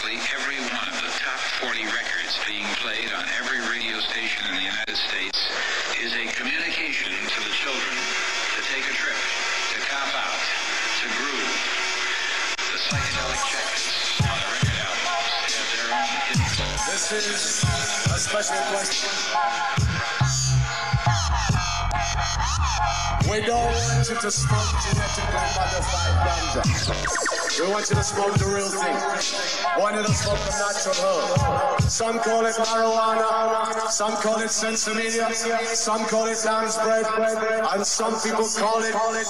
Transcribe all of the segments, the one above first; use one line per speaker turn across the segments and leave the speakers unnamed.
nearly every one of the top 40 records being played on every radio station in the United States is a communication to the children to take a trip, to cop out, to groove. The psychedelic jackets on the record albums have their own hidden
This is a special question. We don't want you to smoke genetically modified ganja. We want you to smoke the real thing. Want you to smoke the natural herb. Some call it marijuana, some call it sensimedia, some call it lamb's bread, and some people call it. Call it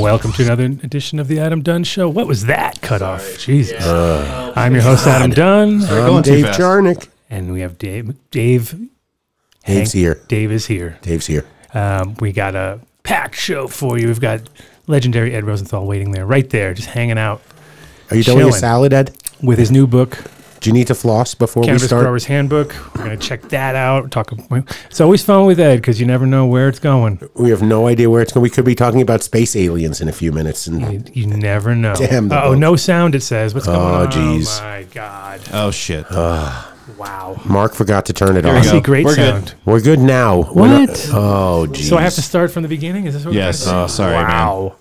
Welcome to another edition of the Adam Dunn Show. What was that cut off? Jesus. I'm your host, Adam Dunn,
I'm
going too
Dave
fast.
Jarnick.
and we have Dave. Dave.
Dave's
Hank-
here.
Dave is here.
Dave's here.
Um, we got a packed show for you. We've got legendary Ed Rosenthal waiting there, right there, just hanging out
Are you done with your
Chilling.
salad, Ed?
with his new book,
Do you need to floss before we
Cannabis
start?
Growers Handbook. We're going to check that out. Talk. It's always fun with Ed because you never know where it's going.
We have no idea where it's going. We could be talking about space aliens in a few minutes. And
You, you never know.
Damn the
Oh,
book.
no sound. It says. What's going on?
jeez.
Oh my God.
Oh shit!
Wow.
Ah. Mark forgot to turn it
we
I
off.
go.
see great
We're good.
sound.
We're good now. We're not-
What?
oh, geez.
So I have to start from the beginning. Is this what?
Yes.
We're doing?
Oh, sorry, man.
Wow.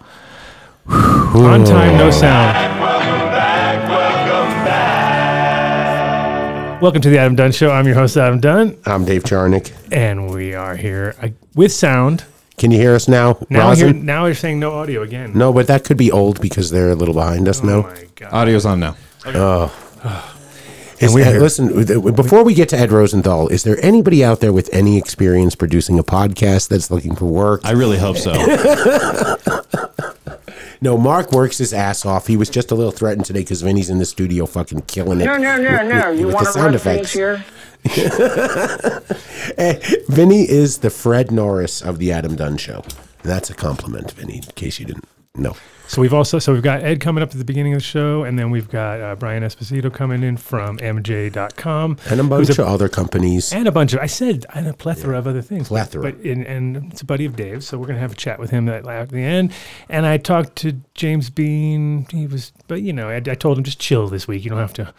On time, no sound. Welcome to the Adam Dunn Show. I'm your host, Adam Dunn,
I'm Dave Charnick.
and we are here uh, with sound.
Can you hear us now,
Now, here,
Rosin?
now you're saying no audio again.
No, but that could be old because they're a little behind us
Oh
now.
my god.
Audio's on now.
Is,
we're
Ed,
here.
listen, th- before we get to Ed Rosenthal, is there anybody out there with any experience producing a podcast that's looking for work?
I really hope so.
No, Mark works his ass off. He was just a little threatened today because Vinny's in the studio fucking killing it.
No, no, no,
with-
no.
with-
You
with
want
the
to
sound
run
effects.
things here?
Vinny is the Fred Norris of the Adam Dunn Show. That's a compliment, Vinny, in case you didn't know.
So we've also so we've got Ed coming up at the beginning of the show, and then we've got uh, Brian Esposito coming in from MJ.com.
And a bunch of other companies.
and a bunch of I said and a plethora of other things.
Plethora.
But in, and it's a buddy of Dave's, so we're gonna have a chat with him at at the end. And I talked to James Bean. He was, but you know, I, I told him just chill this week. You don't have to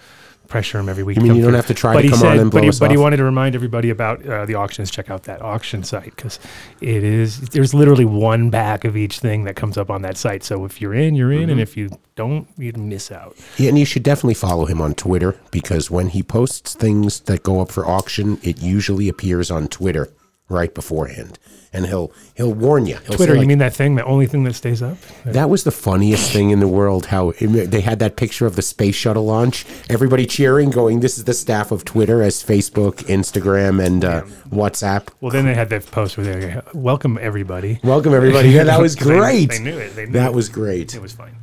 pressure him every week.
mean
Come
you don't
through."
have to try
but
to
he
come on
said,
and
but
blow
he,
us
But he
off?
wanted to remind everybody about uh, the auctions. Check out that auction site because it is there's literally one pack of each thing that comes up on that site. So if you're in, you're in,
Mm-hmm.
and if you don't, you'd miss out.
Yeah, and you should definitely follow him on Twitter because when he posts things that go up for auction, it usually appears on Twitter right beforehand. And he'll he'll warn you. He'll say,
Twitter,
like,
you mean that thing, the only thing that stays up?
That was the funniest thing in the world. How it- they had that picture of the space shuttle launch, everybody cheering, going, "This is the staff of Twitter as Facebook, Instagram, and uh, WhatsApp."
Well, then they had that post where they go, welcome everybody.
Welcome everybody. Yeah, that was
'Cause they-
great.
They, knew it. They knew
that
it.
was great.
It was fine.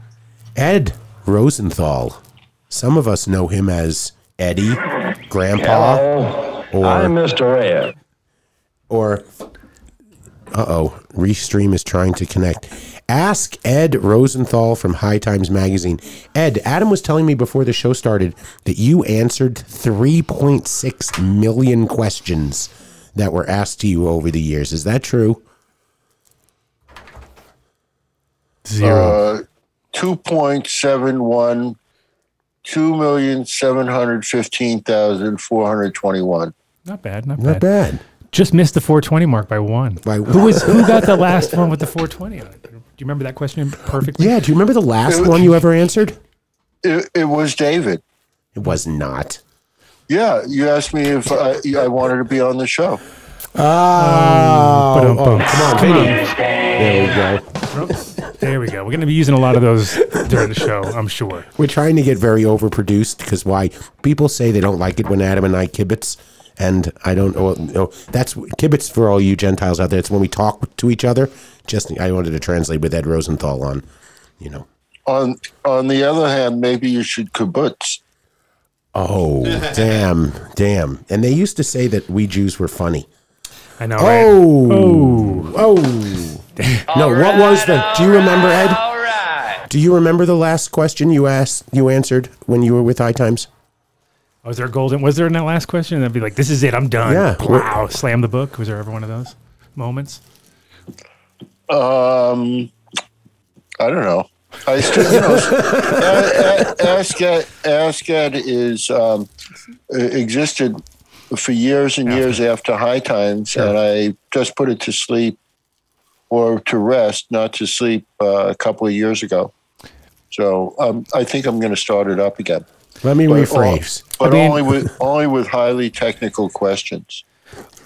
Ed Rosenthal. Some of us know him as Eddie, Grandpa,
Hello,
or
I'm Mr. Ed.
or uh oh, Restream is trying to connect. Ask Ed Rosenthal from High Times Magazine. Ed, Adam was telling me before the show started that you answered 3.6 million questions that were asked to you over the years. Is that true?
Zero.
Uh, 2.71 2,715,421.
not bad. Not,
Not
bad.
bad.
Just missed the 420 mark by one.
By-
who was who got the last one with the 420 on it? Do you remember that question perfectly?
Yeah, do you remember the last one you ever answered?
It, it was David.
It was not.
Yeah, you asked me if I, I wanted to be on the show.
Oh,
Ba-dum-bum.
come on,
Come
Vinny. There we go.
There we go. We're going to be using a lot of those during the show, I'm sure.
We're trying to get very overproduced because why? People say they don't like it when Adam and I kibitz, and I don't know. You know that's kibitz for all you Gentiles out there. It's when we talk to each other. Just I wanted to translate with Ed Rosenthal on, you know.
On on the other hand, maybe you should kibbutz.
Oh damn, damn! And they used to say that we Jews were funny.
I know, right?
Oh, oh, oh! no, what was the? Do you remember, Ed? All right. Do you remember the last question you asked? You answered when you were with High Times.
Was there a golden? Was there in that last question? And I'd be like, this is it. I'm done.
Yeah.
Wow. Slam the book. Was there ever one of those moments?
Um, I don't know. I still, you know, A- A- Ask Ed, Ask Ed is um, e- existed for years and years after High Times, and I just put it to sleep or to rest, not to sleep, uh, a couple of years ago. So um, I think I'm going to start it up again,
Let me
But-
rephrase.
but
I mean-
only with only with highly technical questions.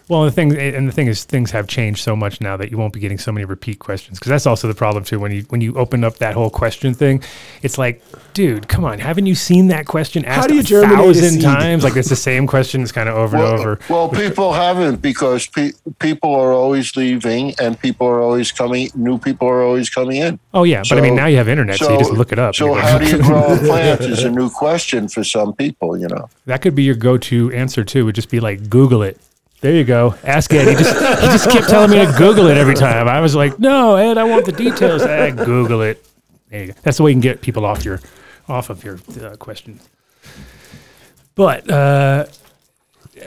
Well, the thing and the thing is, things have changed so much now that you won't be getting so many repeat questions because that's also the problem too. When you when you open up that whole question thing, it's like, dude, come on, haven't you seen that question asked
do you
a
germinate a
thousand
seed?
times? Like it's the same question, it's kind of over and over.
Well, people haven't because pe- people are always leaving, and people are always coming. New people are always coming in.
Oh yeah, but I mean
So-
now you have internet, so, you just look it up.
So
You're
how do
like-
you grow a plant is a new question for some people, you know.
that could be your go-to answer too. Would just be like Google it. There you go. Ask Ed. He just he just kept telling me to Google it every time. I was like, no, Ed, I want the details. Ah, Google it. There you go. That's the way you can get people off your off of your uh, questions. But uh,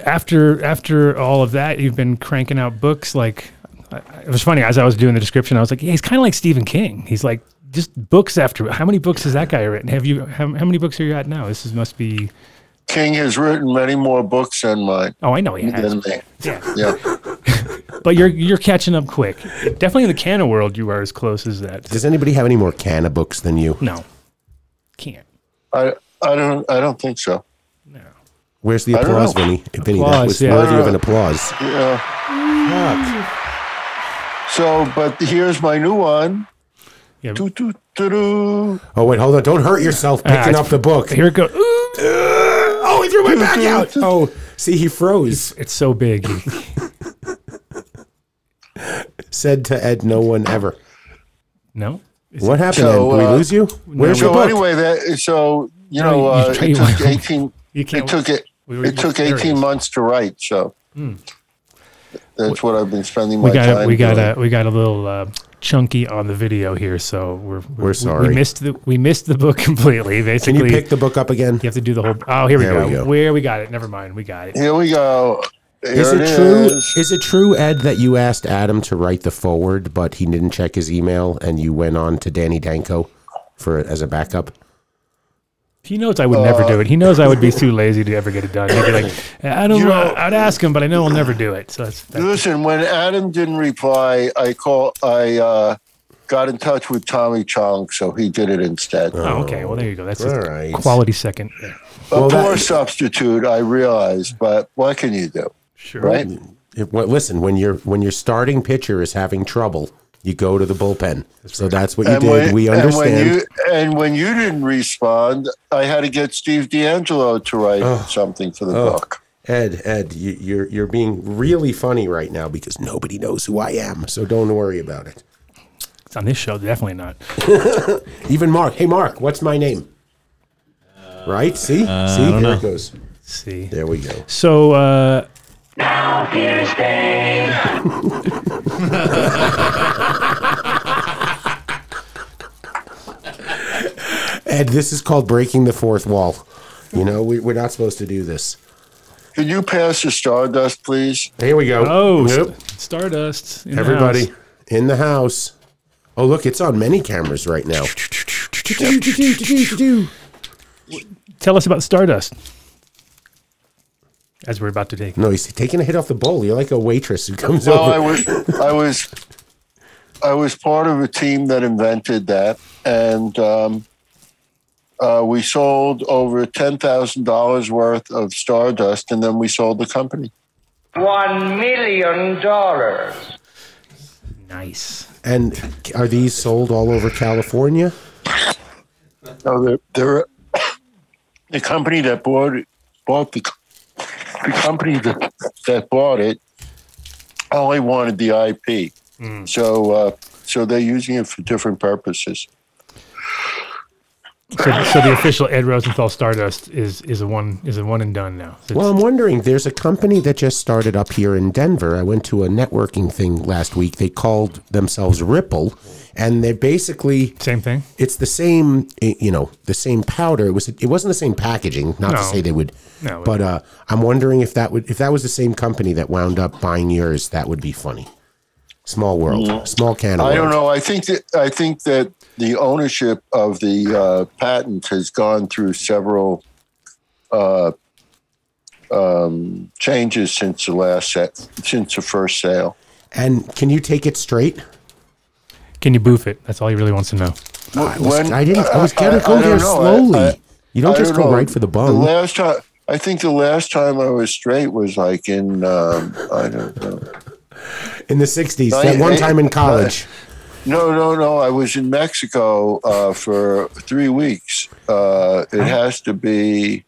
after after all of that, you've been cranking out books. Like I- I- it was funny as I was doing the description, I was like, yeah, he's kind of like Stephen King. He's like just books after. How many books has that guy written? Have you how, how many books are you at now? This is, must be.
King has written many more books than mine.
Oh, I know he has.
Than me.
Yeah,
Yeah.
but you're you're catching up quick. Definitely in the Canna world, you are as close as
oh.
that.
Does anybody have any more canna books than you?
No, can't.
I I don't I don't think so.
Where's the
I don't
applause,
know.
Vinny? Vinny, that
Applause,
was
yeah.
worthy of an applause.
Yeah.
Fuck.
So but here's my new one.
Yeah.
Doo, doo, doo, doo.
Oh wait, hold on! Don't hurt yourself picking
it's-
up the book.
Here it goes.
Oh, he threw my back out. Oh, see, he froze.
It's so big. He-
Said to Ed, "No one ever."
no,
What happened?
So,
Ed? Did
uh,
we lose you? Where's your
So
book?
anyway, that so you
No,
know
you- you
uh,
try-
it took eighteen
you
it
can't.
took it
we were
it took
just
eighteen
curious. Hmm.
months to write, so that's what I've been spending my
we got
time
a, we got
doing.
a we got a little uh, chunky on the video here, so we're we're, we-
sorry.
We missed the we missed the book completely.
Can
Basically,
you pick the book up again?
You have to do the whole. Oh, here we
There
go.
we go.
Where we got it? Never mind. We got it.
Here we go. Here
Is it,
it
true?
is.
Is it true, Ed, that you asked Adam to write the forward, but he didn't check his email, and you went on to Danny Danko for as a backup?
He knows I would never do it. He knows I would be too lazy to ever get it done. He'd be like, I don't.
You
know,
know-
I'd ask him, but I know I'll never do it. So that's, that's
Listen, when Adam didn't reply, I call. I uh, got in touch with Tommy Chong, so he did it instead.
Oh, okay. Well, there you go. That's a
All right.
quality second.
a
well, that-
poor substitute, I realized, but what can you do,
Sure.
right?
It- well, listen, when your when your starting pitcher is having trouble, you go to the bullpen. so that's what you did. we
And
understand.
when you and when you didn't respond, I had to get Steve D'Angelo to write
Oh.
something for the book.
Ed, Ed, you, you're you're being really funny right now because nobody knows who I am. So don't worry about it.
It's on this show, definitely not.
Even Mark. Hey, Mark, what's my name? right? See, see, there it goes.
Let's see.
There we go.
So, uh,
Ed, this is called breaking the fourth wall. You know, we, we're not supposed to do this.
Can you pass the Stardust, please?
Here we go.
oh,
Nope.
st- Stardust. in the
everybody
house.
in the house. Oh, look, it's on many cameras right now.
Tell us about Stardust. As we're about to take.
No, he's taking a hit off the bowl. You're like a waitress who comes
Well,
over.
I was, I was, I was part of a team that invented that, and um, uh, we sold over ten thousand dollars worth of Stardust, and then we sold the company.
One million dollars.
Nice.
and are these sold all over California?
No, they're, they're the company that bought it, bought the, the company that, that bought it only wanted the IP, so uh, so they're using it for different purposes.
So, so the official Ed Rosenthal Stardust is is a one is a one and done now. It's-
Well, I'm wondering. There's a company that just started up here in Denver. I went to a networking thing last week. They called themselves Ripple, and they basically
same thing.
it's the same, i- you know, the same powder. It was it wasn't the same packaging. Not to
No.
say they would,
No, it
but uh, I'm wondering if that would if that was the same company that wound up buying yours. That would be funny. Small world, small can. Of
I don't
worms.
know. I think that I think that the ownership of the uh, patent has gone through several uh, um, changes since the last set, since the first sale.
And can you take it straight?
Can you boof it? That's all he really wants to know.
I was, I didn't. I was gonna go
I don't know.
there slowly.
I- I-
you don't
I
just go
know.
right for the bum.
last time, I think the last time I was straight was like in um, I don't know.
in the '60s,
No,
that
you-
one
you-
time in college.
No, no, no. I was in Mexico uh, for three weeks. Uh, it has to be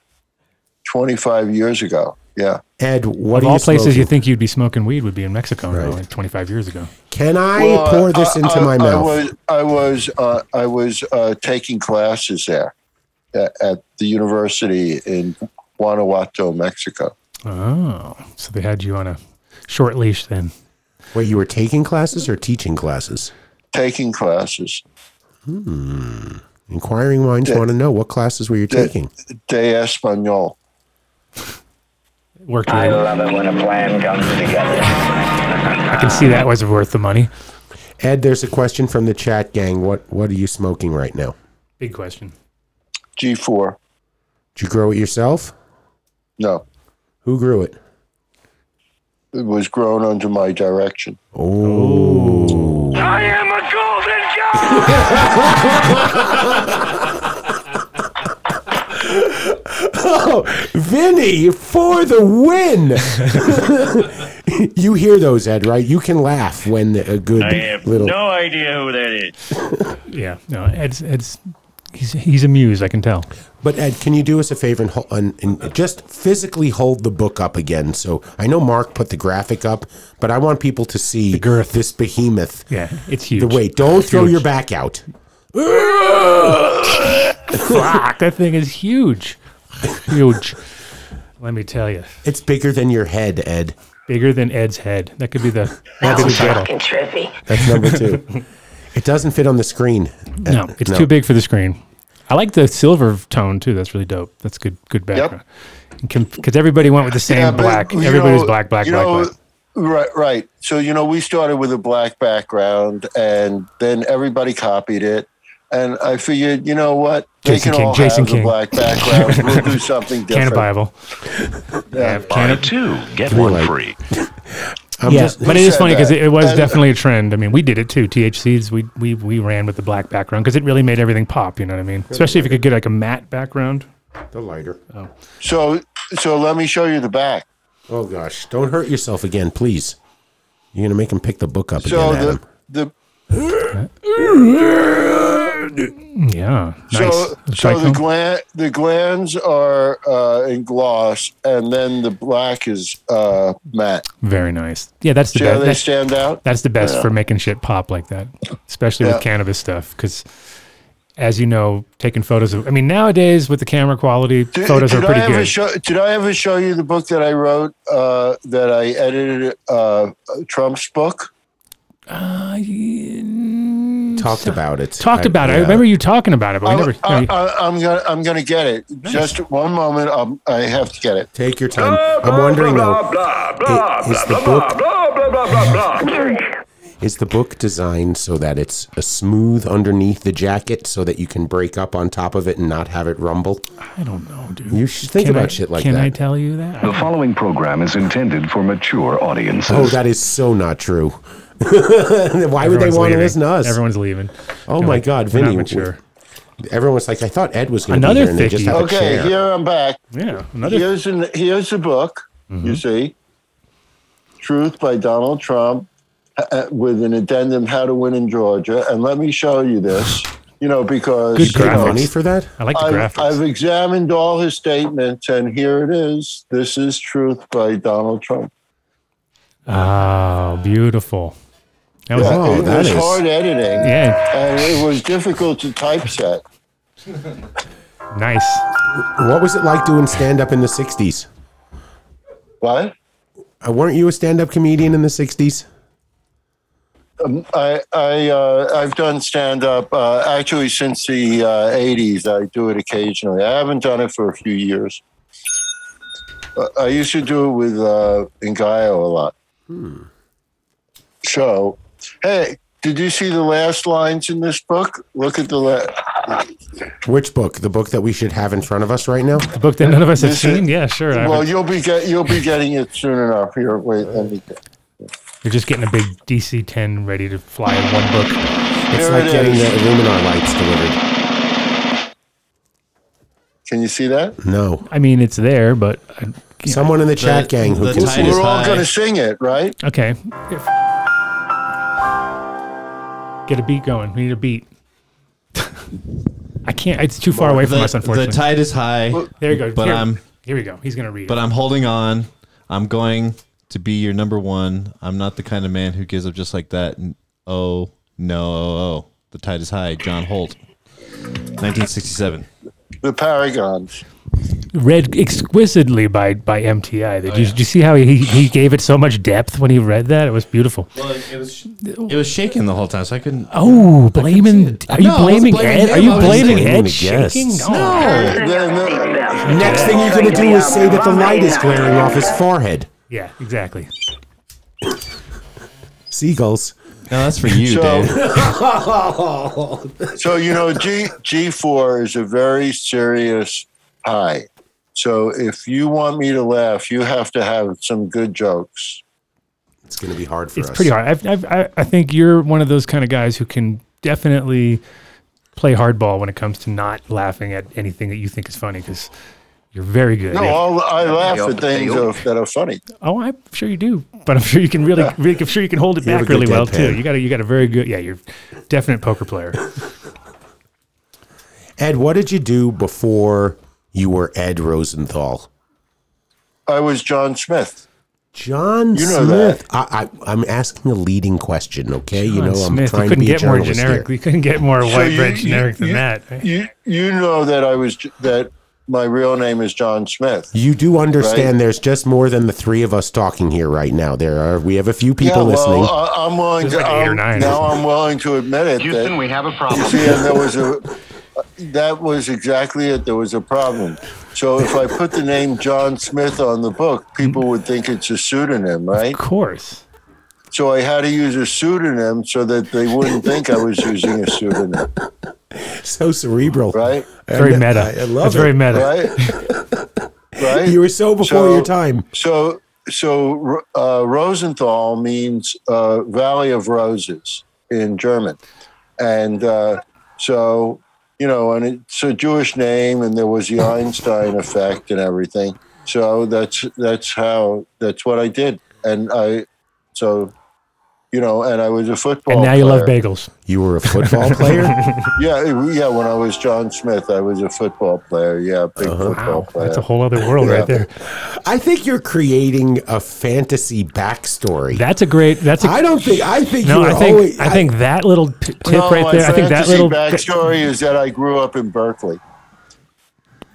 25 years ago. Yeah.
Ed, what
Of
are
all
you
places you
smoking?
think you'd be smoking weed would be in Mexico now, like 25 years ago.
Can I
Well,
pour this into
I,
my
I
mouth?
was, I was, uh, I was uh, taking classes there at, at the university in Guanajuato, Mexico.
Oh, so they had you on a short leash then.
Wait, you were taking classes or teaching classes?
Taking classes.
Hmm. Inquiring minds want to know what classes were you taking?
De Espanol.
Worked.
I
Really.
love it when a plan comes together.
I can see that was worth the money.
Ed, there's a question from the chat gang. What What are you smoking right now?
Big question.
G4.
Did you grow it yourself?
No,
Who grew it?
it was grown under my direction.
I am a golden god!
Vinny for the win! you hear those, Ed? Right? You can laugh when a good
I have
little.
no idea who that is.
Yeah. No, Ed's, Ed's, he's, he's amused, I can tell.
But Ed, can you do us a favor and, hol- and, and just physically hold the book up again? So I know Mark put the graphic up, but I want people to see
girth.
this behemoth.
Yeah. It's huge.
The weight. Don't throw
huge.
your back out.
Fuck, that thing is huge. Huge. Let me tell you.
It's bigger than your head, Ed.
Bigger than Ed's head. That could be the,
That
that could be
was
the title.
fucking trippy.
That's number two. it doesn't fit on the screen. Uh,
No, it's too big for the screen. I like the silver tone too. That's really dope. That's good. Good background. Because everybody went with the same
Yeah, but,
black.
you
Everybody was
know-
black, black,
you
black,
know,
black.
Right, right. So you know, we started with a black background, and then everybody copied it. And I figured, you know what?
Jason
they can
King,
all
Jason
have
King.
a black background. we'll do something
Can of
different.
Bible.
Yeah.
Buy two, get one free.
I'm
yeah,
just
but it is funny because it, it was
And-
definitely a trend. I mean, we did it too. THCs, we we we ran with the black background because it really made everything pop. You know what I mean? Especially if you could get like a matte background.
the lighter.
Oh.
So, so let me show you the back.
Oh gosh, don't hurt yourself again, please. You're gonna make him pick the book up
So
again, Adam.
the the
Yeah, nice.
so
The
so the
trichome.
gland the glands are uh, in gloss, and then the black is uh, matte.
Very nice. Yeah, that's the
See how
best.
they
That's,
stand out?
that's the best for making shit pop like that, especially
Yeah.
with cannabis stuff. Because, as you know, taking photos of I mean, nowadays with the camera quality,
Did-
photos
did
are pretty
I ever
good.
Show, did I ever show you the book that I wrote uh, that I edited uh, Trump's book?
Uh,
Talked about it.
Talked
I-
about it. I
yeah.
remember you talking about it, but we
Uh,
I'm,
never.
I,
no, you-
I, Uh, I'm gonna I'm gonna get it. Just one moment. I'm, I have to get it.
Take your time. I'm wondering though,
blah,
i- is the book
blah, blah, blah, blah, blah.
is the book designed so that it's a smooth underneath the jacket, so that you can break up on top of it and not have it rumble?
I don't know, Oh, dude.
You should think
Can I-
about shit like
Can
that.
I tell you that?
The following program is intended for mature audiences.
oh, that is so not true. Why would they
Everyone's
want to
leaving.
listen to us?
Everyone's leaving.
oh
They're
my
like,
God,
"We're not
Vinny!
mature."
Everyone was like, I thought Ed was going to be
Another
here, and they just
thickie.
have a
Okay,
chair.
here I'm back.
Yeah, another. Mm-hmm.
Here's an, here's the book. You see, Truth by Donald Trump uh, with an addendum: How to Win in Georgia. And let me show you this. You know because
Good
you
Paid
know,
graphics.
money for that?
I like the
I've,
graphics.
I've examined all his statements, and here it is. This is Truth by Donald Trump.
oh, beautiful. That was.
Oh,
it
that
was
is-
hard editing,
Yeah,
and it was difficult to typeset.
nice.
What was it like doing stand up in the 60s?
What?
Uh, weren't you a stand up comedian in the 60s?
Um, I, I, uh, I've done stand up uh, actually since the uh, 80s. I do it occasionally. I haven't done it for a few years. Uh, I used to do it with uh, Ngaio a lot. So Hey, did you see the last lines in this book? Look at the last.
Which book? The book that we should have in front of us right now?
The book that none of us have
This is-
seen? Yeah, sure. I
Well,
would-
you'll be get you'll be getting it soon enough. Here, wait, let me. Get,
You're just getting a big DC 10 ready to fly in one book.
It's
There
like
it
getting
is.
the Illuminar lights delivered.
can you see that?
No.
I mean, it's there, but I,
Someone in the chat
The-
gang who
the
can
title-
see
is
We're all
high.
going to sing it, right?
okay. Get a beat going. We need a beat. I can't. It's too far away from
the,
us, unfortunately.
the tide is high,
there you go.
but
here,
I'm-
here we go. He's gonna read.
but
it.
I'm holding on. I'm going to be your number one. I'm not the kind of man who gives up just like that. N- Oh no! Oh, oh. The tide is high. John Holt, 1967.
The Paragons.
read exquisitely by by MTI.
Oh,
Did, you, did you see how he he gave it so much depth when he read that? It was beautiful.
Well, it was it was shaking the whole time, so I couldn't.
Oh, blaming? Are you
No, I wasn't
blaming
blaming
Ed?
him.
Are you
I was just
blaming
blaming the
Ed
guests.
shaking? No.
Next thing you're going to do is say that the light is glaring off his forehead.
Yeah, exactly.
Seagulls.
No, that's for you,
So-
Dave.
So you know, G G four is a very serious high. So if you want me to laugh, you have to have some good jokes.
It's going to be hard for
It's
us.
pretty hard. I've, I've, I I think you're one of those kind of guys who can definitely play hardball when it comes to not laughing at anything that you think is funny because you're very good.
No,
at-
I'll, I laugh
off
at
the
things
field.
of, that are funny.
oh, I'm sure you do, but I'm sure you can really, really I'm sure you can hold it
You have a
back
good
really well
deadpan.
too. You got a, you got a very good. Yeah, you're definite poker player.
Ed, what did you do before you were Ed Rosenthal?
I was John Smith.
John
You know
Smith. I, I, I'm asking a leading question, okay? you know, I'm
Smith, you
trying to
couldn't
be
get
a
more
journalist
generic.
here.
You couldn't get more
So
white
you-
bread
you-
generic than
you-
that. eh?
You you know that I was that my real name is John Smith.
You do understand
Right.
there's just more than the three of us talking here right now. There are we have a few people
yeah,
listening.
well, uh, I, I'm willing
There's
to.
like eight or
I'm-
nine.
now I'm willing to admit it. that,
we have a problem.
See, and there was a that was exactly it. There was a problem. So if I put the name John Smith on the book, people would think it's a pseudonym, right?
Of course.
So I had to use a pseudonym so that they wouldn't think I was using a pseudonym,
so cerebral,
right?
Very meta.
I, I love
That's
it.
very meta.
Right? Right?
You were so before
So-
your time.
So so uh, Rosenthal means uh, Valley of Roses in German, and uh, so you know, and it's a Jewish name, and there was the Einstein effect and everything. So that's that's how that's what I did, and I so you know, and I was a football.
And now you love
player.
bagels.
You were a football player.
Yeah, it- yeah. When I was John Smith, I was a football player. Yeah, big
Uh-huh.
football
Wow,
player.
that's a whole other world right there.
I think you're creating a fantasy backstory.
That's a great. That's a
I don't think. I think you
no.
were
I think
always.
I think that little t- tip
No,
right
my
there. I think that
fantasy
little
backstory is that I grew up in Berkeley.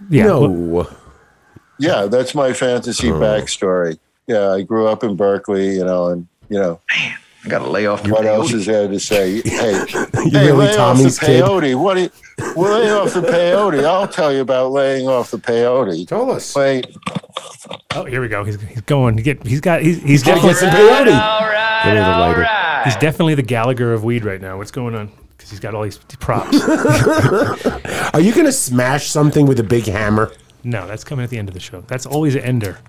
yeah. well,
no.
Yeah, that's my fantasy
Oh.
backstory. Yeah, I grew up in Berkeley, you know, and you know
I got to lay off
what else is there to say? Hey, hey,
really
lay
Tommy's
off the
kid?
peyote. What? Do you, well, lay off the peyote. I'll tell you about laying off the peyote.
Tell us.
Wait,
Oh, here we go. He's, he's going. He get, he's got. He's, he's
Get
definitely.
some peyote. Give me the lighter.
He's definitely the Gallagher of weed right now. What's going on? Because he's got all these props.
Are you going to smash something with a big hammer?
no, that's coming at the end of the show. That's always an ender.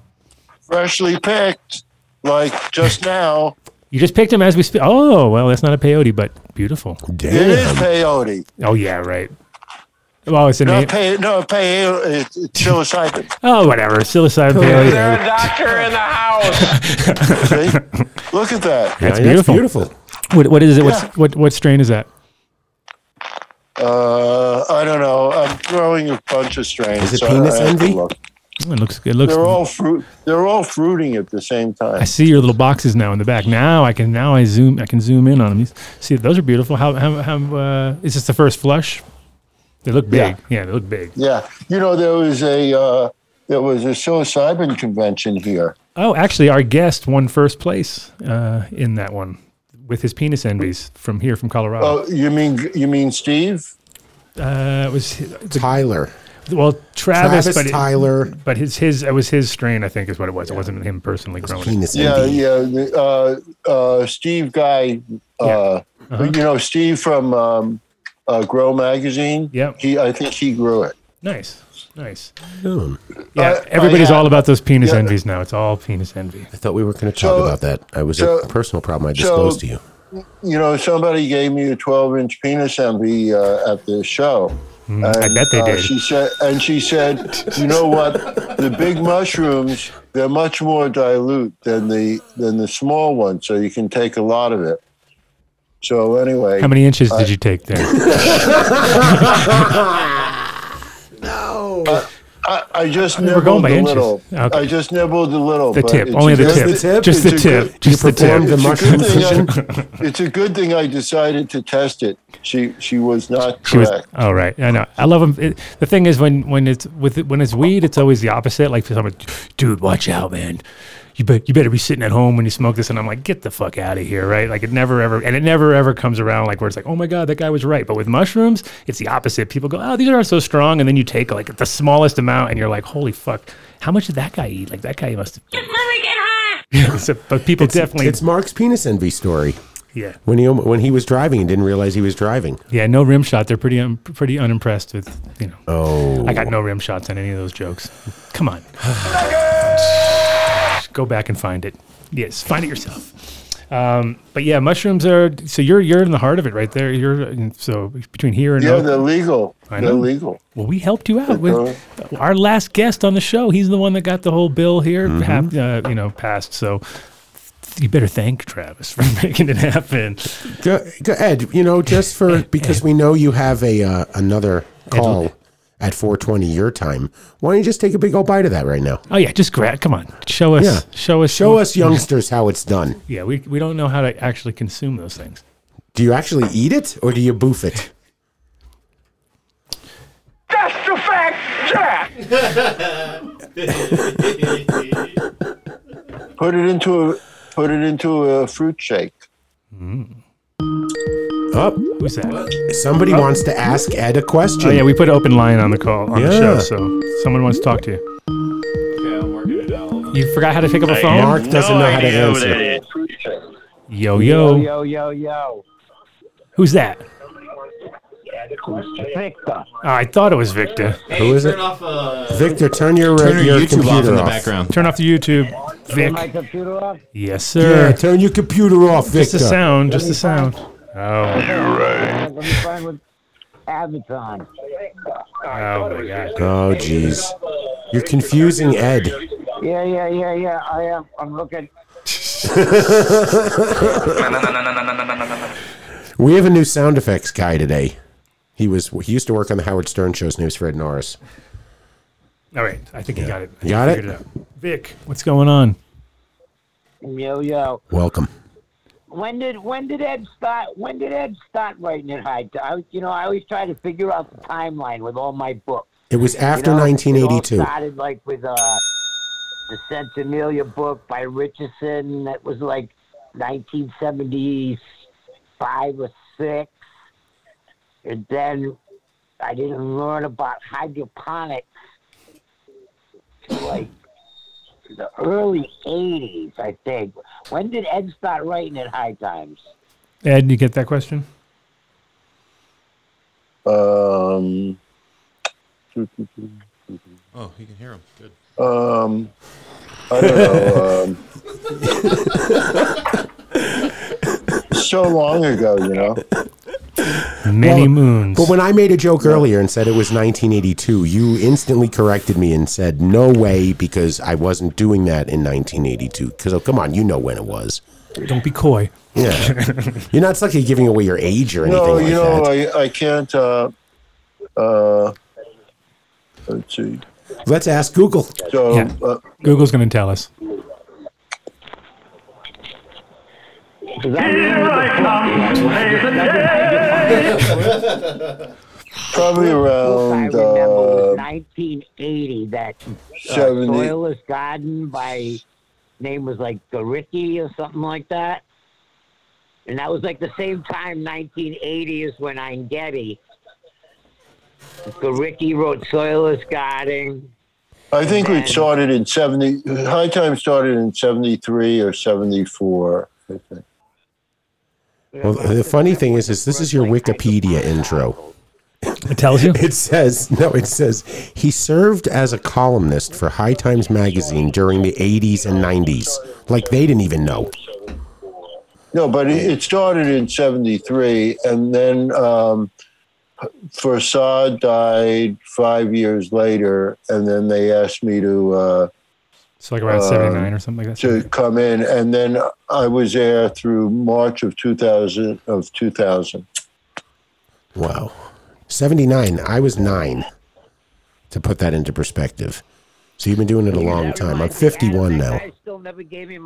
freshly picked, like just now.
You just picked him as we speak. Oh well, that's not a peyote, but beautiful.
It is
Damn.
peyote.
Oh yeah, right. Well, it's an
Not pey. No peyote. It's it's psilocybin.
oh whatever psilocybin peyote.
a doctor in the house?
See? Look at that.
That's
Yeah,
beautiful.
beautiful.
What, what is it?
Yeah.
What's, what what strain is that?
Uh, I don't know. I'm throwing a bunch of strains.
Is it
I-
penis
I have to
envy?
look.
Oh, It looks. It looks.
They're all fruit. They're all fruiting at the same
I
time.
see your little boxes now in the back. Now I can. Now I zoom. I can zoom in on them. You See, those are beautiful. How how how? Uh, is this the first flush? They look
Yeah.
big. Yeah, they look big.
Yeah, you know there was a uh, there was a psilocybin convention here.
Oh, actually, our guest won first place uh, in that one with his penis envies from here from Colorado.
Oh, you mean you mean Steve?
Uh, it was the
Tyler.
Well, Travis,
Travis
but it-
Tyler.
but his his it was his strain. I think is what it was. It wasn't him personally growing. it.
Penis
Yeah,
envy.
yeah. the, Uh, uh, Steve Guy, uh, you know Steve from um, uh, Grow Magazine.
Yep.
he. I think he grew it.
Nice, nice.
Hmm.
Yeah,
Uh,
everybody's
I, uh,
all about those penis
yeah.
envies now. It's all penis envy.
I thought we were going to talk
So-
about that. I was
so-
a personal problem I
so-
disclosed to you.
You know, somebody gave me a 12-inch penis envy uh, at the show.
Hmm, I bet they
uh,
did.
She said, and she said, you know what? The big mushrooms they're much more dilute than the than the small ones, so you can take a lot of it. So anyway,
How many inches did you take there?
I, I just
we're
nibbled
going by
a
inches.
little.
Okay.
I just nibbled a little.
The
but
tip,
it's
only
a
the
good-
tip.
Just the tip?
Just the
It's a
tip.
good-
Just the
performed
tip.
the-
It's a,
mushroom
good thing I, it's a good thing I decided to test it. She she was not
She was
correct.
all right. I know. I love him. It, the thing is, when when it's with when it's weed, it's always the opposite. Like someone, dude, watch out, man. You bet you better be sitting at home when you smoke this. And I'm like, get the fuck out of here, right? Like it never ever and it never ever comes around like where it's like, oh my god, that guy was right. But with mushrooms, it's the opposite. People go, oh, these are so strong, and then you take like the smallest amount, and you're like, holy fuck, how much did that guy eat? Like that guy must. have But people definitely,
It's Mark's penis envy story.
yeah,
When he when he was driving and didn't realize he was driving.
yeah. No rim shot. They're pretty un, pretty unimpressed with you know.
Oh,
I got no rim shots on any of those jokes. Come on. Go back and find it. Yes, find it yourself. Um, but yeah, mushrooms are so you're you're in the heart of it right there. You're so between here and
Yeah,
Oak-
they're legal.
I
They're
know.
legal.
well, we helped you out with our last guest on the show. He's the one that got the whole bill here, hap- uh, you know, passed. So you better thank Travis for making it happen.
Go, go, Ed. You know, just for because we know you have a uh, another call at 4:20 your time. Why don't you just take a big old bite of that right now?
Oh yeah, just grab. Come on, show us,
Yeah.
show us,
Show us youngsters how it's done.
Yeah, we we don't know how to actually consume those things.
Do you actually eat it or do you boof it?
That's the fact, Jack.
Put it into a put it into a fruit shake.
Up.
Who's that?
Somebody wants to ask Ed a question.
Oh yeah, we put open line on the call on the show,
Yeah.
so someone wants to talk to you.
Okay, I'm working it out.
You forgot how to pick up a phone?
Mark doesn't know how to
idea who
answer.
that is.
Yo yo. Yo yo yo yo. Who's that? Victor. I thought it was Victor.
Who is it?
Off, uh,
Victor, turn your, uh,
turn
your,
your YouTube
computer
off
off.
in the background.
Turn off the YouTube. Vic. my computer off? Yes, sir.
Yeah, turn your computer off,
just
Victor.
the sound. Just the sound. Oh,
Amazon.
oh my God.
Oh, jeez. You're confusing Ed.
Yeah, yeah, yeah, yeah. I am. I'm looking.
We have a new sound effects guy today. He was he used to work on the Howard Stern show. His name's Fred Norris.
All right, I think you got it. I
Got
figured
it?
out. Vic, what's going on?
Yo, yo.
Welcome.
When did when did Ed start? When did Ed start writing at high? T- I, you know, I always try to figure out the timeline with all my books.
It was
you
after
know? It
1982.
all started like with uh, the Centenalia book by Richardson. That was like 1975 or six, and then I didn't learn about hydroponics till like the early 80s, I think. When did Ed start writing at High Times?
Ed, you get that question?
Um,
Oh, you can hear him. Good.
um, I don't know. Um, so long ago, you know.
Many
Well,
moons.
But when I made a joke earlier and said it was 1982, you instantly corrected me and said no way because I wasn't doing that in 1982. Because oh, come on, you know when it was.
Don't be coy.
Yeah, you're not like you're giving away your age or anything
No,
like
you know,
that.
I, I can't. Uh, uh, let's see.
Let's ask Google.
So,
Yeah.
uh,
Google's going to tell us.
'Cause I-
uh,
Here I come. Hey,
probably
I
around
remember was
uh,
1980 that uh,
70.
Soilless Garden by name was like Garicki or something like that. And that was like the same time, 1980 is when Ein Getty So Ricky wrote Soilless Garden.
I think we started in 70, High Time started in 73 or 74. I think.
Well, the funny thing is, is this is your Wikipedia intro.
It tells you.
It says no. It says he served as a columnist for High Times magazine during the '80s and '90s. Like they didn't even know.
No, but it it started in 73, and then um, Farsad died five years later, and then they asked me to. Uh,
So like
Um,
around 79 or something like that.
to come in, and then I was there through March of two thousand of two thousand.
Wow. 79. I was nine, to put that into perspective. So you've been doing it a long time. I'm 51 now.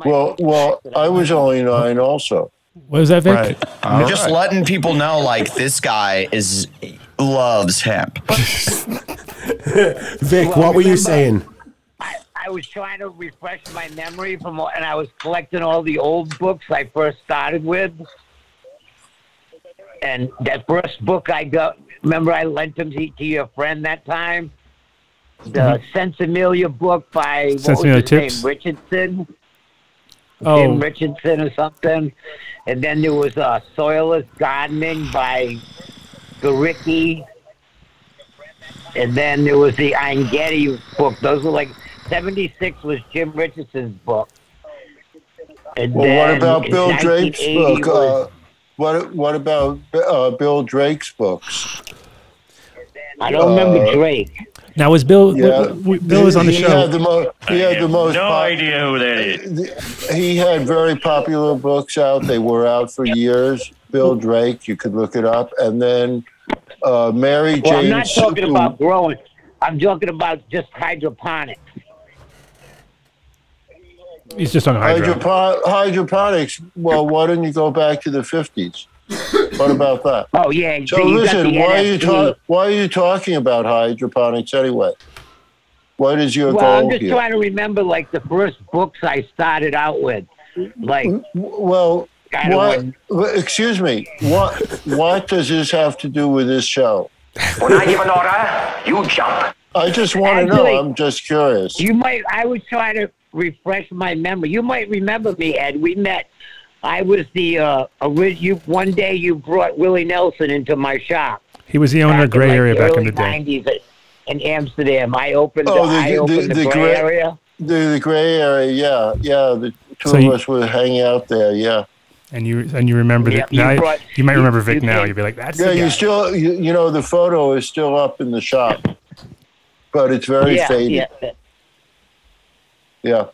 Well, well, I was only nine, also.
What was that, Vic? Right.
I'm just letting people know, like this guy is loves hemp.
Vic,
Well,
what were
remember-
you saying?
I was trying to refresh my memory from, all- and I was collecting all the old books I first started with. And that first book I got, remember I lent them to, to your friend that time? The
Mhm.
Sensimilia book by what was
Sensimilia
his
Tips?
name, Richardson.
Oh.
Jim Richardson or something. And then there was uh, Soilless Gardening by Garicki. And then there was the Angetti book. Those were like 76 was Jim Richardson's book. And
Well,
then
what about
in
Bill Drake's
1980
book?
was-
Uh, what What about uh, Bill Drake's books?
I don't remember
uh,
Drake.
Now was Bill?
Yeah,
w- w- Bill was on the
He
show.
Had the mo- he had the most.
No
pop-
idea who that is.
he had very popular books out. They were out for years. Bill Drake, you could look it up, and then uh, Mary Jane.
Well, I'm not talking
Sue-
about growing. I'm talking about just hydroponics.
He's just on hydro.
Hydropo- hydroponics. Well, why don't you go back to the fifties? What about that?
Oh, yeah.
So
you got
listen,
the
why are you
NFT.
ta- why are you talking about hydroponics anyway? What is your
Well, I'm
goal
just
here?
trying to remember like the first books I started out with. Like,
well,
I don't
what?
want-
Excuse me. What? What does this have to do with this show?
When I give an order, you jump.
I just want to know.
Actually-
I'm just curious.
you might, I was trying to refresh my memory. You might remember me, Ed. We met. I was the, uh, ori- you, one day you brought Willie Nelson into my shop.
He was the owner of
back in,
Gray
like,
Area back in
early
the day.
90s at- in Amsterdam. I opened,
Oh,
the,
the-
I
the-
opened the,
the
Gray,
Gray-
Area.
The, the gray area. Yeah, yeah. The two
So
of
you-
us were hanging out there. Yeah.
And you and you remember
Yeah,
that.
you
now- You,
brought-
might
you-
remember Vic
you
now.
came-
You'd be like, "That's
Yeah,
the
you
guy."
still, you, you know, the photo is still up in the shop, but it's very
yeah,
faded.
yeah.
Yeah.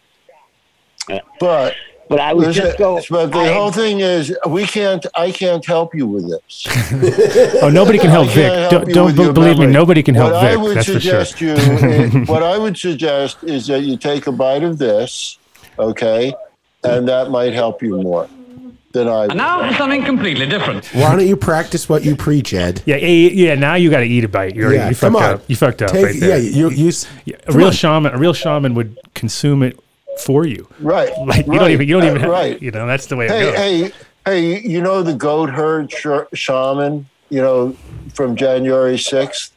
But,
But I was
listen,
just going.
but the
I-
whole thing is, we can't, I can't help you with this.
Oh, nobody can help
I
Vic.
can't help
Don't,
you
don't
with
be-
your
believe me.
memory.
Nobody can help
what I
Vic.
would
That's for sure.
suggest you, is, what I would suggest is that you take a bite of this, okay, and that might help you more than I. Would.
Now for something completely different.
Why don't you practice what you preach, Ed?
Yeah, eh, yeah. Now you got to eat a bite. You're,
Yeah,
you
come
fucked
on.
up. You fucked up
Take-
right there.
Yeah, you, you, s-
a real shaman, a real shaman would consume it for you.
Right.
Like you
right,
don't even, you don't
uh,
even,
right.
you know, that's the way it
Hey,
goes.
hey, hey, you know the goat herd sh- shaman, you know, from January 6th?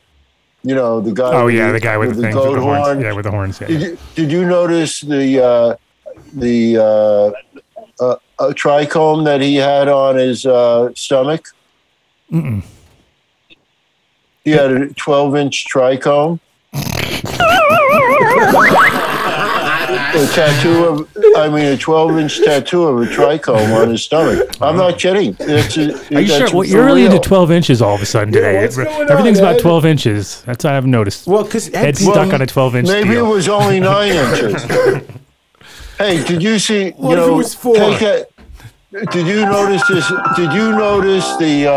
You know, the guy.
oh
with
yeah, the guy with the, things with
goat
the horns.
horn.
Yeah, with the horns. Yeah.
Did you, did you notice the, uh, the, uh, uh, uh, trichome that he had on his uh, stomach? Mm-mm. He had a 12 inch trichome. a tattoo of, I mean, a 12 inch tattoo of a trichome on his stomach. I'm not kidding. It's a,
Are you sure? Well, you're really into 12 inches all of a sudden today.
what's
It's-
going on,
Everything's about
Ed?
12 inches. That's what I've noticed.
well, because
Ed's
well,
stuck on a 12 inch
Maybe
deal.
it was only nine inches. Hey, did you see?
What
you
if it
know,
was four?
Take that. Did you notice this? Did you notice the uh,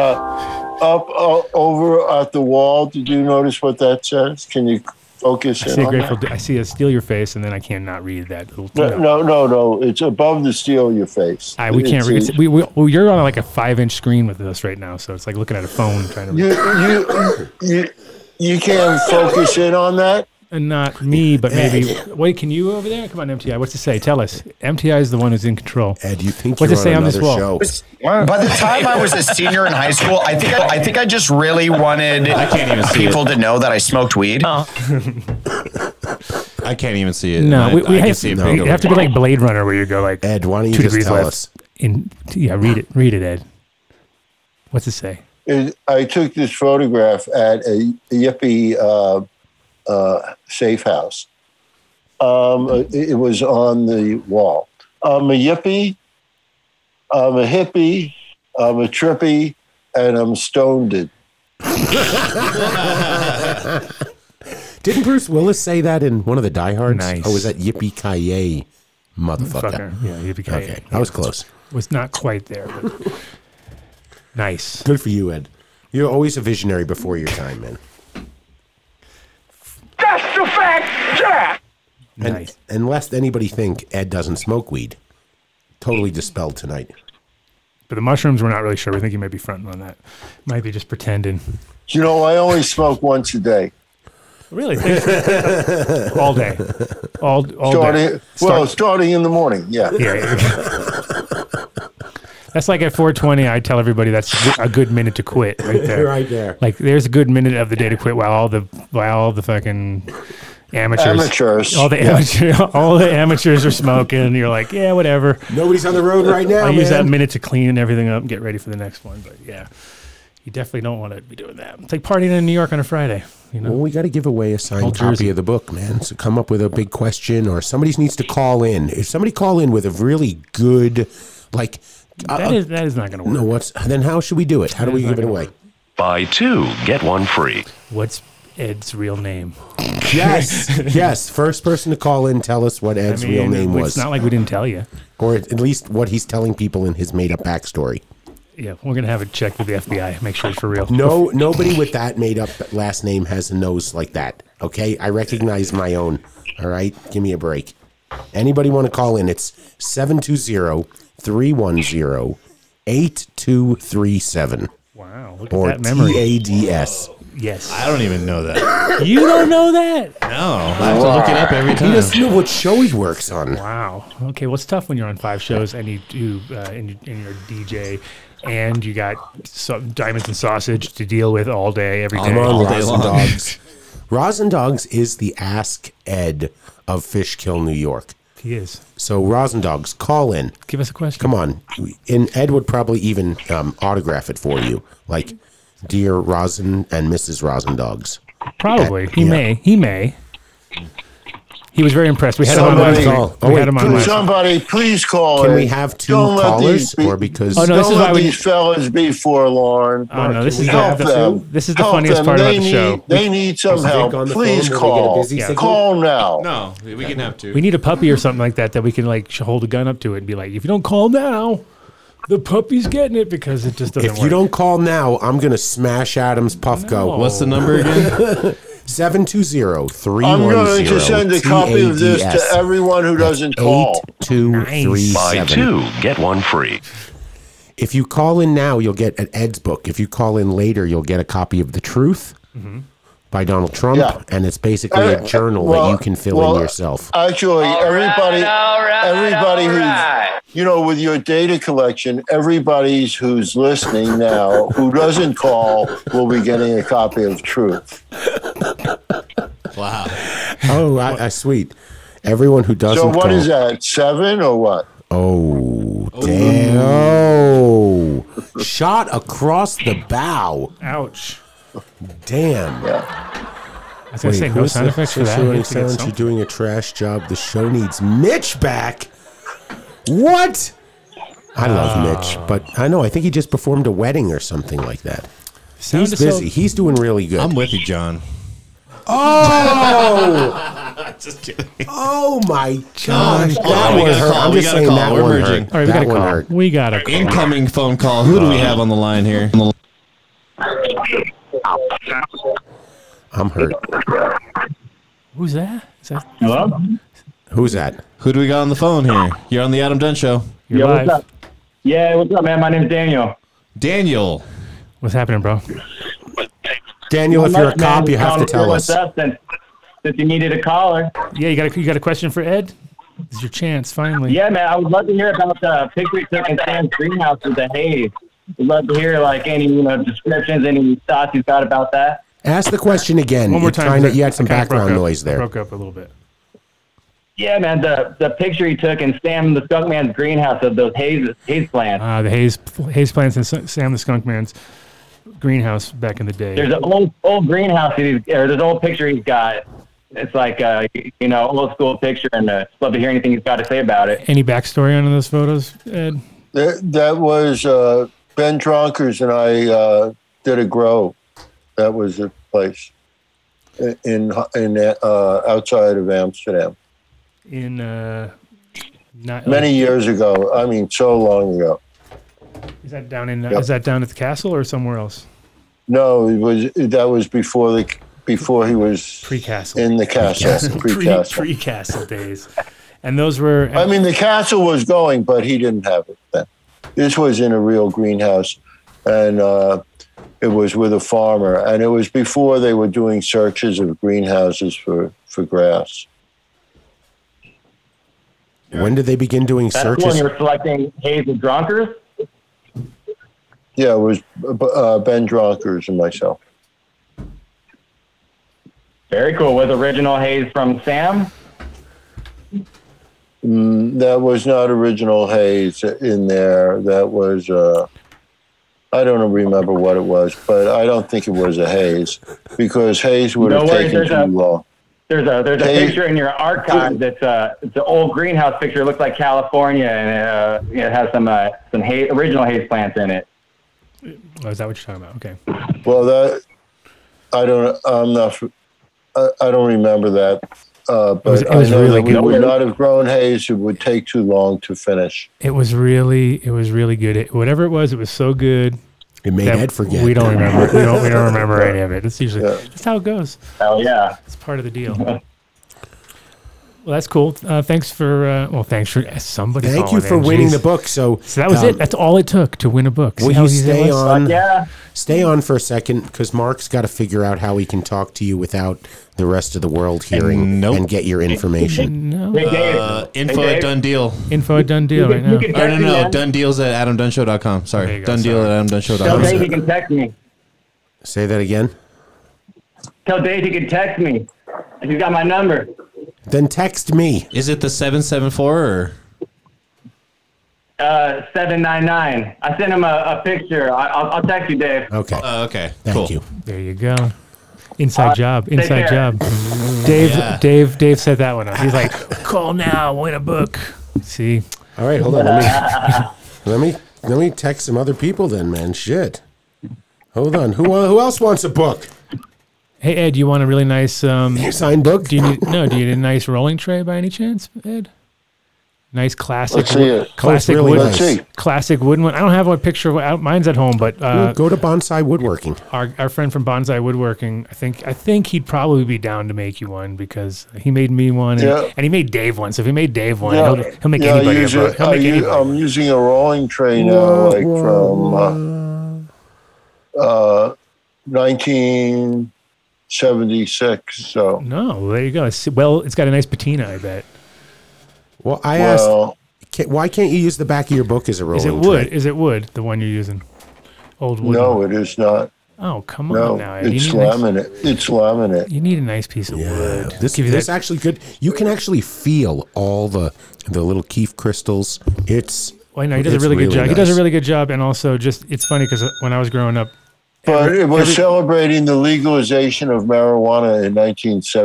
up uh, over at the wall? Did you notice what that says? Can you focus
I
in
see a
on
grateful.
that?
Dead- I see a steal your face, and then I cannot read that. Little,
No, no, no, no. It's above the steel of your face.
I, we can't
It's
read.
a-
It's, we, we, well, you're on like a five inch screen with us right now, so it's like looking at a phone trying to read.
You, you, you, you can't focus in on that.
and not me, but maybe. Wait, can you over there? Come on, MTI. What's it say? Tell us. MTI is the one who's in control.
Ed, you think
what's
you're
it say
on
on this
another
wall?
show.
By the time I was a senior in high school, I think I, I think I just really wanted
I can't even see
people to
it.
know that I smoked weed.
I can't even see it.
No,
I,
we, we
I can
have,
see it
we
from the
have to be
building.
like Blade Runner, where you go like
Ed. Why don't you
two
just
degrees
tell
left?
us?
In yeah, read it, read it, Ed. What's it say?
It, I took this photograph at a yippie uh, uh, safe house. Um, it, it was on the wall. I'm a yippie. I'm a hippie. I'm a trippy, and I'm stoned.
Didn't Bruce Willis say that in one of the Die Hards? Oh, was that Yippee Ki Yay, motherfucker?
Fucker. Yeah, yippee-ki-yay.
Okay, I was close.
Was not quite there. But Nice.
Good for you, Ed. You're always a visionary before your time, man.
That's the fact, yeah.
And, and lest anybody think Ed doesn't smoke weed, totally dispelled tonight.
But the mushrooms, we're not really sure. We think you might be fronting on that. Might be just pretending.
You know, I only smoke once a day.
Really? all day. All, all
starting,
day.
Well,
Start-
starting in the morning. Yeah.
Yeah, That's like at 420, I tell everybody that's a good minute to quit right there.
Right there.
Like there's a good minute of the day to quit while all the while all the fucking amateurs
Amateurs,
all the
yeah.
amateur all the amateurs are smoking. You're like, yeah, whatever.
Nobody's on the road right now,
I use that
man.
minute to clean everything up and get ready for the next one. But yeah. You definitely don't want to be doing that. It's like partying in New York on a Friday. You know?
Well, we got to give away a signed
Old
copy
Jersey.
of the book, man. So come up with a big question, or somebody needs to call in. If somebody call in with a really good, like, uh,
That is that is not gonna work.
no, what's then? How should we do it? How do we
It's
give
not
it
gonna
away?
Buy two, get one free.
What's Ed's real name?
Yes, yes. First person to call in, tell us what Ed's real
mean,
name
it's
was,
not like we didn't tell you.
or at least what he's telling people in his made-up backstory.
Yeah, we're gonna have it checked with the FBI. Make sure it's for real.
No, nobody with that made-up last name has a nose like that. Okay, I recognize my own. All right, give me a break. Anybody want to call in? It's 720-310-8237
Wow, look
or
at that memory.
TADS.
Yes,
I don't even know that.
you don't know that.
No, I have to look it up every
He
time.
doesn't know what show he works on.
Wow. Okay, well, it's tough when you're on five shows and you do uh, and, you, and you're a DJ and you got so, diamonds and sausage to deal with all day every day.
I'm on
all day
Roz and
long.
Dogs. Roz and Dogs is the Ask Ed of Fishkill, New York.
He is.
So Roz and Dogs, call in.
Give us a question.
Come on, and Ed would probably even um, autograph it for you, like "Dear Rosin and Mrs. Rosin Dogs."
Probably he
Yeah.
may. He may. He was very impressed. We had
Somebody-
him on last
Oh,
week. We
wait,
had him on
Can
last week.
somebody please call
Can
in?
we have 2
Don't let
callers,
these be-
or because
Oh, no, this
Don't
is
let
why we-
these fellas be forlorn.
Oh, no, this is the-
help
the-
them.
this is the
Help
funniest
them.
part about
They
the show.
need- They need some
Is Vic on
help.
the
Please
phone? Will we get a
call.
busy signal?
Call now.
No, we can have to.
We need a puppy or something like that that we can like sh- hold a gun up to it and be like, if you don't call now, the puppy's getting it because it just doesn't.
if
work.
you don't call now, I'm gonna smash Adam's Puffco.
What's the number again?
Seven two zero three
I'm
one
going
zero.
to send a copy of this to everyone who doesn't call.
Eight two three
Buy
seven.
two, get one free.
If you call in now, you'll get an Ed's book. If you call in later, you'll get a copy of The Truth
Mm-hmm.
by Donald Trump,
Yeah.
and it's basically
Uh,
a journal
well,
that you can fill
well,
in yourself.
Actually, everybody, everybody who's, you know, with your data collection, everybody's who's listening now who doesn't call will be getting a copy of Truth.
Wow.
oh, I, I, sweet. Everyone who doesn't
So what
call-
is that? Seven or what?
Oh, damn. Oh. Shot across the bow.
Ouch.
Damn.
I was gonna say no sound effects for that. You have to get
You're
something.
doing a trash job. The show needs Mitch back. What? I love
Ah.
Mitch, but I know. I think he just performed a wedding or something like that.
Sound
He's
is so-
busy. He's doing really good.
I'm with you, John.
oh,
Just kidding.
oh my gosh!
Hold on, we
one
gotta
hurt.
call,
I'm
we
just
gotta
saying
call.
that
We're
one
merging.
hurt.
All right, we
that
gotta
one
call.
hurt. Uh,
We gotta call.
Incoming phone call. Who do we have on the line here?
I'm hurt.
Who's that? Is that
Hello?
Who's that?
Who do we got on the phone here? You're on the Adam Dunn Show.
you're
Yeah,
live?
what's
What's,
up? Yeah, what's up, man? My name's Daniel.
Daniel.
happening, bro?
Daniel, if you're a
Much, man.
cop, you have to
Calling
tell
what's
us.
up, and since you needed a caller.
Yeah, you got a, you got a question for Ed? This is your chance, finally.
Yeah, man, I would love to hear about the picture we took in Sam's greenhouse with the hay. Would love to hear like any you know descriptions, any thoughts you've got about that.
Ask the question again.
One more
You're
time,
trying to-
Zach.
you had some
I kinda broke
background
up.
noise there.
Broke up a little bit.
Yeah, man, the the picture he took in Sam the Skunk Man's greenhouse of those haze haze plants.
Uh, the haze haze plants and Sam the Skunk Man's greenhouse back in the day.
There's an old old greenhouse that he's or this old picture he's got. It's like uh, you know old school picture, and uh, just love to hear anything he's got to say about it.
Any backstory on those photos, Ed?
That, that was uh, Ben Dronkers and I uh, did a grow. That was the place in in uh, outside of Amsterdam
In uh, not
many years ago. I mean, so long ago.
Is that down in? Uh,
Yep.
Is that down at the castle or somewhere else?
No, it was that was before the before he was
pre-castle
in the castle pre-castle.
Pre castle days. And those were.
I mean, the castle was going, but he didn't have it then. This was in a real greenhouse, and uh, it was with a farmer, and it was before they were doing searches of greenhouses for for grass.
When did they begin doing
That's cool.
searches?
when you were selecting haze and drunkards.
Yeah, it was uh, Ben Dronkers and myself.
Very cool. Was original haze from Sam?
Mm, that was not original haze in there. That was uh, I don't remember what it was, but I don't think it was a haze because haze would
No
have
worries,
taken
there's a-
too long.
There's a there's a
Hey.
picture in your archive that's uh it's an old greenhouse picture. It looks like California, and uh, it has some uh, some haze, original haze plants in it.
Oh, is that what you're talking about? Okay.
Well, that I don't. I'm not. I, I don't remember that. Uh, but
was- it was
I know
really
that we
good.
would not have grown haze. It would take too long to finish.
It was really, it was really good. It, whatever it was, it was so good.
It made
that
Ed forget.
We don't remember. we don't. We don't remember any of it. It's usually that's how it goes.
Oh yeah, Uh,
it's part of the deal. well, that's cool. Uh, thanks for. Uh, well, thanks for somebody.
Thank
calling
you for
in.
winning
Jeez.
the book. So, um,
So that was it. That's all it took to win a book. See
Will
how
you
easy that
stay
was?
on? Stay on for a second because Mark's got to figure out how he can talk to you without the rest of the world hearing and get your information.
No.
Hey, Dave.
Uh,
Hey,
info
Dave.
at Done Deal.
Info at Done Deal
You
right
can- you
now.
can
Oh, no,
text me,
no,
man.
Done Deals at AdamDunnShow.com. Sorry,
go,
Done Deal
Tell
at
Dave he
AdamDunnShow.com.
can text me.
Say that again.
Tell Dave he can text me. He's got my number.
Then text me.
Is it the seven seven four or
Uh, seven nine nine. I sent him a, a picture. I, I'll, I'll text you, Dave.
Okay.
Uh, okay.
Thank
cool.
you.
There you go. Inside job.
Uh, take
Inside
care.
job. Dave.
Yeah.
Dave. Dave set that one up. He's like, call now, win a book. See.
All right, hold on. Let me let me let me text some other people then, man. Shit. Hold on. Who uh, who else wants a book?
Hey Ed, you want a really nice um,
signed book?
Do you need no? Do you need a nice rolling tray by any chance, Ed? Nice classic,
Let's see it.
classic
Oh, it's really
wood,
nice. Let's see.
classic wooden one. I don't have a picture of I- mine's at home, but uh,
Go to Bonsai Woodworking.
our our friend from Bonsai Woodworking, I think I think he'd probably be down to make you one because he made me one, and,
Yeah.
and he made Dave one. So if he made Dave one, he'll, he'll make anybody a
use
book.
it.
He'll
I
make
u-
anybody.
I'm using a rolling tray now, like from uh, uh, 1976. So
no, there you go. It's- well, it's got a nice patina, I bet.
Well, I
Well-
asked, can, why can't you use the back of your book as a rolling
Is it wood?
tray?
Is it wood? The one you're using, old wood.
no, it is not.
Oh come
No,
on now, Ed.
it's
you need a nice-
laminate. It's laminate.
You need a nice piece of wood.
This
Give you
this
that-
actually good. You can actually feel all the the little keef crystals. It's
Well, Oh, I know he does a
it's
really, good job. He does a
nice.
really good job, and also just it's funny because when I was growing up,
But
every-
it was
every-
celebrating the legalization of marijuana in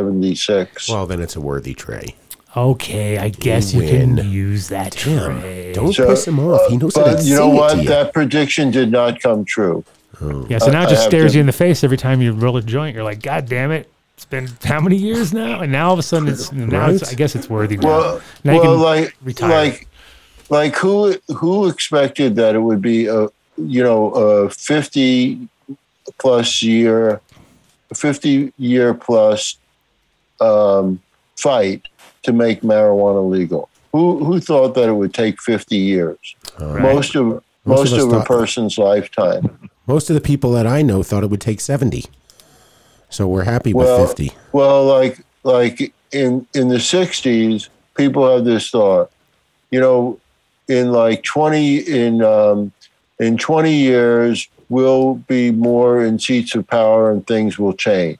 1976.
Well, then it's a worthy tray.
okay, I guess you,
You
can
win.
use that
Damn,
tray.
don't
So,
piss him off. He knows how to
But you know
sing it to
what?
you. Oh.
That prediction did not come true.
Yeah, so now
I-
it
I
just
have
stares
to-
you in the face every time you roll a joint. You're like, God damn it! It's been how many years now? And now all of a sudden, it's now it's,
Right?
I guess it's worthy. Now.
Well,
now you
well,
can
like,
retire.
like, like who who expected that it would be a you know a 50 plus year, 50 year plus um, fight to make marijuana legal? Who who thought that it would take 50 years? Most of
Most
most,
of us
of, a
thought-
person's lifetime.
Most of the people that I know thought it would take 70. So we're happy with 50.
Well, like like in in the '60s, people have this thought, you know, in like 20 in um, in 20 years, we'll be more in seats of power and things will change.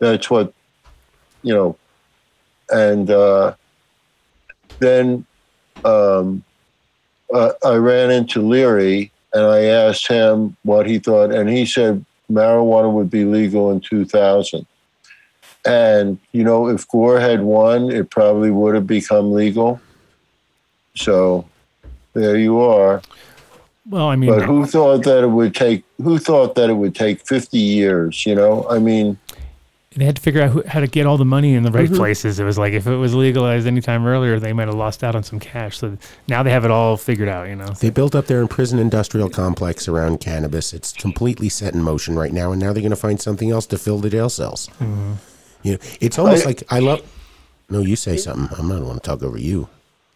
That's what you know, and uh, then um, uh, I ran into Leary and I asked him what he thought, and he said marijuana would be legal in 2000. And, you know, if Gore had won, it probably would have become legal. So there you are.
Well, I mean,
but who thought that it would take, who thought that it would take 50 years, you know? I mean,
they had to figure out who, how to get all the money in the right
Mm-hmm.
Mhm.
places. It was like if it was legalized any time earlier, they might have lost out on some cash. So now they have it all figured out. You know,
They built up their prison industrial complex around cannabis. It's completely set in motion right now, and now they're going to find something else to fill the jail cells.
Mhm.
You know, it's almost
I-
like I love. No, you say something. I'm not want to talk over you.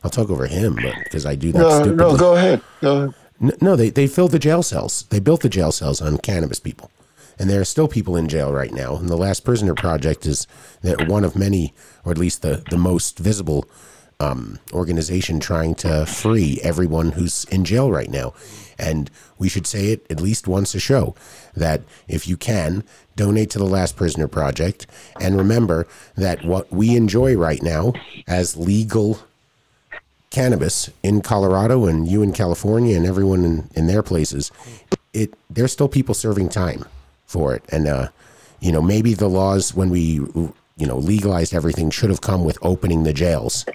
I'll talk over him, but because I do that.
no,
stupidly.
no, go ahead. Go ahead.
N- No, they, they filled the jail cells. They built the jail cells on cannabis people. And there are still people in jail right now. And the Last Prisoner Project is that one of many, or at least the, the most visible um, organization trying to free everyone who's in jail right now. And we should say it at least once a show that if you can, donate to the Last Prisoner Project. And remember that what we enjoy right now as legal cannabis in Colorado and you in California and everyone in, in their places, it there's still people serving time for it. And uh, you know, maybe the laws when we you know legalized everything should have come with opening the jails.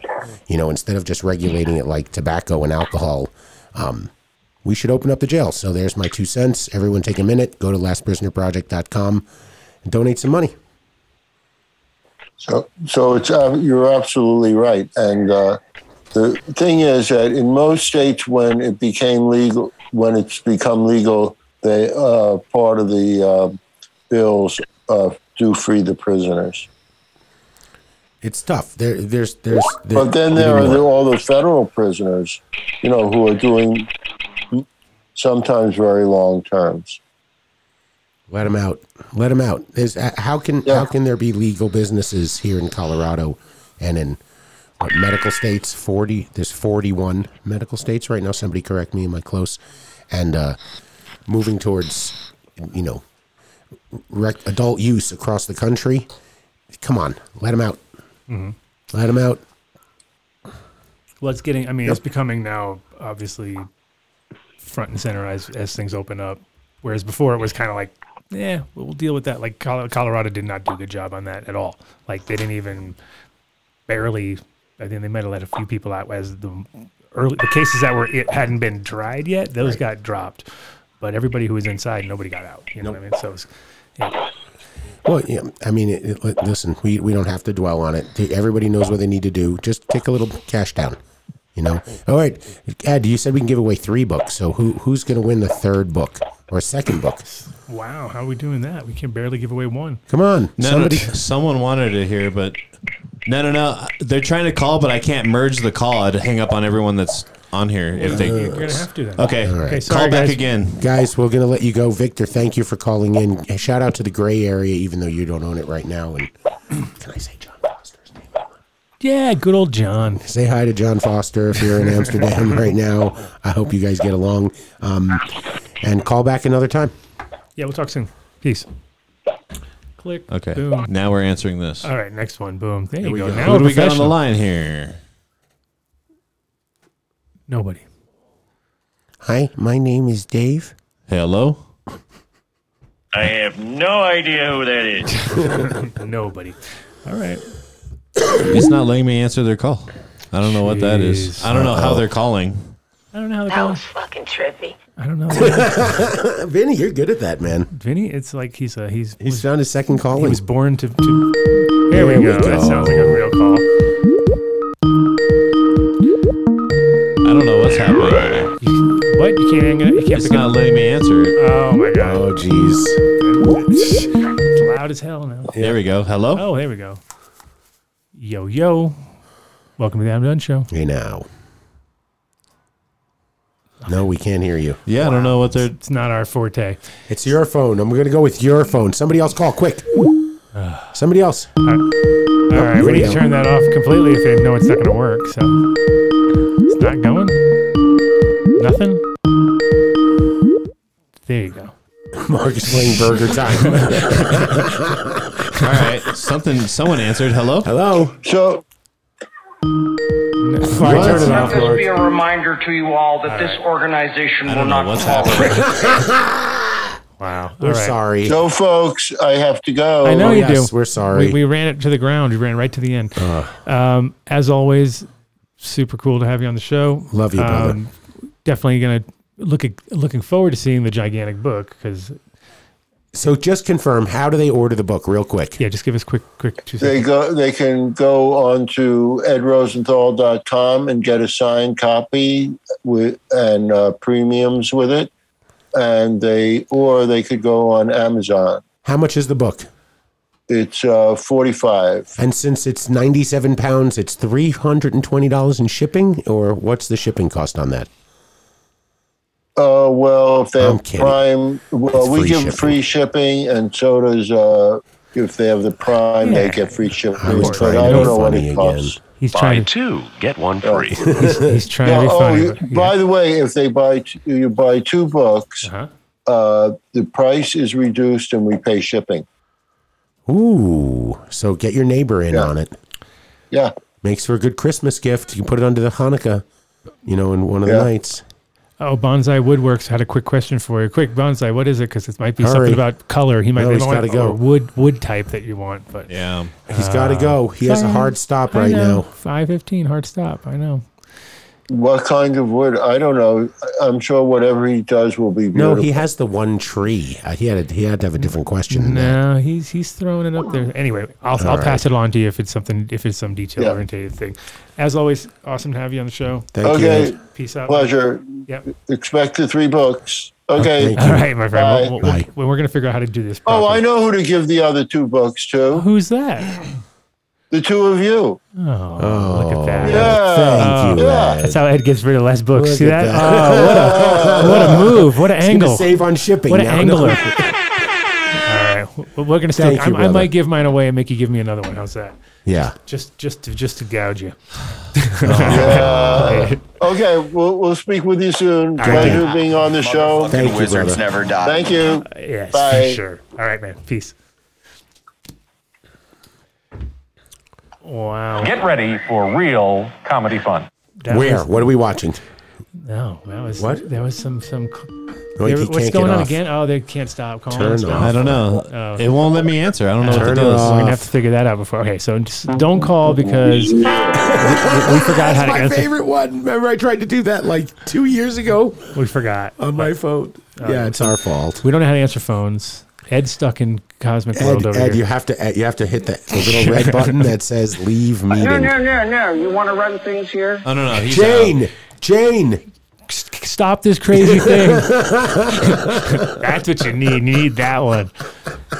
You know, instead of just regulating it like tobacco and alcohol, um, we should open up the jails. So there's my two cents. Everyone take a minute, go to lastprisonerproject.com and donate some money.
So, so it's uh, you're absolutely right. And uh, the thing is that in most states, when it became legal, when it's become legal, they uh, part of the um bills uh, do free the prisoners.
It's tough. There there's there's
but then there are the, all the federal prisoners, you know, who are doing sometimes very long terms.
Let them out. Let them out. There's, uh, how can how can there be legal businesses here in Colorado and in what medical states? Forty. There's forty one medical states right now. Somebody correct me. Am I close? And uh, moving towards you know rec- adult use across the country. Come on, let them out.
Mhm.
Let them out.
well, it's getting. I mean,
Yep.
it's becoming now obviously front and center as as things open up. Whereas before it was kind of like, yeah, we'll deal with that. Like Col- Colorado did not do a good job on that at all. Like they didn't even barely. I think they might have let a few people out as the early the cases that were it hadn't been tried yet. Those got dropped, but everybody who was inside, nobody got out. You know what I mean? So it's yeah.
Well, yeah, I mean, it, it, li- listen, we, we don't have to dwell on it. Everybody knows what they need to do. Just kick a little cash down, you know. All right, Ed, you said we can give away three books. So who who's going to win the third book or second book?
Wow, how are we doing that? We can barely give away one.
Come on,
No,
somebody.
no, someone wanted to hear, but no, no, no. They're trying to call, but I can't merge the call. I'd hang up on everyone that's on here if they.
You're gonna have to then.
Okay.
All right.
call back again.
guys. We're going to let you go, Victor. Thank you for calling in. Shout out to the gray area, even though you don't own it right now. And
Yeah, good old John.
Say hi to John Foster if you're in Amsterdam right now. I hope you guys get along. Um, and call back another time.
Yeah, we'll talk soon. Peace. Click.
Okay.
Boom.
Now we're answering this.
All right, next one. Boom. There
Here
you
we
go.
go.
Now
Who
we're
do we got on the
professional.
line here?
Nobody.
Hi, my name is Dave.
Hello.
I have no idea who that is.
Nobody. All right.
It's not letting me answer their call. I don't know what that is.
Jeez.
I don't know how
Uh-oh.
they're calling.
I don't know
That
how
was fucking trippy.
I don't know.
Vinny, you're good at that, man.
Vinny, it's like he's a he's
he's found his second call.
He was born to. to there, we, go. That sounds like a real call.
I don't know what's happening.
What you can't hang up- you can't
It's
pick
not
up.
letting me answer it.
Oh my god.
Oh jeez.
It's loud as hell now.
There we go. Hello.
Oh, there we go. Yo yo, welcome to the I'm Done Show.
Hey now. No, we can't hear you.
Yeah, I don't know what they're.
It's not our forte.
It's your phone. I'm going to go with your phone. Somebody else call quick. Somebody else.
All right, All right, we need to turn that off completely if they know it's not going to work. So it's not going. Nothing. There you go.
Mark is playing Burger Time.
All right, something. Someone answered. Hello.
Hello.
So.
Fine, turn it
Let
off,
this
Mark.
be a reminder to you all that this organization will not tolerate.
Wow.
We're All right. sorry.
So, folks, I have to go.
I know you do.
Oh, we're sorry.
We, we ran it to the ground. We ran right to the end. Um, as always, super cool to have you on the show. Um,
Love you, brother.
Definitely gonna look at, looking forward to seeing the gigantic book because
So just confirm, how do they order the book real quick?
Yeah, just give us quick, quick two
They go. They can go on to edrosenthal.com and get a signed copy with and uh, premiums with it, and they or they could go on Amazon.
How much is the book?
It's uh, forty-five.
And since it's 97 pounds, it's $320 in shipping, or what's the shipping cost on that?
Uh, well, if they
I'm
have
kidding.
Prime, well,
It's
we
free
give
shipping.
free shipping, and so does uh, if they have the Prime,
Yeah.
they get free shipping.
I was
but
trying to
I
be
don't know what
funny
it costs.
He's
buy
trying to-
two, get one free.
he's, he's trying
Yeah,
to be
oh,
funny.
you-
but-
By the way, if they buy t- you buy two books,
Uh-huh.
uh the price is reduced, and we pay shipping.
Ooh. So get your neighbor in on it.
Yeah,
Makes for a good Christmas gift. You can put it under the Hanukkah, you know, in one of the
Yeah.
nights.
Oh, Bonsai Woodworks had a quick question for you. Quick, Bonsai, what is it? Because it might be
Hurry.
something about color. He might
No,
be
he's
want-
gotta go.
or wood wood type that you want, but uh,
Yeah.
He's got to go. He has a hard stop
I
right
know.
now.
Five fifteen, hard stop. I know.
what kind of wood? I don't know. I- I'm sure whatever he does will be
No,
beautiful.
he has the one tree. Uh, He had a, he had to have a different question. than that.
No, he's he's throwing it up there. Anyway, I'll,
All
I'll pass it on to you if it's something if it's some detail
Yeah.
orientated thing. As always, awesome to have you on the show.
Thank
okay,
you.
Peace out.
pleasure.
Yep.
Expect the three books. Okay.
Oh, thank
All right, my friend.
Bye.
We'll, we'll,
Bye.
we'll- we're gonna figure out how to do this.
Oh, I
properly.
know who to give the other two books to.
Who's that?
The two of you.
Oh, look at that. Oh,
Yeah.
Thank you.
Yeah.
Ed.
That's how Ed gets rid of less books.
Look
See
at
that? Oh, what, a, what a move! What an
It's gonna
angle!
Save on shipping.
What an
now.
angler!
No.
All right, w- we're gonna still.
Thank you,
I'm- I,
brother.
might give mine away and make you give me another one. How's that?
Yeah.
Just, just to, just to gouge you.
Yeah. Uh, okay, we'll, we'll speak with you soon. Pleasure being on the show.
Thank you,
Wizards
brother.
never die.
Thank you.
Uh, Yes,
Bye.
for sure. All right, man. Peace. Wow.
Get ready for real comedy fun.
That
Where?
was-
What are we watching?
no, that was
What?
There was some some. c-
No,
there-
he
what's
can't
going
get
on
off.
again? Oh, they can't stop calling.
Turn
us
off.
now.
I don't know.
Oh.
It won't let me answer. I don't know what
Turn
the deal
it
is.
off.
We're gonna have to figure that out before. Okay, so just don't call because we, we forgot how to
My
answer.
favorite one. Remember, I tried to do that like two years ago
We forgot. uh,
on my phone. Yeah, it's our fault.
We don't know how to answer phones. Ed's stuck in cosmic
Ed,
world over
Ed you
here.
have to Ed, you have to hit that the little red button that says leave
No,
meeting.
no, no, no. You want to run things here?
Oh no no. He's out.
Jane, Jane,
S- Stop this crazy thing. That's what you need. You need that one.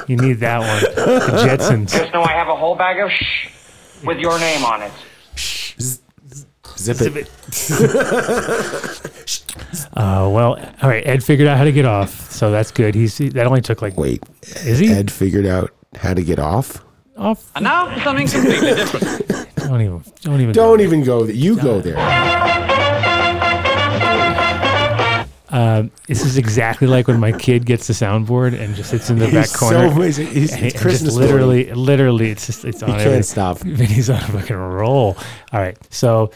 You need that one. The Jetsons.
Just know I have a whole bag of shh with your name on it.
zip, it.
Oh well. All right. Ed figured out how to get off, so that's good. He's that only took like
Wait,
is he
Ed figured out how to get off.
off?
And now for something completely different.
Don't even. Don't even.
Don't even go there. You go there.
Um, this is exactly like when my kid gets the soundboard and just sits in the back
He's
corner.
so busy. He's-
and
it's
it- and
Christmas
just
morning.
literally, literally, it's just it's on.
can't
every-
stop.
Vinny's on a fucking roll. All right, so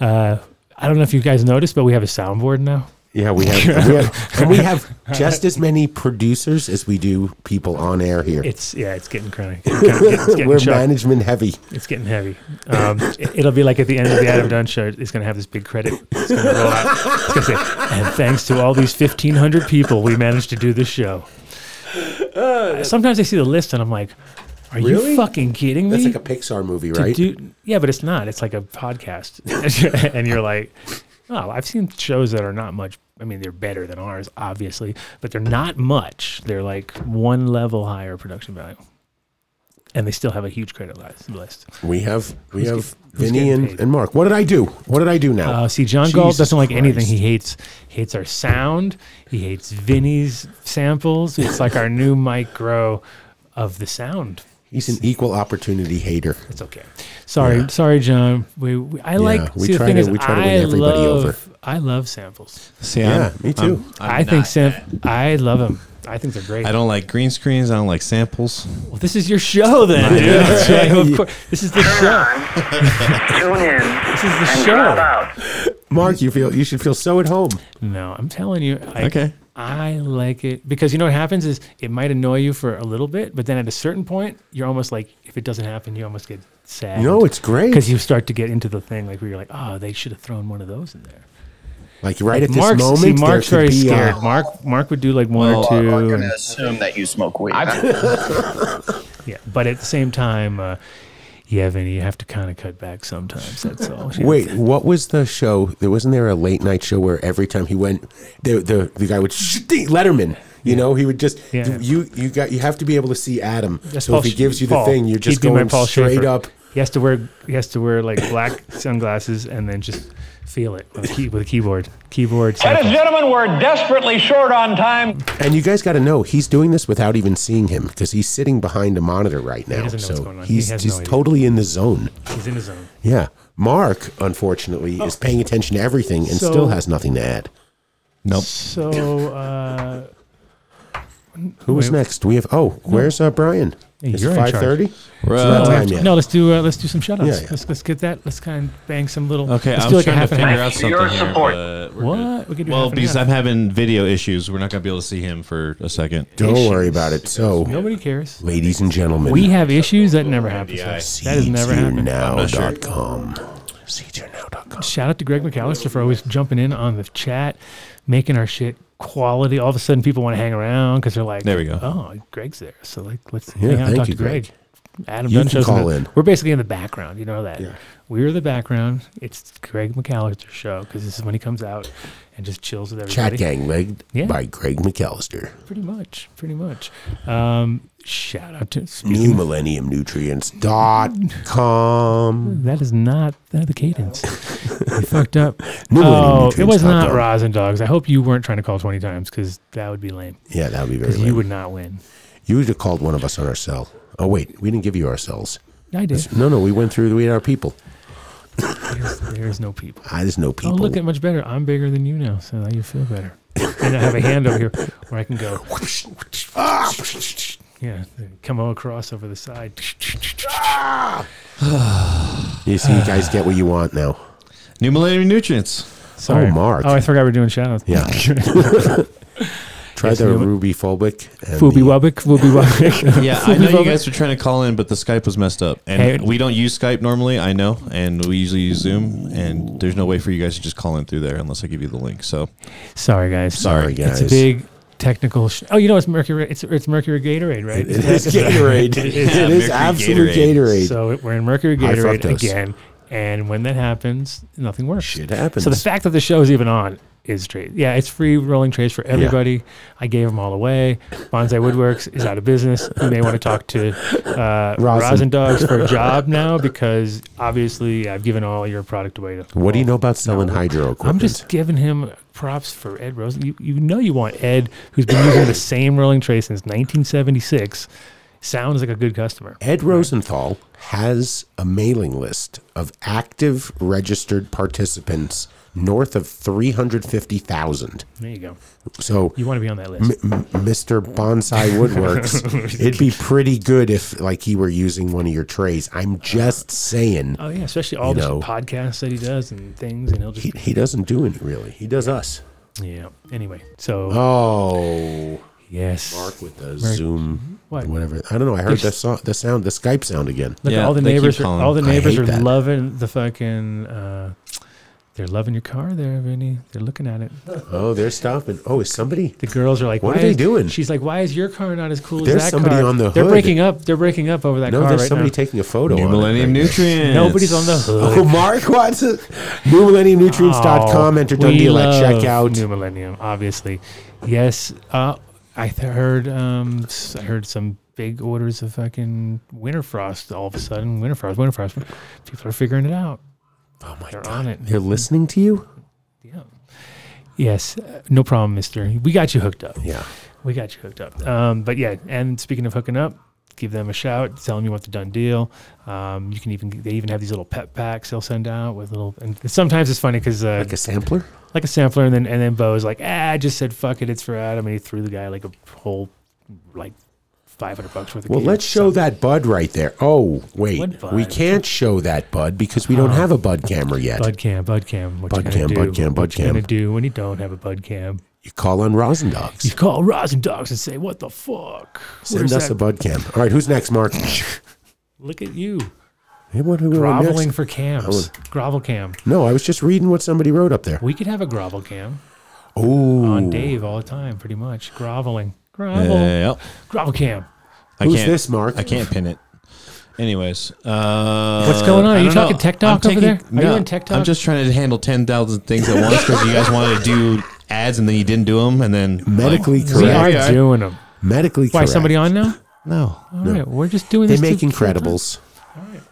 uh, I don't know if you guys noticed, but we have a soundboard now.
Yeah, we have, we have and we have just as many producers as we do people on air here.
It's yeah, it's getting cranky. It's getting, it's getting
We're
chucked.
management heavy.
It's getting heavy. Um, it, will be like at the end of the Adam Dunn show. It's going to have this big credit. It's going to roll out. It's going to say, and thanks to all these 1,500 people, we managed to do this show. Uh, Sometimes I see the list and I'm like, are
Really?
you fucking kidding me?
That's like a Pixar movie,
To
right?
do- yeah, but it's not. It's like a podcast. and you're like, oh, I've seen shows that are not much. I mean, they're better than ours, obviously, but they're not much. They're like one level higher production value. And they still have a huge credit list- list.
we have we
Who's
have
get- who's
Vinny
getting
and,
paid?
and Mark. What did I do? What did I do now?
Uh, see, John Galt
Oh, Jesus
doesn't like anything.
Christ.
He hates hates our sound. He hates Vinny's samples. It's like our new micro of the sound.
He's an equal opportunity hater. It's
okay. Sorry, sorry, John. We, we I
Yeah,
like.
we
see, the
try
thing
to-
is,
we try to win
I
everybody
love,
over.
I love samples.
See, I'm- Yeah, me too. I'm- I'm
I think
not
sam- I love them. I think they're great.
I don't like green screens. I don't like samples.
Well, this is your show, then,
My
dude.
bad.
That's right. Of course, this is the show.
Tune in. This
is the
and
show.
drop out.
Mark, you feel you should feel so at home.
No, I'm telling you. I,
Okay.
I like it because you know what happens is it might annoy you for a little bit, but then at a certain point, you're almost like, if it doesn't happen, you almost get sad.
No, it's great.
because you start to get into the thing like where you're like, oh, they should have thrown one of those in there.
Like right at this
Mark's,
moment,
see,
there
Mark's
could
very
be a-
scared. Mark, Mark would do like one
Well,
or
I'm
two.
not going
and-
to assume that you smoke weed.
yeah, but at the same time, uh, yeah, Vinny, you have to kind of cut back sometimes. That's all. You know,
Wait, what was the show? There wasn't there a late night show where every time he went, the the, the guy would sh- Letterman. You know, he would just
Yeah.
you you got you have to be able to see Adam.
That's
so
Paul
if he
Sch-
gives you the
Paul.
thing, you're
He'd
just
be my
going
Paul
straight
Schaefer.
up.
He has to wear he has to wear like black sunglasses and then just feel it with a, key, with a keyboard. Keyboard.
Ladies
sample.
and gentlemen, we're desperately short on time.
And you guys got to know he's doing this without even seeing him because he's sitting behind a monitor right now.
doesn't know
so
what's going on. He
he's
has no
just
idea.
totally in the zone.
He's in his zone.
Yeah, Mark unfortunately is paying attention to everything and
Oh. So-
still has nothing to add. Nope.
So uh,
Who was
wait,
next? We have oh, where's uh, Brian?
hey,
Is
you're
it
in charge.
five thirty?
No, we have to- no, let's do uh, let's do some shutouts.
Yeah, yeah.
Let's let's get that. Let's kind of bang some little.
Okay,
let's
I'm
do like a
trying
half
to
and
figure
half.
out something here, but we're
What?
good.
We could do
well,
half and
because
half.
I'm having video issues, we're not gonna be able to see him for a second.
Don't worry about it. So,
Nobody cares.
ladies and gentlemen,
We have issues that never happens. to us. That has never happened.
cdtnow.com.
Shout out to Greg McAllister for always jumping in on the chat, making our shit quality. All of a sudden, people want to hang around because they're like,
There we go.
Oh, Greg's there, so like, let's
Yeah,
hang out and
thank
talk
you,
to Greg."
Greg.
Adam
You
Dunn
can
shows
call
the-
in.
We're basically in the background. You know that. We're the background. It's Greg McAllister's show because this is when he comes out and just chills with
Chat
everybody.
Gang led
Yeah.
by Greg McAllister.
Pretty much. Pretty much. Um, shout out to
New Millennium Nutrients dot com.
Hmm, That is not uh, the cadence. you fucked up.
No, no,
oh,
no,
it was
no,
not
no.
Roz and Dogs. I hope you weren't trying to call 20 times because that would be lame.
Yeah, that would be very
'Cause You
lame.
would not win.
You would have called one of us on our cell. Oh wait, we didn't give you our cells.
I did.
That's- No, no, we went through. We had our people.
There's, there's no people.
I just know
Oh,
people.
look at much better. I'm bigger than you now, so now you feel better. and I have a hand over here where I can go. Yeah, come across over the side.
Ah! you see, you guys get what you want now.
New Millennium Nutrients.
Sorry.
Oh, Mark.
Oh, I forgot we're doing shout outs.
Yeah. Try
Yes,
the
you know-
Ruby Phobic. and
Fubi
the-
Wubbick, Fubi Wubbick.
yeah, I know you guys were trying to call in, but the Skype was messed up, and
Hey.
we don't use Skype normally. I know, and we usually use Zoom, and there's no way for you guys to just call in through there unless I give you the link. So,
Sorry, guys.
Sorry,
It's
guys.
a big technical. Sh- oh, you know it's Mercury. It's it's Mercury Gatorade, right?
It is Gatorade. It is absolute Gatorade.
So it- we're in Mercury
High
Gatorade
fructose.
again, and when that happens, nothing works. Shit
happens.
So the fact that the show is even on is great. Yeah, it's free rolling trays for everybody. I gave them all away. Bonsai Woodworks is out of business. You may want to talk to uh,
Rosin.
Rosin Dogs for a job now because obviously I've given all your product away to
What do you know about selling hydro equipment?
Oh. I'm just giving him props for Ed Rosen. You, you know you want Ed, who's been using the same rolling tray since 1976. Sounds like a good customer.
Ed Rosenthal has a mailing list of active registered participants north of 350,000.
There you go.
So
You want to be on that list.
M- m- Mr. Bonsai Woodworks, it'd be pretty good if like he were using one of your trays. I'm just saying.
Uh-huh. Oh yeah, especially all
you
the
know,
podcasts that he does and things, and he'll just
he, he doesn't do any really. He does us.
yeah. Anyway, so
Oh.
Oh. Yes.
Mark with the
Mark-
Zoom
What?
whatever. I don't know. I heard
There's-
the, so- the sound the Skype sound again.
look, all the neighbors, are, all the
I
neighbors
hate
are
that.
loving the fucking. Uh, they're loving your car there, Vinny. They're looking at it.
Oh, they're stopping. Oh, is somebody?
The girls are like,
"What
"Why
are they
is-"
doing?"
She's like, "Why is your car not as cool
There's
as that
somebody
car?"
on the
They're
hood.
breaking up. They're breaking up over that
no,
car
there's
right
somebody
now.
taking a photo.
New
on
Millennium
it right now.
Nutrients.
Nobody's on the hood.
Oh, Mark wants it. NewMillenniumNutrients.com. Enter
Oh, we
Dundee at
love
checkout.
New Millennium, obviously. Yes, uh, I th- heard. Um, s- I heard some big orders of fucking winter frost. All of a sudden, winter frost, winter frost. People are figuring it out.
Oh my
They're on it.
They're listening to you.
Yes, uh, no problem, Mister. We got you hooked up.
Yeah.
we got you hooked up. Um, but yeah, and speaking of hooking up, give them a shout. Tell them you want the done deal. Um, you can even they even have these little pet packs they'll send out with little. And sometimes it's funny because uh, like
a sampler,
like a sampler, and then and then Bo is like, ah, I just said fuck it, it's for Adam, and he threw the guy like a whole like five hundred bucks worth of.
Well,
gear.
let's show that bud right there. Oh, wait.
What bud?
We can't show that bud because we don't
Oh.
have a bud camera yet.
Bud cam, bud cam, what
Bud
you
cam,
gonna
bud
do?
cam,
What
bud
you gonna
cam.
do when you don't have a bud cam?
You call on Rosendogs.
You call Rosin Dogs and say, "What the fuck?"
Send
Where's
us
that-
a bud cam. All right, who's next, Mark?
Look at you
Anyone who
groveling for
I
cams.
was-
Grovel cam.
Oh, No, I was just reading what somebody wrote up there.
We could have a grovel cam
Oh,
on Dave all the time, pretty much groveling, grovel,
Yep.
grovel cam.
I
Who's
can't-
this, Mark?
I can't pin it. Anyways, uh,
What's going on?
I
Are you
don't
talking
know.
tech talk
I'm
over
taking-
there? Are you
no,
on tech talk?
I'm just trying to handle ten thousand things at once because you guys wanted to do ads and then you didn't do them, and then
Medically
like,
correct.
yeah,
We are
yeah.
doing 'em.
Medically
Why
correct.
somebody on now?
No.
All right, we're just doing
They
this.
make
to-
Incredibles.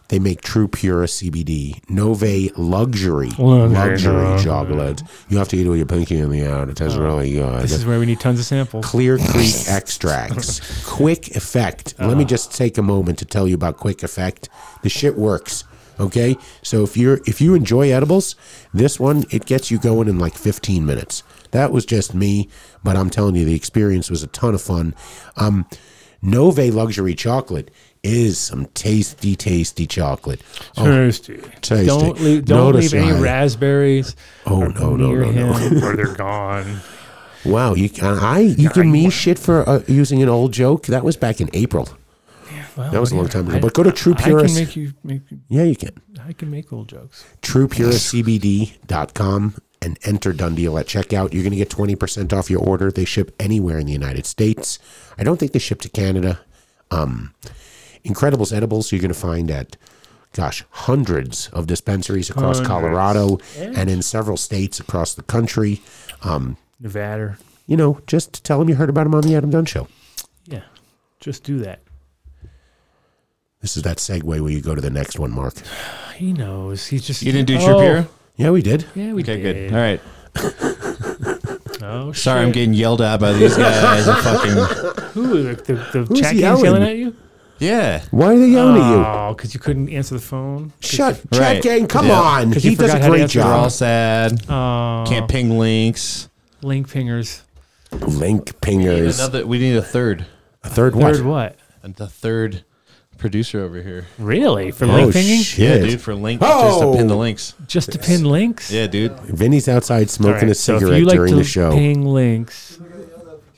They make True Pura CBD, Nove Luxury,
Luxury
Luxury
dog.
chocolate. You have to eat it with your pinky in the out. It tastes really good.
This is where we need tons of samples.
Clear Creek extracts. Quick Effect.
Uh-huh.
Let me just take a moment to tell you about Quick Effect. The shit works. Okay, so if you're if you enjoy edibles, this one it gets you going in like 15 minutes. That was just me, but I'm telling you the experience was a ton of fun. Um, Nove Luxury Chocolate is some tasty, tasty chocolate. Oh,
Tasty.
tasty.
Don't leave, don't
Notice
leave any
I-
raspberries.
Oh,
are
no, no,
near
no, no.
him Or they're gone.
Wow, you uh, I you give me shit for uh, using an old joke. That was back in April.
well,
that was a long time ago.
I-
but go to True
I can
Purist.
make you- make you-
yeah, you can.
I can make old jokes.
TruePuristCBD.com and enter Dundeal at checkout. You're going to get 20% off your order. They ship anywhere in the United States. I don't think they ship to Canada. Um, Incredibles Edibles, you're going to find at, gosh, hundreds of dispensaries across
Hundreds.
Colorado and in several states across the country. Um,
Nevada.
you know, just tell them you heard about them on the Adam Dunn Show.
Yeah. Just do that.
This is that segue where you go to the next one, Mark.
Oh, He knows. He's just
You didn't do True Pura?
Yeah, we did.
Yeah, we
Okay,
did.
good. All right.
Oh,
Sorry, I'm
shit.
getting yelled at by these guys. and fucking
Who the, the, the
Who's
chat
yelling?
game's yelling at you?
yeah.
Why are they yelling at you?
Oh, because you couldn't answer the phone. 'Cause
Shut,
you-
Chat Gang, come on.
'Cause you
He does
forgot
a
how to
great
answer the Oh.
job.
We're
phone.
all sad.
Aw.
Can't ping links.
Link pingers.
Link
We need
pingers.
another. We need a third.
a third,
Third
one.
what?
And the third producer over here.
Really? For
Oh,
link pinging?
shit.
Yeah, dude. For link, just to pin the
Oh!
links.
Just to pin links?
Yeah, dude.
Vinny's outside
All
smoking
right,
a
so if
cigarette
you like
during
to
the show.
Ping links.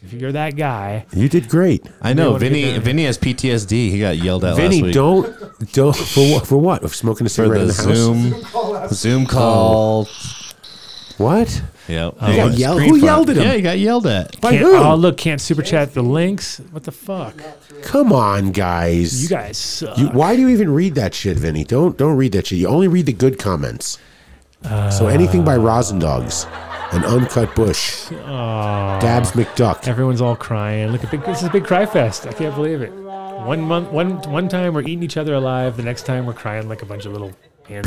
If you're that guy,
You did great.
I
You
know.
wanna get
Vinny.
down-
Vinny has PTSD. He got yelled at last
Vinny,
week.
don't don't for what for what? Of smoking a
for
cigarette in
the,
the house.
Zoom Zoom call.
What?
Yeah. Oh,
You got yelled- who yelled at him?
Yeah, he got yelled at.
By
um, can't,
who?
oh look, can't super chat the links. What the fuck?
Come on, guys.
You guys suck.
You- why do you even read that shit, Vinny? Don't don't read that shit. You only read the good comments. so
Uh,
anything by Rosendogs, an uncut bush,
Aw.
Dabs McDuck.
Uh, oh, Everyone's all crying. Look at big, this is a big cry fest. I can't believe it. One month, one one time we're eating each other alive. The next time we're crying like a bunch of little pansies.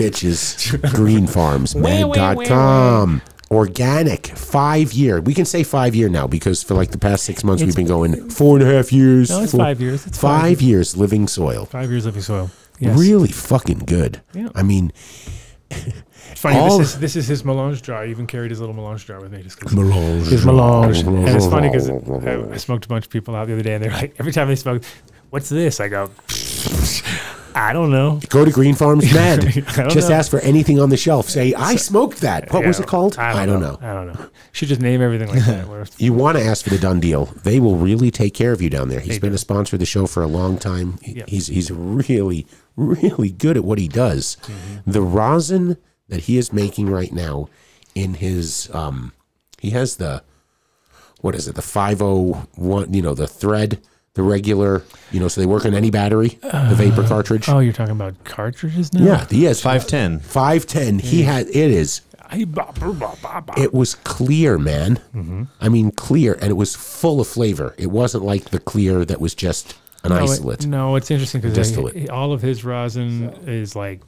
Bitches, Green Farms,
Wah, wah, wah,
Mag.com, Organic, five year. We can say five year now because for like the past six months we've
It's-
been going four and a half years.
No, it's
four-
five years. It's
five,
five
years living soil.
Five years living soil. Yes.
Really fucking good.
Yeah.
I mean,
It's funny.
all-
this is this is his melange jar. He even carried his little melange jar with me. Just 'cause-
Melange
His
jar.
melange. And it's funny because I, I smoked a bunch of people out the other day, and they're like, every time they smoke, what's this? I go, I don't know.
go to Green Farms Med.
I don't
Just
know.
ask for anything on the shelf. Say, I smoked that. What was
Yeah,
it called?
I don't, know. I don't know. Should just name everything like that. Where
You want to ask for the done deal. They will really take care of you down there. He's been a sponsor of the show for a long time. He-
Yep.
He's he's really really good at what he does.
Mm-hmm.
The rosin that he is making right now in his um he has the what is it? The 501, you know, the thread, the regular, you know, so they work on any battery, the vapor cartridge.
oh, you're talking about cartridges now? Mm.
yeah, he has
Five ten.
510. He had it is
I- ba- ba- ba- ba- ba.
it was clear, man.
Mm-hmm.
I mean, clear, and it was full of flavor. It wasn't like the clear that was just an
No, it-
isolate.
no, it's interesting because
Distillate.
all of his rosin is like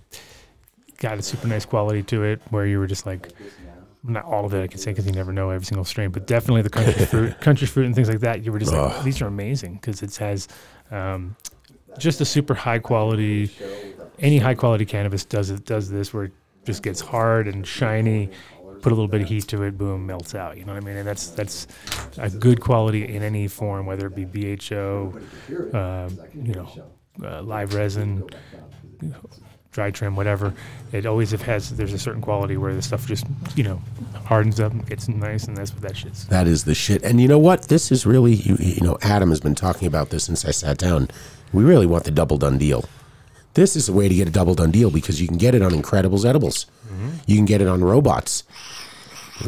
got a super nice quality to it, where you were just like, not all of it, I can say, because you never know every single strain, but definitely the country fruit, country fruit, and things like that. You were just like, these are amazing because it has um, just a super high quality. Any high quality cannabis does it does this where it just gets hard and shiny. Put a little bit of heat to it, boom, melts out. You know what I mean? And that's that's a good quality in any form, whether it be BHO, uh, you know, uh, live resin, you know, dry trim, whatever. It always if has there's a certain quality where the stuff just you know hardens up, and gets nice, and that's what that shit's.
That is the shit. And you know what? This is really, you, you know, Adam has been talking about this since I sat down. We really want the double done deal. This is a way to get a double done deal because you can get it on Incredibles Edibles.
Mm-hmm.
You can get it on Robots.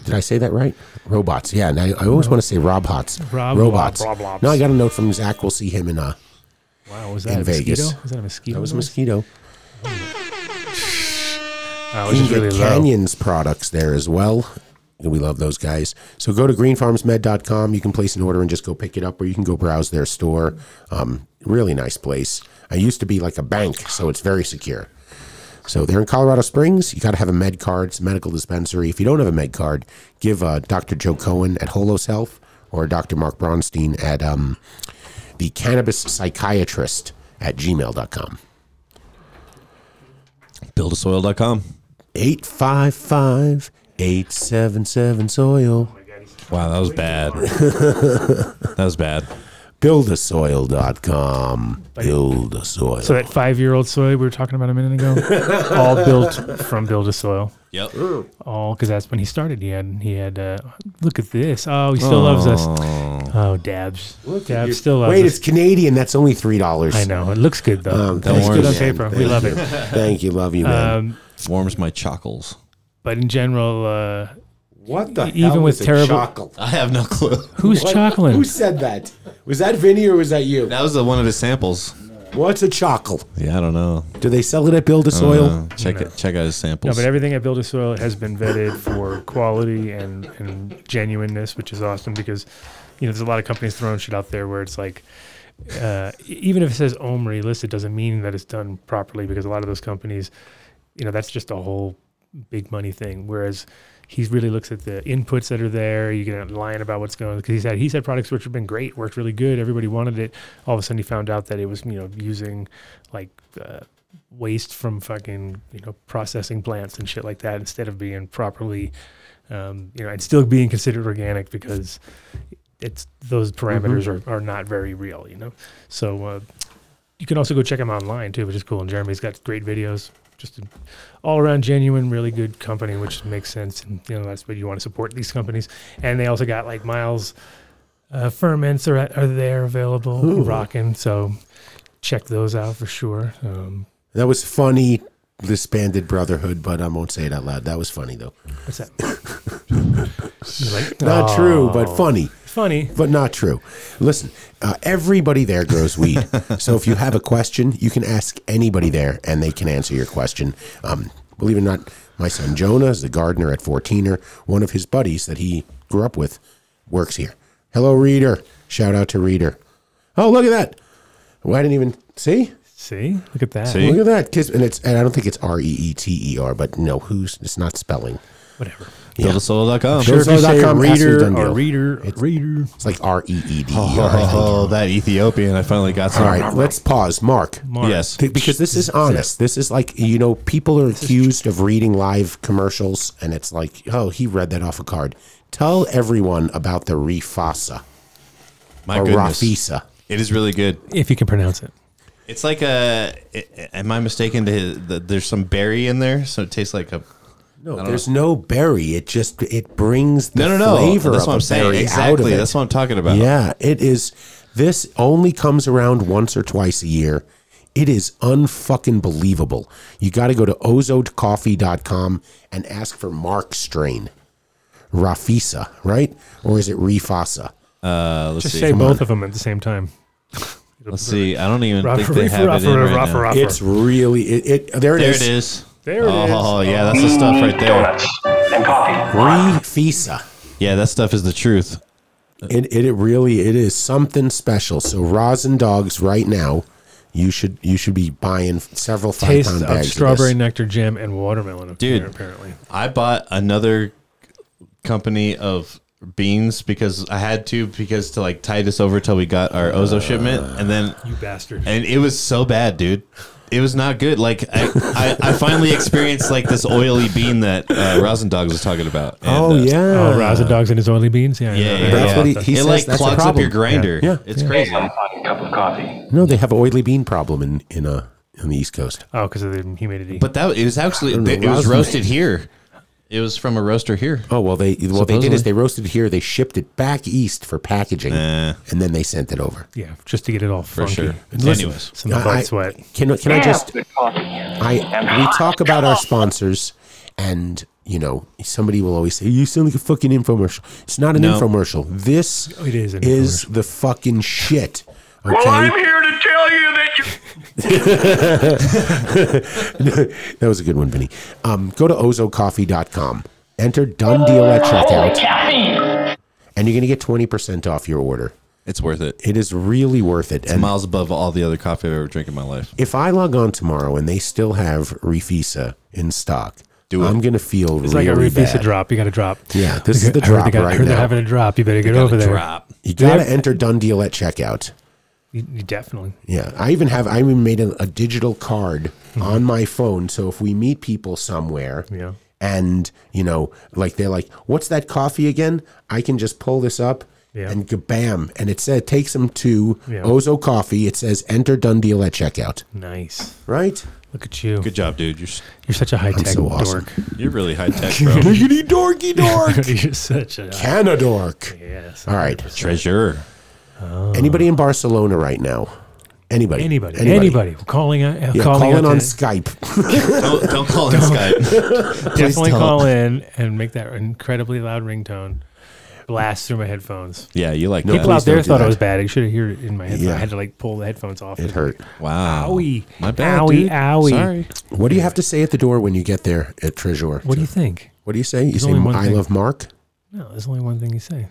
Did I say that right? Robots. Yeah. And I, I always want to say Rob Hots.
Rob-
robots.
Rob- Rob- Robs.
no, I got a note from Zach. We'll see him in uh,
Wow, was that
in
a
Vegas.
mosquito? Was that a mosquito
That was a
noise?
mosquito.
Uh, it was
You
just
can
really
get
low.
Canyons products there as well. We love those guys. So go to greenfarmsmed.com. You can place an order and just go pick it up, or you can go browse their store. Um, really nice place. I used to be like a bank, so it's very secure. So they're in Colorado Springs. You got to have a med card. It's a medical dispensary. If you don't have a med card, give uh, Dr. Joe Cohen at Holos Health or Dr. Mark Bronstein at um, the cannabis psychiatrist at gmail.com.
Buildasoil.com.
855 877 soil.
Wow, that was bad. that was bad.
Buildasoil.com. Build a soil.
So that five-year-old soy we were talking about a minute ago, all built from build a soil.
Yep.
All because that's when he started. He had he had. Uh, look at this. Oh, he still loves us. Oh, Dabs. Dabs still loves
Wait,
us.
it's Canadian. That's only three dollars. Um,
I know. It looks good though. It looks good on paper. We love it.
Thank you. Love you, man.
Um,
Warms my chockles.
but in general, uh,
what the
even with terrible.
I have no clue.
Who's
What-
chocolate?
Who said that? Was that Vinny or was that you?
That was the one of his samples.
What's a chockle?
Yeah, I don't know.
Do they sell it at Build a Soil?
Uh, check it. Check out his
No,
samples.
but everything at Build a Soil has been vetted for quality and, and genuineness, which is awesome because you know there's a lot of companies throwing shit out there where it's like uh, even if it says Omri listed doesn't mean that it's done properly because a lot of those companies, you know, that's just a whole big money thing. Whereas he really looks at the inputs that are there. You get lying about what's going on because he's had he's had products which have been great, worked really good, everybody wanted it. All of a sudden, he found out that it was you know using like uh, waste from fucking you know processing plants and shit like that instead of being properly. Um, you know, and still being considered organic because it's those parameters
Mhm.
are, are not very real, you know. So uh, you can also go check him online too, which is cool. And Jeremy's got great videos, just an all around genuine, really good company, which makes sense. And you know that's what you want to support these companies. And they also got like Miles uh, ferments are are there available,
Ooh.
rocking. So check those out for sure. Um,
That was funny. Disbanded brotherhood, but I won't say it out loud. That was funny though.
what's that? You're like,
Not true, but
"Oh."
funny.
Funny.
But not true. Listen, uh, everybody there grows weed. so if you have a question, you can ask anybody there and they can answer your question. Um, believe it or not, my son Jonah is the gardener at 14er. One of his buddies that he grew up with works here. Hello, Reader. Shout out to Reader. Oh, look at that. Well, I didn't even see.
See, look at that.
Look at that. Kiss, and it's and I don't think it's R E E T E R, but no, who's it's not spelling.
Whatever.
Buildasoil.com.
Sure, if you say reader
or
reader,
reader,
it's like R E E D E
Oh,
R. I think.
that Ethiopian! I finally got some.
All right, let's pause. Mark.
Mark.
Yes.
Th- because this is honest. This is like, you know, people are accused of reading live commercials, and it's like, oh, he read that off a card. Tell everyone about the Refasa.
My
or
goodness.
Rafisa.
It is really good.
If you can pronounce it.
It's like a. a- Am I mistaken? The, the, there's some berry in there, so it tastes like a. I
No,
don't
there's no berry. It just it brings the
No, no, no.
flavor
That's
of
what
a
I'm saying.
berry out of
Exactly.
it.
That's what I'm talking about.
Yeah, it is. This only comes around once or twice a year. It is unfucking believable. You got to go to ozodecoffee.com and ask for Mark Strain, Rafisa, right? Or is it Refasa?
Uh, let's
Just
see.
say
Come
both
on.
of them at the same time.
Let's see. I don't even
Rafa-
think they
Rafa-
have it in
Rafa-
right
Rafa-
now.
Rafa.
It's really it. it there it
There
is.
it is.
There it is.
Oh yeah, that's the stuff right there.
Donuts and coffee.
Refisa.
Yeah, that stuff is the truth.
It, it it really it is something special. So rosin dogs right now, you should you should be buying several five
Taste
pound
of
bags.
strawberry
Of this.
nectar jam and watermelon.
Dude.
apparently.
I bought another company of beans because I had to because to like tide us over till we got our Ozo shipment and then
Uh, You bastard.
and it was so bad, dude. It was not good. Like I, I, I finally experienced like this oily bean that uh, Rosin Dog was talking about. And,
Oh,
uh,
yeah.
Oh, Raza dogs and his oily beans. Yeah, I
Yeah,
remember
yeah,
that.
yeah. it like
that's the
clogs up
problem.
your grinder.
Yeah. Yeah.
it's crazy.
cup of coffee.
No, they have an oily bean problem in in uh, on the East Coast.
Oh, because of the humidity.
But that it was actually
I don't know,
it was
rosin-
roasted here. It was from a roaster here.
Oh well, they what they did
Supposedly.
is they roasted it here, they shipped it back east for packaging, and then they sent it over.
yeah, just to get it all funky.
sure.
And listen,
Anyways.
some butt
I- I-
sweat.
Can can I
Yeah.
just
And
I we talk about our sponsors and you know somebody will always say you sound like a fucking infomercial. It's not an
No.
infomercial. This
Oh, It is an
is the fucking shit. Okay.
Well, I'm here to tell you that you.
that was a good one, Vinny. Um, go to ozocoffee.com. Enter done deal
Oh,
at checkout. And you're going to get 20% off your order.
It's worth it.
It is really worth it.
It's
and
miles above all the other coffee I've ever drank in my life.
if I log on tomorrow and they still have Refisa in stock, I'm going to feel
It's
really
like a Rufisa
bad.
drop. You got to drop.
Yeah, this is the
I heard they
drop
got-
right
heard
now.
They're having a drop. You better get over there.
You got to
They have-
enter done deal at checkout.
You, you definitely.
Yeah, I even have. I even made a, a digital card on my phone, so if we meet people somewhere,
Mm-hmm. Yeah.
and you know, like they're like, "What's that coffee again?" I can just pull this up.
Yeah.
And kabam! And it said takes them to
Yeah. Mm.
Ozo Coffee. It says enter done deal at checkout.
Nice.
Right?
Look at you.
Good job, dude. You're s-
You're such a high tech
so awesome.
dork.
you're really high tech, bro.
Diggity dorky dork.
You're such a
Canadork.
Yes.
All right.
Treasure.
Anybody in Barcelona right now? Anybody?
Oh. Anybody, anybody, We're calling out,
Yeah,
calling
call
out
in
to-
on Skype.
don't, don't call in Skype. Please
Definitely
don't.
call in and make that incredibly loud ringtone blast through my headphones.
Yeah, you like that.
People out
Please don't
there
do
thought
that.
it was bad. I should have heard it in my headphones.
Yeah.
I had to like pull the headphones off.
It hurt.
Wow.
Owie.
My bad.
Owie,
dude.
owie.
Sorry.
What do you have to say at the door when you get there at Treasure?
What do you think?
What do you say? You
There's
say,
only one
"I
thing."
love Mark."
No, there's only one thing you say.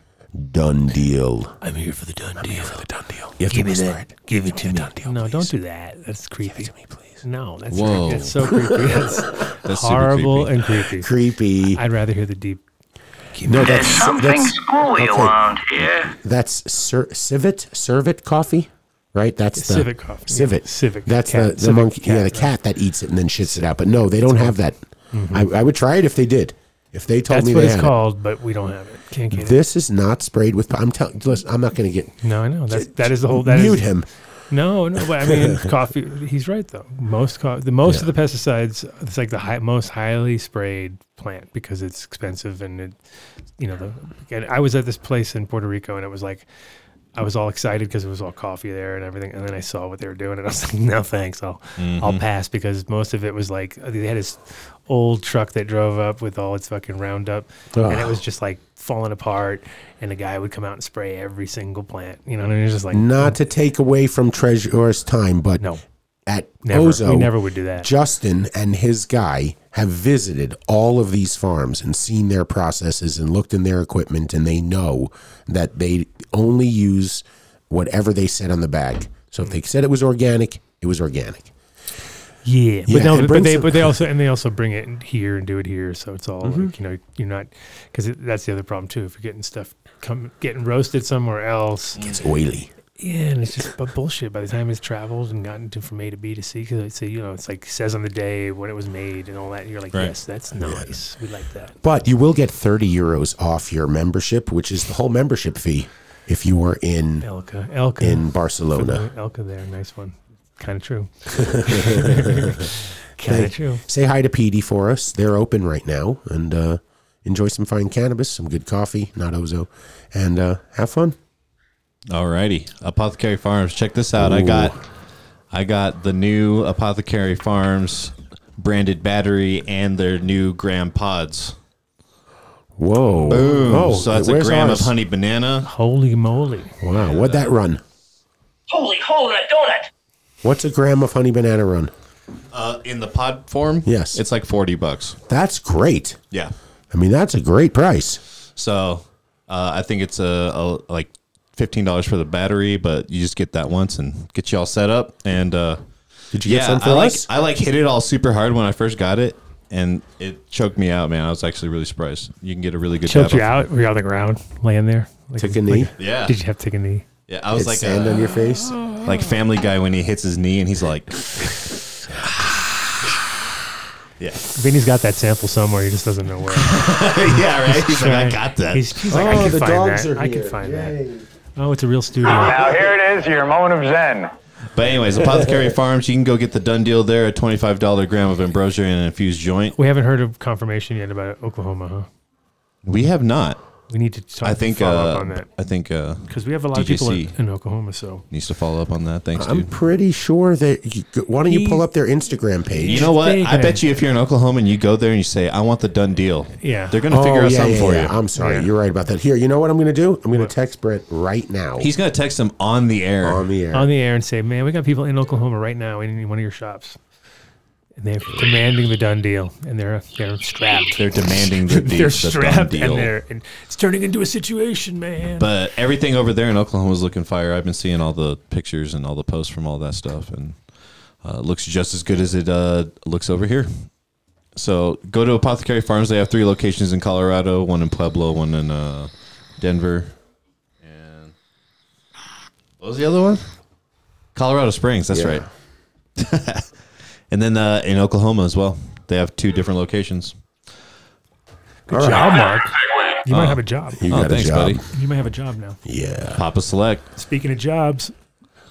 Done deal.
I'm here for the done deal.
for the done deal. You have to whisper it.
Give it to me. no, don't do that. That's creepy. Give it to me, please. No, that's
Whoa.
creepy. That's so creepy. That's,
That's super
horrible
creepy.
and creepy.
Creepy.
I'd rather hear the deep.
No, that's that's
screwy
okay.
around here.
that's Sir, civet civet coffee, right? That's the
Civet coffee.
Civet
Civet
That's
cat.
the, the
Civet
monkey.
cat,
yeah, the
right. Mm-hmm.
cat that eats it and then shits it out. But no, they don't have that. I, I would try it if they did. If they told
That's
me
what
they
it's
had
called, but we don't have it. Can't
it.
get it.
This is not sprayed with. I'm telling. Listen, I'm not going to get.
No, I know. That's, that is the whole. That is
mute him.
No, no, but I mean, coffee. He's right though. Most co- the most of the pesticides. It's like the high, most highly sprayed plant because it's expensive and it, you know, the. And I was at this place in Puerto Rico and it was like, I was all excited because it was all coffee there and everything, and then I saw what they were doing and I was like, no thanks, I'll I'll pass because most of it was like they had this old truck that drove up with all its fucking Roundup and it
Ugh.
was just like falling apart and the guy would come out and spray every single plant, you know, and it was just like oh.
Not to take away from Treasure's time, but
No.
at
Never.
Ozo,
We never would do that.
Justin and his guy have visited all of these farms and seen their processes and looked in their equipment, and they know that they only use whatever they said on the bag. So if they said it was organic, it was organic.
Yeah, but
Yeah, it
no, but
brings
they
it-
but they also and they also bring it in here and do it here, so it's all like, you know you're not because that's the other problem too. If you're getting stuff come getting roasted somewhere else,
It's oily.
yeah, and it's just bu- bullshit. By the time it's traveled and gotten to from A to B to C, because it's you know it's like says on the day when it was made and all that, and you're like,
Right.
yes, that's nice, we like that.
But you will get 30 euros off your membership, which is the whole membership fee if you were
Mm.
in
Elka, Elka
in Barcelona.
Elka there, nice one, kind of true, kind
Hey,
of true.
Say hi to PD for us. They're open right now and uh, enjoy some fine cannabis, some good coffee, not Ozo, and uh, have fun.
Alrighty, Apothecary Farms. Check this out. I
Ooh.
got, I got the new Apothecary Farms branded battery and their new gram pods.
Whoa. Oh,
so that's a
where's
gram
ours?
of honey banana.
Holy moly!
Wow. What'd that run?
Holy donut, donut.
What's a gram of honey banana run?
Uh, in the pod form,
Yes.
it's like forty bucks.
That's great.
Yeah.
I mean, that's a great price.
So uh, I think it's a, a like fifteen dollars for the battery, but you just get that once and get you all set up. And uh,
Did you get some for
I
us?
like I like hit it all super hard when I first got it, and it choked me out, man. I was actually really surprised. You can get a really good
Choked
dab
you
off-
out? Were you on the ground, laying there? Like,
Took a knee?
like-
Yeah.
Did you have to take a knee?
Yeah, I was
It's
like
sand on your
face,
like Family Guy when he hits his knee and he's like, yeah.
Vinny's got that sample somewhere. He just doesn't know where.
yeah, right? He's like, I got that.
He's, he's like,
Oh,
I can
the
find
dogs
that.
are
I can
here.
find that. Oh, it's a real studio.
here it is, your moment of zen.
But anyways, Apothecary Farms, you can go get the done deal there, a twenty-five dollar gram of ambrosia and an infused joint.
We haven't heard of confirmation yet about Oklahoma, huh?
We have not.
We need to talk-
I think.
follow up
uh,
on that.
I think. Because
'Cause we have a lot of people in- in Oklahoma, so.
needs to follow up on that. Thanks,
I'm
dude.
pretty sure that. You, why don't you pull up their Instagram page?
You know what? I bet you if you're in Oklahoma and you go there and you say, "I want the done deal," they're gonna figure
Oh,
out
yeah,
something
yeah,
for
yeah.
you.
I'm sorry, you're right about that. Here, you know what I'm going to do? I'm going to text Brent right now.
He's gonna text them on the air.
On the air.
On the air and say, man, we got people in Oklahoma right now in one of your shops. And they're demanding the done deal. And they're, they're strapped.
They're demanding the deal-
they're
the done
strapped.
deal.
And they're, and it's turning into a situation, man.
But everything over there in Oklahoma is looking fire. I've been seeing all the pictures and all the posts from all that stuff, and uh, it looks just as good as it uh, looks over here. So go to Apothecary Farms. They have three locations in Colorado, one in Pueblo, one in uh, Denver, and what was the other one? Colorado Springs. That's
Yeah.
right. and then uh, in Oklahoma as well. They have two different locations.
Good job, Mark. You might
Oh.
have a job.
You Oh, got a thanks, job. buddy.
You might have a job now.
Yeah.
Papa Select.
Speaking of jobs,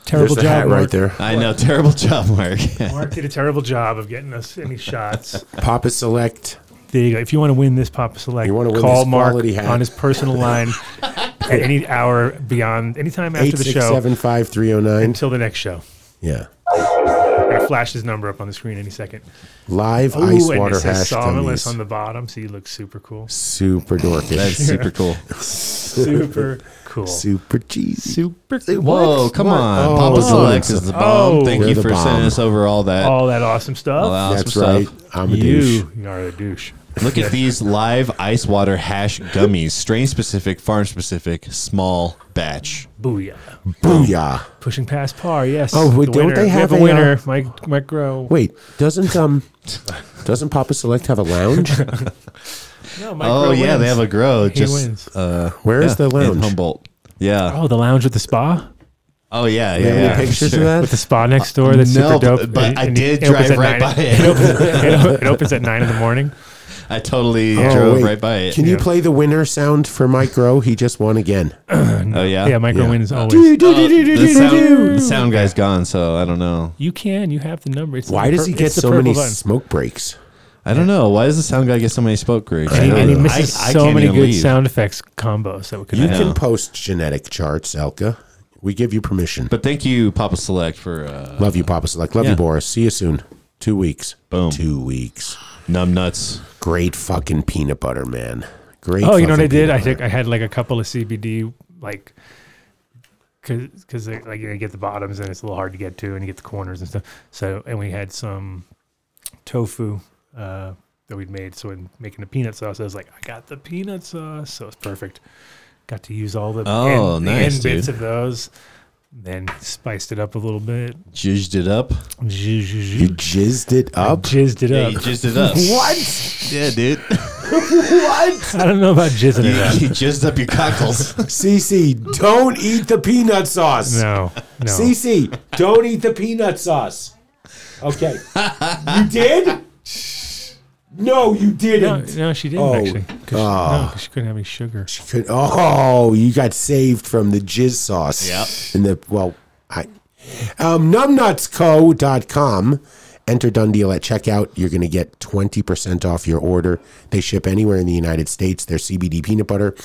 terrible
There's the
job
hat right
Mark.
there. I know, terrible job, Mark.
Mark did a terrible job of getting us any shots.
Papa Select.
There you go. If you want to win this Papa Select,
You wanna win
call
this
Mark
quality hat.
on his personal line at any hour beyond any time after the show
8675309.
until the next show.
Yeah.
I'm gonna flash his number up on the screen any second.
Live
Ooh,
ice
and
water
it says
hash
Somnolus
gummies.
on the bottom, so you look super cool.
Super dorky.
That's super cool.
Super cool.
Super Oh, cheesy.
Super
Whoa, come on. Papa Select is the bomb.
Oh.
Thank you for sending us over all that.
All that awesome stuff.
All that awesome
That's right.
stuff.
I'm a
You-
douche.
You are a douche.
Look at these live ice water hash gummies. Strain specific, farm specific, small batch.
Booyah.
Booyah.
Pushing past par, yes.
Oh, wait,
The
don't
winner.
they
We
have
a,
a, uh,
winner? Mike, Mike Grow.
Wait, doesn't um, doesn't Papa Select have a lounge?
No, Mike
Oh
Grow
yeah, they
wins.
have a grow.
He
just,
wins.
Uh,
Where is
yeah,
the
In
lounge?
Humboldt. Yeah.
Oh, the lounge with the spa.
Oh yeah,
They
yeah.
have any
yeah. Uh,
pictures of that?
With the spa next door that's
no,
super dope.
But, but
And-
I
and
did
it opens
drive
at
right
nine-
by it.
It opens, it op- it opens at nine in the morning.
I totally
Oh,
drove
wait.
right by it.
Can you play the winner sound for Mike Rowe? He just won again.
Oh yeah.
Yeah, Mike Rowe wins always.
Do, do, do, do, do,
The
do,
sound,
do.
the Uh, sound guy's gone, so uh, I don't know.
You can. You have the number. It's
Why
the
does he
pur-
get
it's the
so many
purple button.
smoke breaks?
I don't know. Why does the sound guy get so many smoke breaks?
And he, and he misses
I- I
so
can't
many
even
good
leave.
sound effects combos that we could.
You
have.
can post genetic charts, Elka. We give you permission.
But thank you, Papa Select, for uh,
Love you, Papa Select. Love
Yeah.
you, Boris. See you soon. Two weeks.
Boom.
Two weeks.
numb nuts.
Great fucking peanut butter, man. Great.
Oh, you know what
fucking
I did? I
peanut
took. I had like a couple of CBD, like, cause, cause they, like you get the bottoms and it's a little hard to get to, and you get the corners and stuff. So, and we had some tofu uh, that we'd made. So, in making the peanut sauce, I was like, I got the peanut sauce, so it's perfect. Got to use all the
Oh,
end, the
nice,
end bits
dude.
of those, then spiced it up a little bit.
Jizzed it up.
Zhu, zhu, zhu.
You jizzed it up.
Jizzed it
Yeah,
up.
you jizzed it up.
What?
Yeah, dude.
what?
I don't know about jizzing it up.
you jizzed up your cockles.
Cece, don't eat the peanut sauce.
No, no.
Cece, don't eat the peanut sauce. Okay. you did? No, you
No,
didn't.
no, she didn't
Oh,
actually. 'Cause she- no,
God.
'cause she couldn't have any sugar.
Could- Oh, you got saved from the jizz sauce.
Yep.
And the, well, I, um, numbnutsco.com. Enter done deal at checkout. You're going to get 20% off your order. They ship anywhere in the United States. Their CBD peanut butter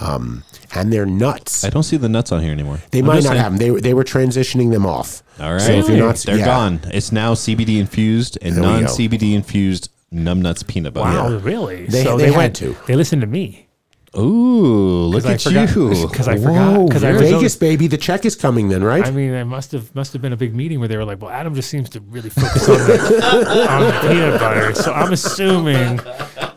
um, and their nuts.
I don't see the nuts on here anymore.
They
I'm
might
just
not
saying-
have them. They, were- they were transitioning them off.
All right.
So if you're not,
They're
yeah.
gone. It's now CBD infused and
There we go.
non CBD infused numb nuts peanut butter.
Wow,
Yeah.
really?
They-
so
they
they,
had
went
to.
They listened to me.
Ooh, look
'Cause I
at
forgot-
you.
'cause I forgot-
Whoa,
'cause I
really?
was-
Vegas, baby. The check is coming then, right?
I mean, it must have must have been a big meeting where they were like, "Well, Adam just seems to really focus on the, on the peanut butter." So I'm assuming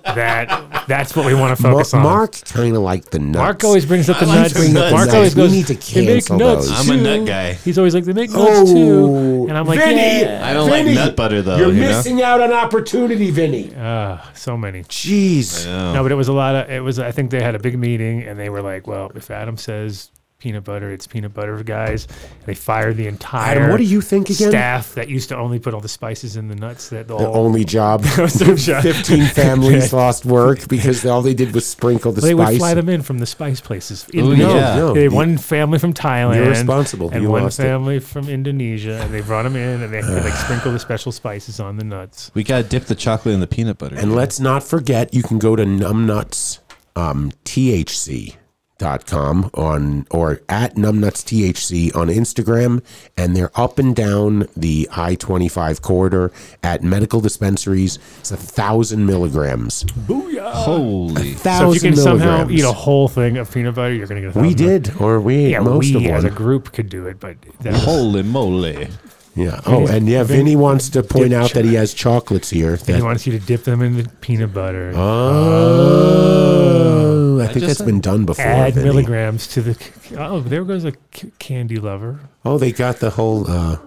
that that's what we want to
Mar-
focus on.
Mark kind of like the nuts.
Mark always brings up the
I like
nuts.
to bring up the
Mark
nuts.
always
We
goes,
need to
"They make
cancel
nuts
those."
I'm a nut
too."
guy.
He's always like, they make nuts too. And I'm like,
Oh, Vinny,
yeah.
I don't like
Vinny,
nut butter, though,
You're
you know?
missing out on opportunity, Vinny.
Uh, so many.
Jeez.
No, but it was a lot of, it was, I think they had a big meeting and they were like, well, if Adam says peanut butter, it's peanut butter, guys. they fired the entire
what do you think again?
staff that used to only put all the spices in the nuts that
The
all,
only job.
Some job.
Fifteen families
Yeah.
lost work because all they did was sprinkle the
they
spice.
would fly them in from the spice places.
Ooh,
Indonesia.
yeah. No, no.
They had
You-
one family from Thailand.
you're responsible.
And
You
one
lost it.
family from Indonesia, and they brought them in, and they had to like sprinkle the special spices on the nuts.
We gotta dip the chocolate in the peanut butter.
And let's not forget, you can go to numbnuts, um, THC. Dot com on or at numbnuts thc on instagram and they're up and down the i-25 corridor at medical dispensaries it's a thousand milligrams
Holy.
So if you can
1,000
somehow
milligrams.
eat a whole thing of peanut butter, you're gonna get. A
we
thousand milligrams.
did or we ate
yeah,
most
we
of
as
one
a group could do it, but that was-
Holy moly.
yeah oh and yeah
Vin-
vinny wants to point
dip
out that he has chocolates here
and he
that-
wants you to dip them in the peanut butter.
Oh, I
I
think
just
that's
said-
been done before.
Add
Vinny.
milligrams to the. Oh, there goes a c- candy lover.
Oh, they got the whole uh,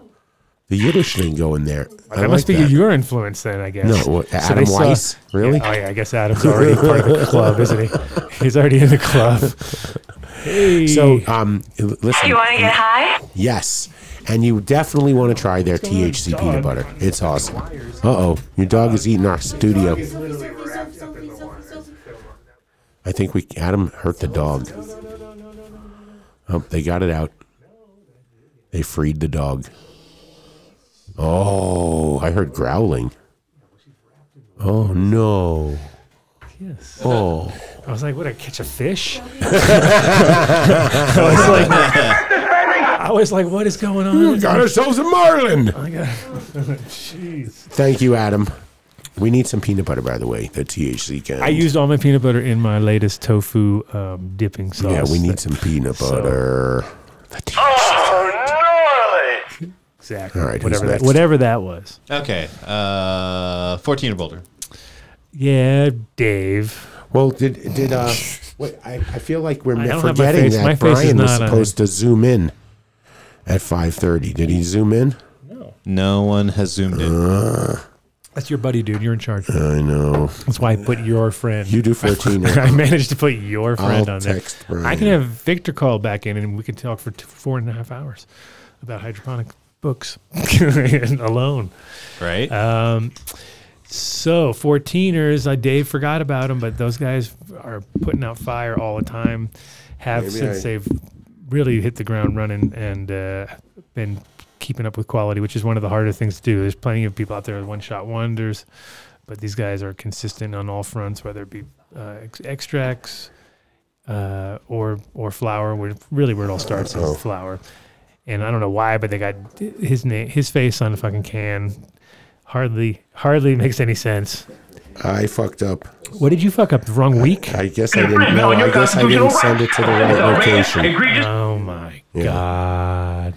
the Yiddish thing going there.
That must be your influence then, I guess.
No, what,
So
Adam
they saw-
Weiss? Really?
Yeah, oh, yeah, I guess Adam's already part of the club, isn't he? He's already in the club. Hey.
So, um, l- listen.
You want to get high?
Yes, and you definitely want to try their THC peanut butter. It's awesome. Uh oh, your dog is eating our studio. I think we Adam hurt the dog. Oh, they got it out. They freed the dog. Oh, I heard growling. Oh no.
Yes.
Oh.
I was like, what, I catch a fish? I was like, I was like, what is going on?
We got ourselves a marlin.
I got, jeez.
Thank you, Adam. We need some peanut butter, by the way. The THC can.
I used all my peanut butter in my latest tofu um, dipping sauce.
Yeah, we need some peanut
So-
butter.
Exactly.
All right, who's
whatever that,
next?
whatever that was.
Okay. Uh, 14 or bolder.
Yeah, Dave.
Well, did did uh? wait, I, I feel like we're
I don't have my
forgetting
face.
that
My face
Brian was
is not uh, on.
supposed to zoom in at five thirty. Did he zoom in? Uh,
No one has zoomed in.
That's your buddy, dude. You're in charge.
I know.
That's why I put your friend.
You do 14 now.
I managed to put your friend
I'll
on there.
text
I
Brian.
can have Victor call back in and we can talk for two, four and a half hours about hydroponic books alone.
Right.
Um, so, 14ers, uh, Dave forgot about them, but those guys are putting out fire all the time, have
Maybe
since
I-
they've really hit the ground running and uh, been keeping up with quality, which is one of the harder things to do. There's plenty of people out there with one shot wonders, but these guys are consistent on all fronts, whether it be uh, ex- extracts uh, or or flour. Where really where it all starts
Uh-oh.
is flour, and I don't know why, but they got his name, his face on a fucking can. Hardly hardly makes any sense.
I fucked up.
What did you fuck up? The wrong week?
I guess I didn't know. I guess I didn't send it to the right location.
Oh my God.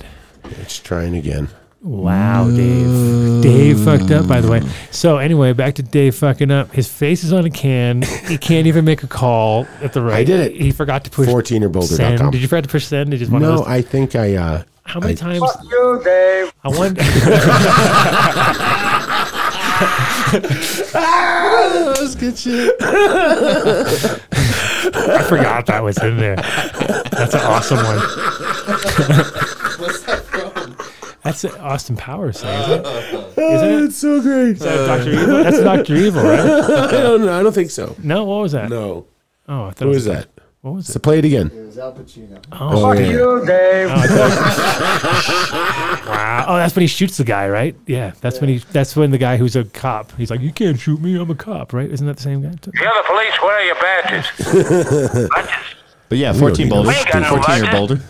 It's trying again.
Wow, Dave. Dave fucked up, by the way.
Mm.
So anyway, back to Dave fucking up. His face is on a can. he can't even make a call at the right.
I did it.
He forgot to push
14erbolder.com.
send. Did you forget to push send? Did you one of
No,
those-
I think I. uh
How many
I-
times?
you, Dave.
I wonder.
that was good shit.
I forgot that was in there. That's an awesome one.
What's that from?
That's an Austin Powers thing, isn't it? Isn't it?
Oh, it's so great.
Is that Dr. Evil? That's Dr. Evil, right?
I don't know. I don't think so.
No, what was that?
No.
Oh, I thought it
What was that?
What was
So play it again.
Oh,
Fuck yeah. you,
Dave.
Oh, I thought- wow. Oh, that's when he shoots the guy, right? Yeah, that's when he. That's when the guy who's a cop. He's like, "You can't shoot me. I'm a cop, right?" Isn't that the same guy?
You're the police. Where are your badges?
But yeah,
We don't
14
need
bolder.
those. We ain't got no
14 or
budget.
bolder.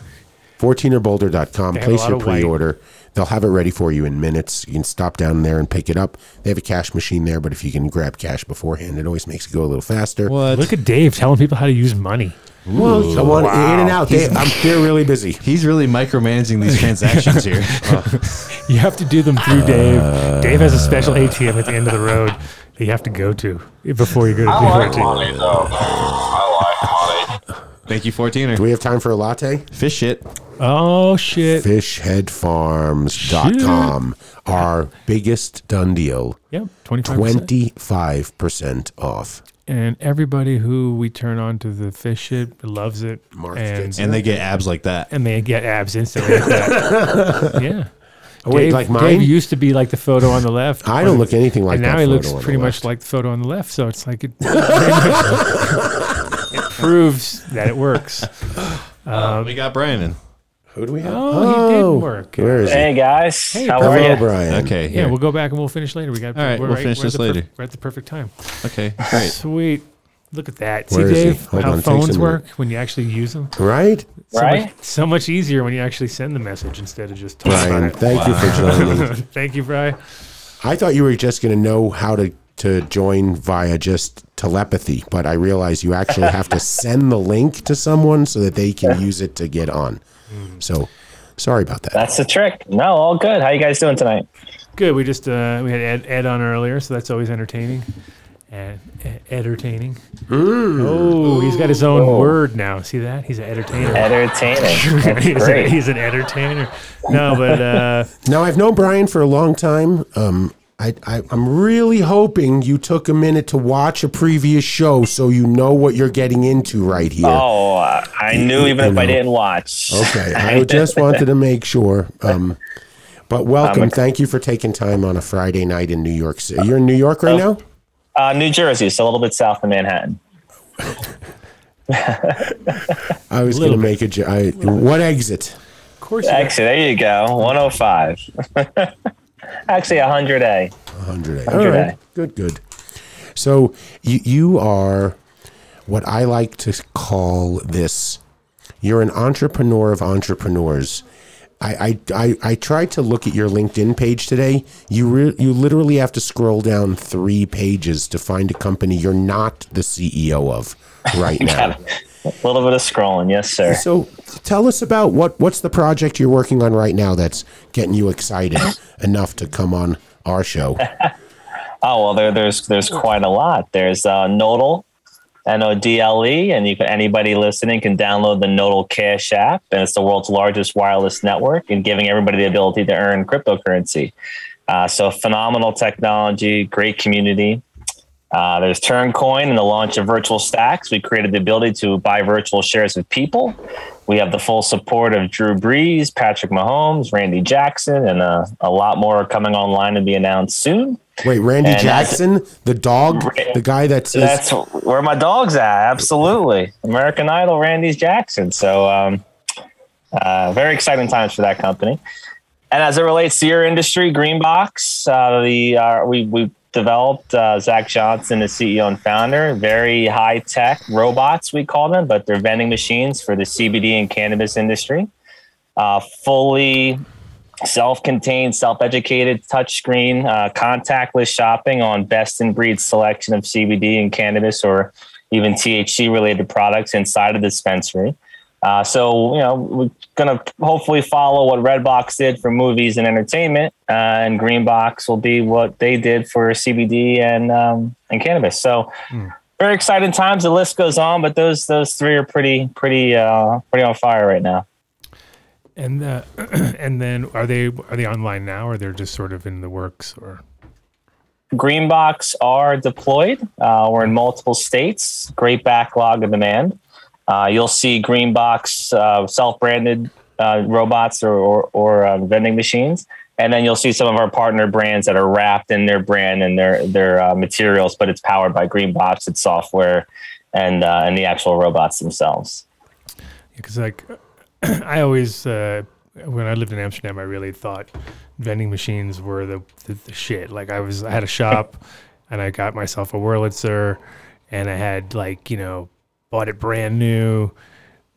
14erboulder.com.
They have a
Place
lot
your
of white.
pre order. They'll have it ready for you in minutes. You can stop down there and pick it up. They have a cash machine there, but if you can grab cash beforehand, it always makes it go a little faster.
What?
Look at Dave telling people how to use money.
Well, I want in and out. They,
He's-
I'm, they're really busy.
He's really micromanaging these transactions here. Oh.
You have to do them through Dave. Dave has a special ATM at the end of the road that you have to go to before you go to
I
the
like
ATM.
Thank you, 14er.
Do we have time for a latte?
Fish it.
Oh, shit.
Fishheadfarms.com. Our biggest done deal.
Yep, 25%.
25% off.
And everybody who we turn on to the fish shit loves it. and,
And they get abs like that.
and they get abs instantly. at that. yeah.
Oh, wait,
Dave,
like
Dave
mine?
used to be like the photo on the left.
I don't look anything like
and
that
now he
photo
looks
on the
pretty much like the photo on the left. So it's like it, very much- it proves that it works.
Uh, we got Brian in.
Who do we have?
Um, Oh, he did work.
Where is
Hey
he?
guys,
Hey,
how
Brian.
are
Hello,
you?
Brian.
Okay.
Yeah,
Here.
we'll go back and we'll finish later. We got.
All right,
we're
we'll finish
we're
this
at the perf-
later.
we're at the perfect time.
okay. Great.
Sweet. Look at that.
Where
See,
is he?
Dave,
Hold
how
on, takes a
phones
minute.
work when you actually use them.
Right?
So
Right?
Much, so much easier when you actually send the message instead of just talking
Brian,
about it.
thank you for joining.
Thank you, Brian.
I thought you were just going to know how to, to join via just telepathy, but I realize you actually have to send the link to someone so that they can use it to get on.
Mm.
So sorry about that.
That's the trick. No, all good. How you guys doing tonight?
Good. We just uh, we had Ed, Ed on earlier, so that's always entertaining. And entertaining. Oh, he's got his own
Ooh.
word now. See that? He's an entertainer.
Entertaining. That's
he's, a-
great.
he's an entertainer. No, but uh,
Now I've known Brian for a long time. Um, I, I I'm really hoping you took a minute to watch a previous show so you know what you're getting into right here.
Oh, uh, I knew even if I didn't watch.
Okay, I just wanted to make sure. Um, but welcome. Thank you for taking time on a Friday night in New York City. You're in New York right now.
Uh, New Jersey, so a little bit south of Manhattan.
I was going to make a. jo- I, what exit?
of course, you got-
Actually, there you go. 105. Actually, 100A.
100 A.
All
All
right.
right. Good, good. So you, you are what I like to call this. You're an entrepreneur of entrepreneurs. I, I, I, I tried to look at your LinkedIn page today. You re, you literally have to scroll down three pages to find a company you're not the CEO of right now.
Got it. A little bit of scrolling, yes, sir.
So tell us about what what's the project you're working on right now that's getting you excited enough to come on our show.
Oh well, there, there's there's quite a lot. There's uh, Nodal, N O D L E, and you can, anybody listening can download the Nodal Cash app, and it's the world's largest wireless network, and giving everybody the ability to earn cryptocurrency. Uh, so phenomenal technology, great community. Uh, there's Turncoin and the launch of Virtual Stacks. We created the ability to buy virtual shares of people. We have the full support of Drew Brees, Patrick Mahomes, Randy Jackson, and uh, a lot more coming online to be announced soon.
Wait, Randy
And that's-
Jackson, the dog, the guy that says
That's where my dog's at. Absolutely, American Idol, Randy's Jackson. So, um, uh, very exciting times for that company. And as it relates to your industry, Greenbox, uh, the uh, we we developed uh, Zach Johnson, the CEO and founder. Very high tech robots, we call them, but they're vending machines for the CBD and cannabis industry. Uh, fully self-contained, self-educated touchscreen, uh, contactless shopping on best-in-breed selection of CBD and cannabis or even THC-related products inside a dispensary. Uh, so you know we're going to hopefully follow what Redbox did for movies and entertainment, uh, and Greenbox will be what they did for CBD and um, and cannabis. So very exciting times. The list goes on, but those those three are pretty pretty uh, pretty on fire right now.
and uh, and then are they are they online now or they're just sort of in the works or
Greenbox are deployed. Uh, we're in multiple states. Great backlog of demand. Uh, you'll see Greenbox uh, self-branded uh, robots or, or, or uh, vending machines, and then you'll see some of our partner brands that are wrapped in their brand and their their uh, materials, but it's powered by Greenbox, its software, and uh, and the actual robots themselves.
because like I always uh, when I lived in Amsterdam, I really thought vending machines were the, the, the shit. Like I was, I had a shop, and I got myself a Wurlitzer, and I had like you know bought it brand new,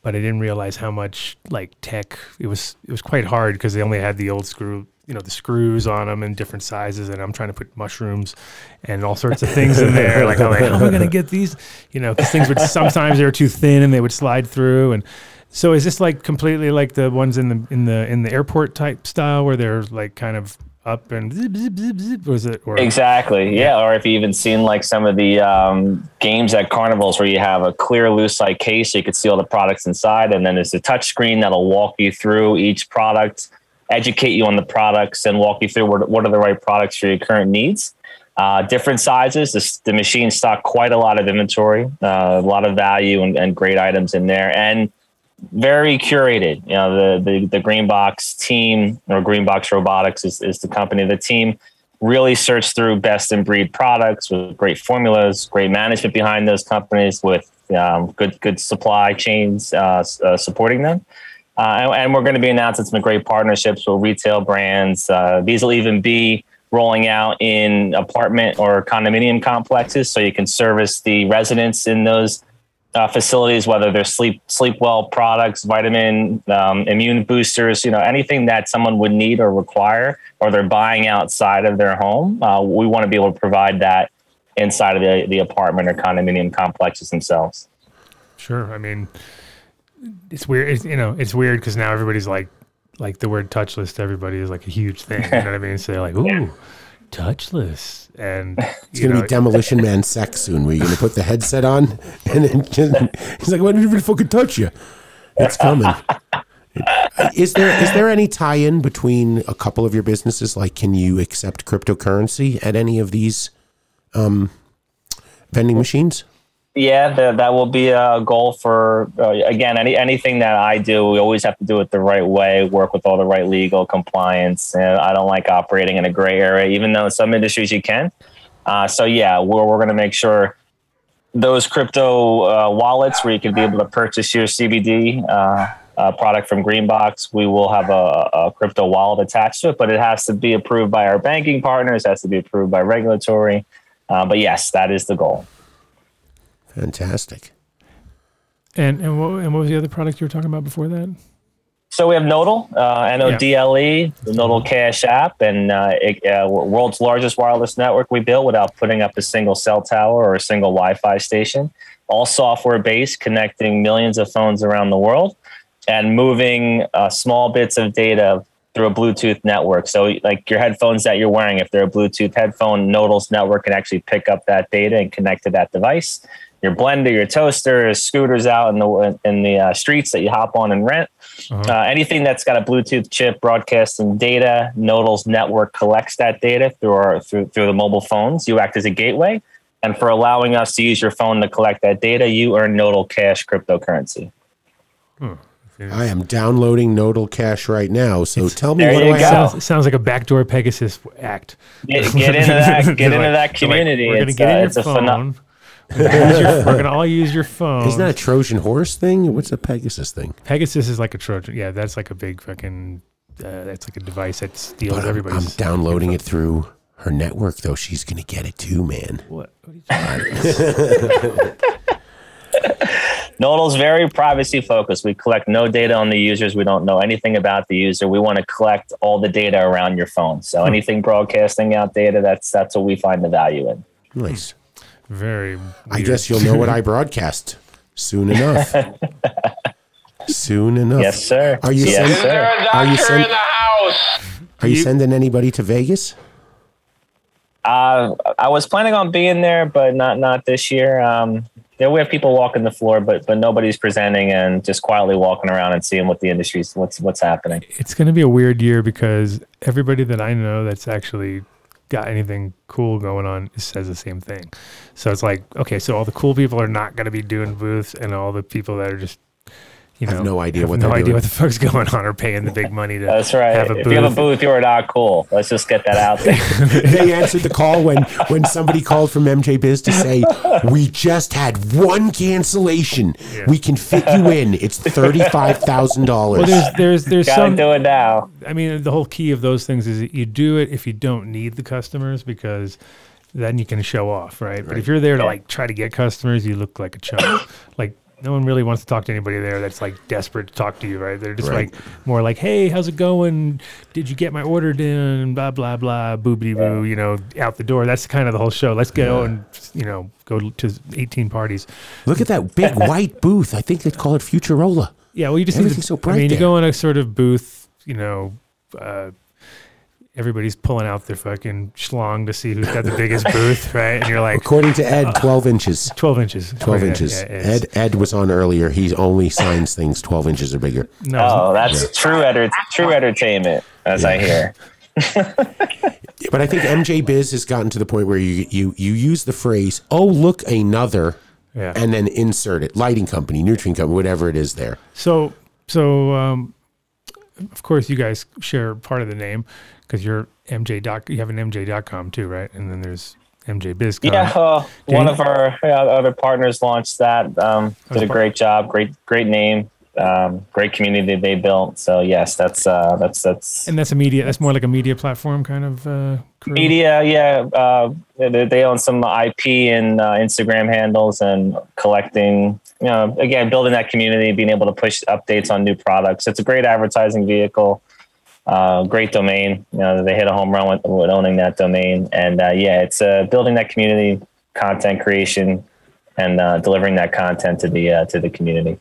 but I didn't realize how much like tech it was. It was quite hard because they only had the old screw, you know, the screws on them in different sizes, and I'm trying to put mushrooms and all sorts of things in there. Like, I'm like, how am I going to get these? You know, 'cause things would sometimes they were too thin and they would slide through. And so, is this like completely like the ones in the in the in the airport type style where they're like kind of up and zip, zip, zip, zip, was it or
Exactly. Yeah. Or if you even seen like some of the um, games at carnivals where you have a clear loose like case so you could see all the products inside, and then there's a touch screen that'll walk you through each product, educate you on the products, and walk you through what, what are the right products for your current needs. Uh, different sizes. This, the machine stock quite a lot of inventory, uh, a lot of value, and, and great items in there. And very curated. You know, the the, the Green Box team or Green Box Robotics is, is the company. The team really searched through best in breed products with great formulas, great management behind those companies, with um, good good supply chains uh, s- uh, supporting them. Uh, and, and we're going to be announcing some great partnerships with retail brands. Uh, these will even be rolling out in apartment or condominium complexes, so you can service the residents in those uh, facilities, whether they're sleep sleep well products, vitamin, um, immune boosters, you know, anything that someone would need or require, or they're buying outside of their home. Uh, we want to be able to provide that inside of the, the apartment or condominium complexes themselves.
Sure. I mean, it's weird. It's, you know, it's weird because now everybody's like, like the word touchless to everybody is like a huge thing. You know what I mean? So they're like, ooh, touchless, and
It's
you
gonna
know,
be Demolition Man sex soon. Where you're gonna put the headset on, and then just, he's like, "Why didn't even fucking touch you?" It's coming. is there is there any tie-in between a couple of your businesses? Like, can you accept cryptocurrency at any of these um, vending machines?
Yeah, that that will be a goal for uh, again any anything that I do. We always have to do it the right way. Work with all the right legal compliance. And I don't like operating in a gray area, even though in some industries you can. Uh, so yeah, we're we're going to make sure those crypto uh, wallets where you can be able to purchase your CBD uh, uh, product from Greenbox, we will have a, a crypto wallet attached to it, but it has to be approved by our banking partners. Has to be approved by regulatory. Uh, but yes, that is the goal.
Fantastic.
and and what and what was the other product you were talking about before that?
So we have Nodal, uh, N-O-D-L-E, E, the Nodal Cash app, and uh, it, uh, we're world's largest wireless network we built without putting up a single cell tower or a single Wi-Fi station. All software-based, connecting millions of phones around the world and moving uh, small bits of data through a Bluetooth network. So like your headphones that you're wearing, if they're a Bluetooth headphone, Nodal's network can actually pick up that data and connect to that device. Your blender, your toaster, scooters out in the in the uh, streets that you hop on and rent. Uh, anything that's got a Bluetooth chip broadcasting data, Nodal's network collects that data through our through through the mobile phones. You act as a gateway, and for allowing us to use your phone to collect that data, you earn Nodal Cash cryptocurrency.
I am downloading Nodal Cash right now. So tell me
There
what
you
do I
go.
have.
Sounds, sounds like a backdoor Pegasus act.
Get, get into that. Get into that community.
we're gonna
It's,
get
uh,
in your
it's a
phone.
phenom-
We're gonna use your- we're gonna all use your phone.
Isn't that a Trojan horse thing? What's a Pegasus thing?
Pegasus is like a Trojan. Yeah, that's like a big fucking. Uh, that's like a device that
But
steals
I'm- I'm
everybody's.
downloading it through her network, though. She's gonna get it too, man.
What? what are you
Nodal's very privacy focused. We collect no data on the users. We don't know anything about the user. We want to collect all the data around your phone. So anything broadcasting out data, that's that's what we find the value in.
Nice.
Very.
I guess you'll know what I broadcast soon enough. soon enough.
Yes, sir.
Are you
Yes,
sending?
sir. Is there a
Are you,
doctor
send-
in the
are you sending anybody to Vegas?
Uh, I was planning on being there, but not not this year. Um, there we have people walking the floor, but but nobody's presenting and just quietly walking around and seeing what the industry's what's what's happening.
it's going to be a weird year because everybody that I know that's actually got anything cool going on says the same thing. So it's like, okay, so all the cool people are not going to be doing booths, and all the people that are just, you know,
Have no idea
have
what
no
they're
idea
doing.
what the fuck's going on are paying the big money to
That's right.
have a
if
booth.
you have a booth, you are not cool. Let's just get that out there.
they answered the call when when somebody called from MJ Biz to say we just had one cancellation. We can fit you in. It's thirty five thousand
well,
dollars.
there's there's there's
Gotta
some
do it now.
I mean, the whole key of those things is that you do it if you don't need the customers because then you can show off, right? But if you're there to like try to get customers, you look like a chump. like no one really wants to talk to anybody there that's like desperate to talk to you, right? They're just
Right.
like more like, hey, how's it going? Did you get my order done? Blah blah blah, boobity boo. You know, out the door. That's kind of the whole show. Let's go
Yeah.
and you know go to 18 parties.
Look at that big white booth. I think they call it Futurola.
Yeah, well, you just
everything's
need to,
so bright.
I mean,
there.
you go in a sort of booth, you know, uh, everybody's pulling out their fucking schlong to see who's got the biggest booth, right? And you're like,
According to Ed, 12 inches.
12 inches.
12
Yeah,
inches.
yeah, yeah.
Ed Ed was on earlier. He only signs things 12 inches or bigger.
No, Oh, that's true. Enter- true entertainment, as I
Yeah.
hear.
But I think MJ Biz has gotten to the point where you you you use the phrase, "Oh, look another,"
Yeah.
and then insert it. Lighting company, nutrient company, whatever it is there.
So, so um, of course, you guys share part of the name because you're MJ. Doc, you have an MJ.com too, right? And then there's MJ BizCom.
Yeah, uh,
Did
one
he-
of our yeah, other partners launched that. Um, did a great job. Great, great name. Um, great community they built. So yes, that's uh, that's that's
and that's a media. That's more like a media platform kind of uh, crew.
media. Yeah, uh, they, they own some IP and uh, Instagram handles and collecting. You know, again, building that community, being able to push updates on new products. It's a great advertising vehicle. Uh, great domain. You know, they hit a home run with, with owning that domain, and uh, yeah, it's uh, building that community, content creation, and uh, delivering that content to the uh, to the community.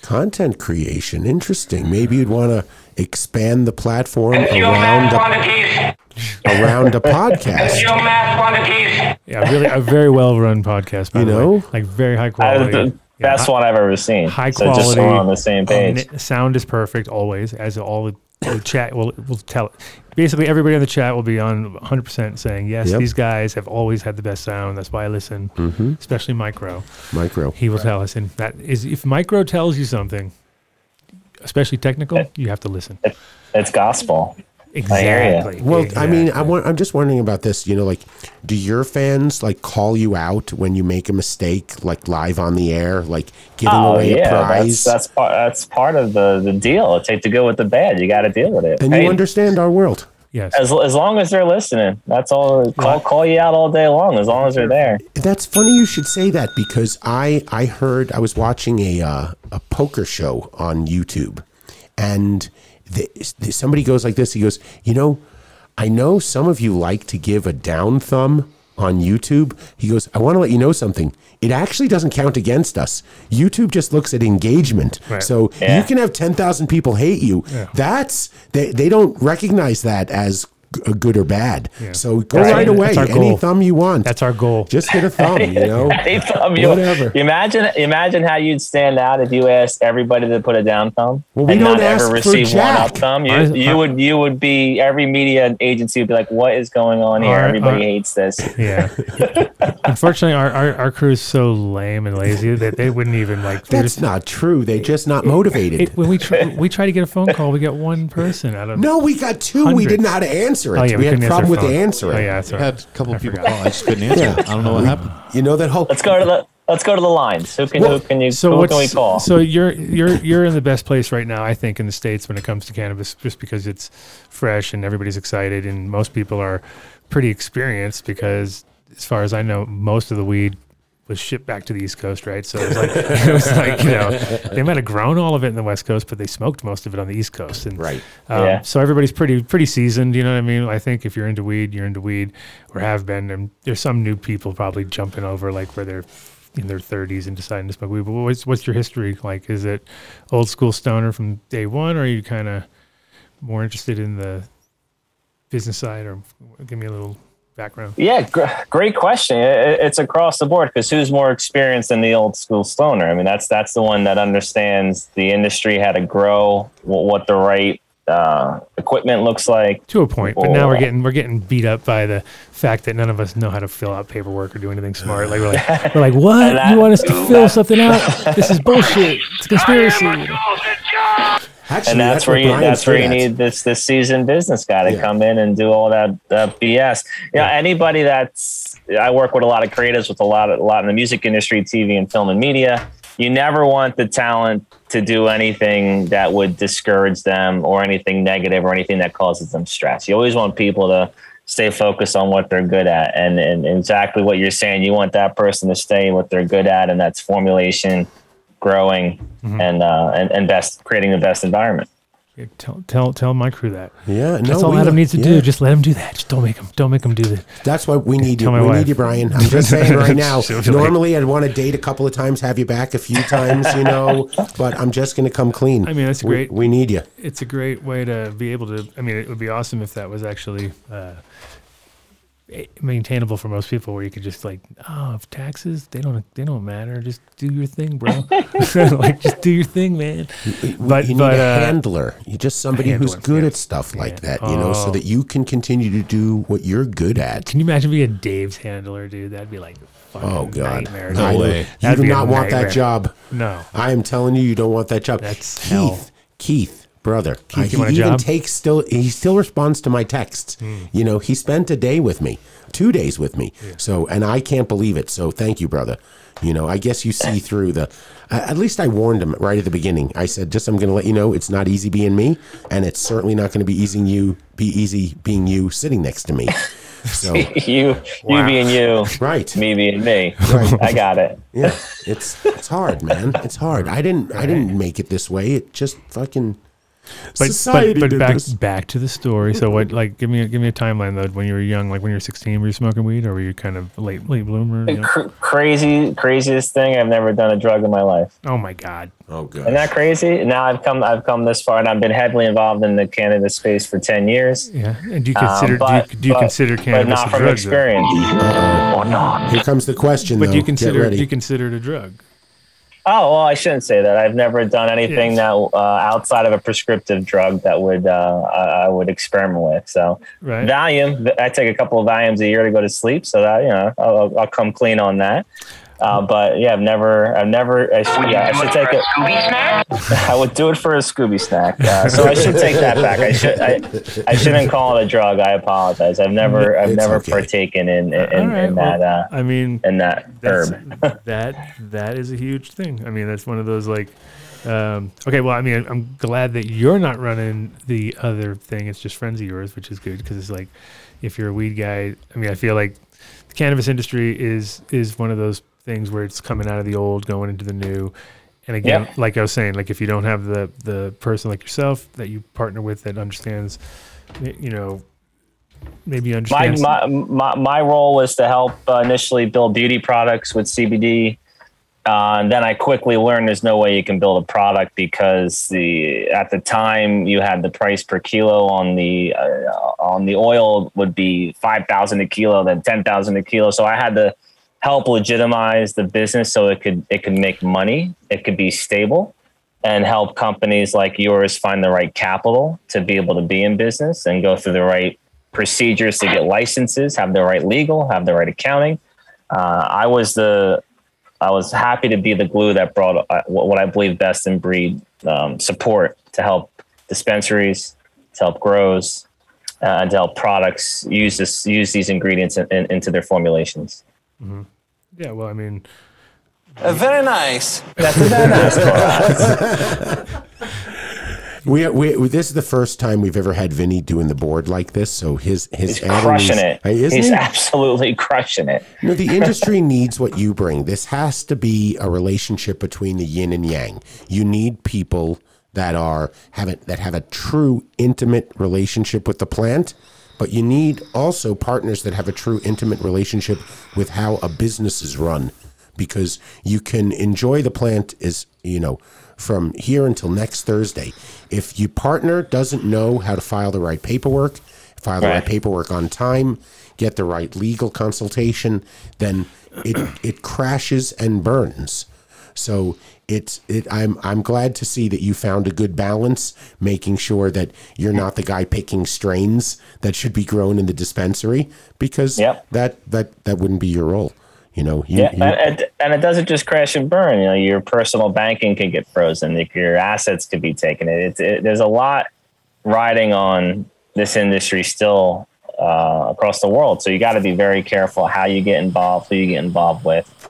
Content creation, interesting. Maybe you'd want to expand the platform
mass
around a,
quantities.
around a podcast.
Your mass quantities.
Yeah, really a very well run podcast. By
You
the way.
know?
like very high quality.
Uh, the best one I've ever seen.
high
So
quality.
just so we're on the same page.
Um, sound is perfect always, as all the, the chat will will tell. Basically, everybody in the chat will be on 100 percent saying yes.
Yep.
These guys have always had the best sound. That's why I listen,
Mhm.
especially Micro.
Micro.
He will tell us, and that is if Micro tells you something, especially technical, you have to listen.
It's gospel.
Exactly.
Well, I mean, I want, I'm just wondering about this. You know, like, do your fans like call you out when you make a mistake, like live on the air, like giving away a prize?
Oh, That's, that's part. That's part of the the deal. It's like to go with the bad. You got to deal with it.
then
Hey,
you understand our world.
Yes.
As, as long as they're listening, that's all. Call, call you out all day long. As long as they're there.
That's funny you should say that because I I heard I was watching a uh, a poker show on YouTube, and the, the, somebody goes like this. He goes, you know, I know some of you like to give a down thumb on YouTube. He goes, I want to let you know something. It actually doesn't count against us. YouTube just looks at engagement.
Right.
So
Yeah.
you can have ten thousand people hate you.
Yeah.
That's they they don't recognize that as g- good or bad.
Yeah.
So go
That's-
right away.
that's our
Any
goal.
thumb you want.
That's our goal.
Just hit a thumb, Oh, you know?
Hey, thumb, you-
Whatever.
you imagine imagine how you'd stand out if you asked everybody to put a down thumb
Well, we
and
don't
not
ask
ever
for
receive one
jack.
up thumb. You,
I- I-
you would you would be every media agency would be like, what is going on here?
Our-
everybody
our-
hates this.
Yeah. Unfortunately, our, our, our crew is so lame and lazy that they wouldn't even like. they're
That's
just-
not true. They just not motivated.
It, when we try, we try to get a phone call, we get one person out of.
no, we got two. We
Hundreds.
didn't know how to answer it.
Oh, yeah,
we,
we
had a
couldn't
problem with
answer
the answer.
phone. Oh, yeah, that's right.
had a couple of people call. I just couldn't answer. it. I don't know what
We-
happened.
You know that whole.
Let's go to the let's go to the lines. Who can who can you who can we
what's-
call?
So you're you're you're in the best place right now, I think, in the states when it comes to cannabis, just because it's fresh and everybody's excited, and most people are pretty experienced. Because as far as I know, most of the weed was shipped back to the East Coast, right? So it was like it was like you know they might have grown all of it in the West Coast, but they smoked most of it on the East Coast, and right. Um,
Yeah.
So everybody's pretty pretty seasoned, you know what I mean? I think if you're into weed, you're into weed, or have been. And there's some new people probably jumping over, like where they're in their 30s and deciding to smoke weed. But what's what's your history like? Is it old school stoner from day one, or are you kind of more interested in the business side? Or give me a little background.
Yeah, gr- great question. I- I- It's across the board because who's more experienced than the old school stoner? I mean, that's that's the one that understands the industry, how to grow, wh- what the right uh, equipment looks like.
To a point, but now
Oh.
we're getting we're getting beat up by the fact that none of us know how to fill out paperwork or do anything smart. Like we're like we're like, what?
And that-
you want us to fill something out? This is bullshit. It's a conspiracy.
and that's, where you that's where you
need.
need this this seasoned business guy to come in and do all that uh, BS. You know, anybody that's I work with a lot of creatives with a lot of, a lot in the music industry, TV and film and media. You never want the talent to do anything that would discourage them or anything negative or anything that causes them stress. You always want people to stay focused on what they're good at and, and exactly what you're saying. You want that person to stay what they're good at, and that's formulation, growing and, uh, and and best creating the best environment.
Tell, tell tell my crew that.
Yeah,
that's
no,
all
we-
Adam needs to
yeah.
do. Just let him do that. Just don't make him don't make him do that.
That's why we need you.
tell
We
my wife.
need you, Brian. I'm just saying right now.
She'll be like-
normally, I'd want to date a couple of times, have you back a few times, you know. But I'm just going to come clean.
I mean, that's
We-
great.
We, need you.
It's a great way to be able to. I mean, it would be awesome if that was actually uh, a- maintainable for most people, where you could just like, oh, if taxes they don't they don't matter. Just do your thing, bro. like just do your thing, man. But
you need
but
a
uh,
handler. You just somebody who's
handler,
good at stuff like that, you know, so
Oh.
that you can continue to do what you're good at.
Can you imagine being a Dave's handler, dude? That'd be like fucking
Oh God!
nightmare.
I
dude.
do- You
That'd
do
be a
not want that
nightmare.
job.
No.
I am telling you, you don't want that job. That's Keith.
hell.
Keith, brother.
Keith,
I-
you
he
want a
even
job?
takes still. He still responds to my texts.
Mm.
You know, he spent a day with me, two days with me. So, and I can't believe it. So, thank you, brother. You know, I guess you see through the. I- At least I warned him right at the beginning. I said, "Just I'm going to let you know, it's not easy being me, and it's certainly not going to be easy you be easy being you sitting next to me." So
you you
Wow.
being you,
right?
Me being me.
Right.
I got it.
Yeah, it's it's hard, man. It's hard. I didn't I didn't make it this way. It just fucking
but,
society
but, but
did
back
this.
back to the story. So what? Like, give me a, give me a timeline though. When you were young, like when you were sixteen, were you smoking weed, or were you kind of late late bloomer? you know?
Cr- crazy, craziest thing. I've never done a drug in my life.
Oh my god.
Oh god.
Isn't that crazy? Now I've come, I've come this far, and I've been heavily involved in the cannabis space for ten years.
Yeah, and do you consider do you, do you consider cannabis
Um, But not
a
from
drug? though?
experience.
or
not.
Here comes the question.
But do
though.
you
Get
consider
ready.
do you consider it a drug?
Oh well, I shouldn't say that. I've never done anything that uh, outside of a prescriptive drug that would uh, I, I would experiment with. So
Right.
Valium, I take a couple of Valiums a year to go to sleep, so that you know I'll, I'll- I'll come clean on that. Uh, but yeah, I've never, I've never. I should, yeah, I should take it. I would do it for a Scooby snack. Uh, so I should take that back. I should. I, I shouldn't call it a drug. I apologize. I've never, I've
It's
never
okay.
partaken in in,
All
in,
right,
in
well,
that. Uh,
I mean,
in that
that's-
herb.
that that is a huge thing. I mean, that's one of those like, um, okay, well, I mean, I'm glad that you're not running the other thing. It's just friends of yours, which is good because it's like, if you're a weed guy, I mean, I feel like the cannabis industry is is one of those things where it's coming out of the old, going into the new. And again,
Yeah.
like I was saying, like if you don't have the the person like yourself that you partner with that understands, you know, maybe
my,
understands
my, my, my role was to help uh, initially build beauty products with CBD. Uh, and then I quickly learned there's no way you can build a product because the at the time you had the price per kilo on the uh, on the oil would be five thousand a kilo, then ten thousand a kilo. So I had to help legitimize the business so it could it could make money, it could be stable, and help companies like yours find the right capital to be able to be in business and go through the right procedures to get licenses, have the right legal, have the right accounting. Uh, I was the I was happy to be the glue that brought uh, what what I believe best in breed um, support to help dispensaries, to help grows, uh, and to help products use this use these ingredients in, in, into their formulations.
Yeah, well, I mean,
Uh, very nice.
That's a very nice product.
We, we, we- this is the first time we've ever had Vinny doing the board like this, so his his
He's crushing it.
Hey, isn't
He's
he?
absolutely crushing it.
No, the industry needs what you bring. This has to be a relationship between the yin and yang. You need people that are have it, that have a true intimate relationship with the plant, but you need also partners that have a true intimate relationship with how a business is run because you can enjoy the plant is you know from here until next Thursday. If your partner doesn't know how to file the right paperwork, file the right
Right.
paperwork on time, get the right legal consultation, then it it crashes and burns. So it's it I'm I'm glad to see that you found a good balance, making sure that you're not the guy picking strains that should be grown in the dispensary because that that that wouldn't be your role. You know, you,
yeah,
you-
and, and- and it doesn't just crash and burn. You know, your personal banking could get frozen. like, Your assets could be taken. It, it's it, there's a lot riding on this industry still uh, across the world. So you got to be very careful how you get involved, who you get involved with,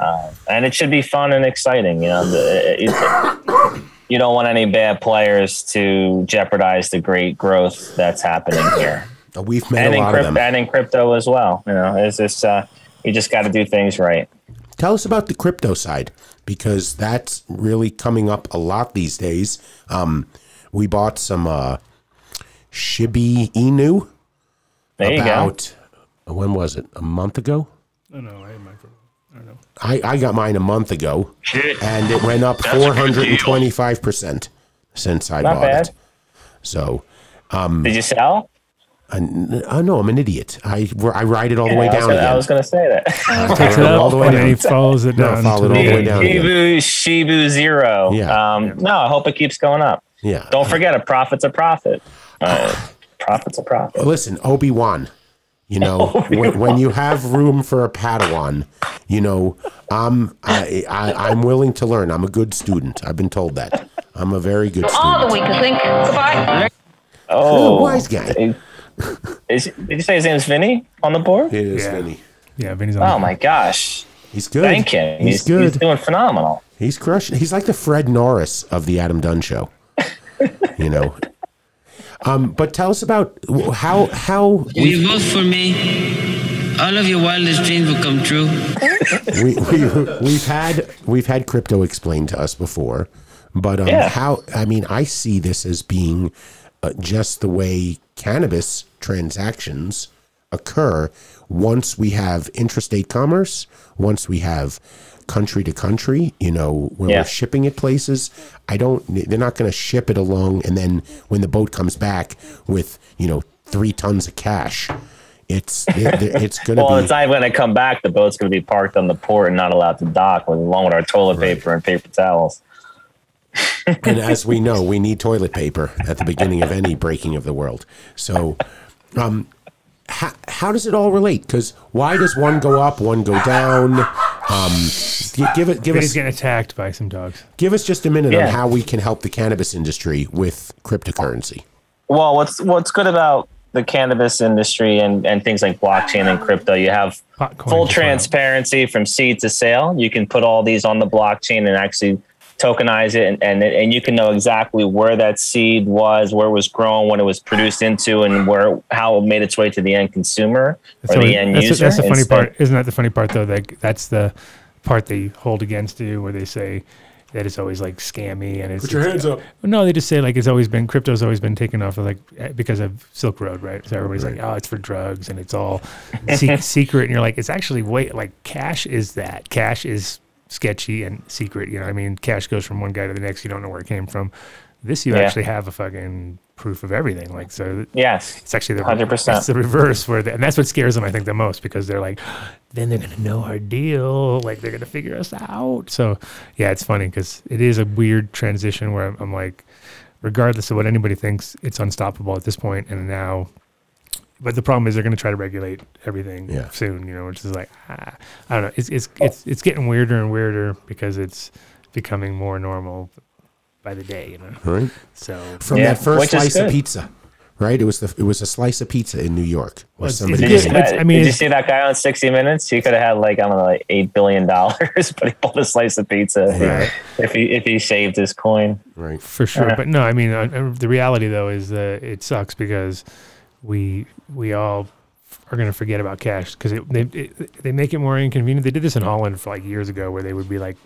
uh, and it should be fun and exciting. You know, the, it, it- you don't want any bad players to jeopardize the great growth that's happening here
we've met
and
a
in
lot
crypto,
of them.
and in crypto as well. You know, it's just uh, you just got to do things right.
Tell us about the crypto side because that's really coming up a lot these days. Um, we bought some uh, Shibi Inu
There you go.
about when was it? A month ago.
I know. I had my phone.
I, I got mine a month ago,
Shit.
and it went up
That's a good
four
deal.
hundred and twenty-five percent since I
Not
bought
bad.
it. So, um,
Did you sell?
I, I know I'm an idiot. I I ride it all the way
Yeah, I was
down
gonna- I
again.
was going to say that.
I Takes it rode it up, all the way and then down. he follows it No, down follow it to all the way the- down again.
Shibu, Shibu Zero.
Yeah.
Um, No, I hope it keeps going up.
Yeah.
Don't forget, a profit's a profit. Uh, profit's a profit.
Listen, Obi Wan. You know, when, when you have room for a Padawan, you know, I'm I, I I'm willing to learn. I'm a good student. I've been told that. I'm a very good student.
All the week to think. Goodbye.
Oh,
Oh, wise guy.
Is, did you say his name's Vinny on the board?
It is
yeah.
Vinny.
Yeah, Vinny's on
Oh
the-
my gosh.
He's good.
Thank him.
He's
He's,
good.
He's doing phenomenal.
He's crushing. He's like the Fred Norris of the Adam Dunn show. you know. Um, but tell us about w- how how
You vote for me, all of your wildest dreams will come true.
we, we we've had we've had crypto explained to us before, but um,
Yeah.
how I mean I see this as being uh, just the way cannabis transactions occur once we have intrastate commerce, once we have country to country, you know, when
Yeah.
we're shipping it places, I don't they're not going to ship it along and then when the boat comes back with, you know, 3 tons of cash, it's it's going to
well,
be
it's not even going to come back. The boat's going to be parked on the port and not allowed to dock, with- along with our toilet paper and paper towels.
and as we know, we need toilet paper at the beginning of any breaking of the world. So, um, how, how does it all relate? Because why does one go up, one go down? Um, gi- give it, give
Vinny's
us,
getting attacked by some dogs.
give us just a minute
Yeah.
on how we can help the cannabis industry with cryptocurrency.
Well, what's what's good about the cannabis industry and, and things like blockchain and crypto, you have full transparency from seed to sale. You can put all these on the blockchain and actually tokenize it and, and and you can know exactly where that seed was, where it was grown, when it was produced into and where how it made its way to the end consumer or
always-
the end
that's,
user.
that's the funny
instead-
part. Isn't that the funny part though? That that's the part they hold against you, where they say that it's always like scammy and it's.
Put your hands up.
No, they just say like it's always been crypto's always been taken off of like eh, because of Silk Road, right? So everybody's like, oh, it's for drugs and it's all se- secret, and you're like, it's actually wait, like cash is that cash is sketchy and secret. You know, what I mean, cash goes from one guy to the next. You don't know where it came from. This you
Yeah.
actually have a fucking proof of everything. Like so.
Yes.
It's actually the
100%.
It's the reverse where, the, and that's what scares them, I think, the most because they're like, then they're gonna know our deal, like they're gonna figure us out. So, yeah, it's funny because it is a weird transition where I'm, I'm like, regardless of what anybody thinks, it's unstoppable at this point, and now. But the problem is they're going to try to regulate everything
Yeah.
soon, you know, which is like ah, I don't know. It's, it's it's it's getting weirder and weirder because it's becoming more normal by the day, you know.
Right.
So
From
Yeah,
that first
which is
slice of
good.
pizza, right? It was the it was a slice of pizza in New York. Where
It's-
somebody
Did you, see
made-
that, did you see that guy on 60 Minutes? He could have had like I don't know, like eight billion dollars, but he pulled a slice of pizza if he if he saved his coin.
Right,
for sure. But no, I mean, uh, uh, the reality though is that it sucks because we we all are going to forget about cash because it, they it, they make it more inconvenient. They did this in Holland for like years ago, where they would be like,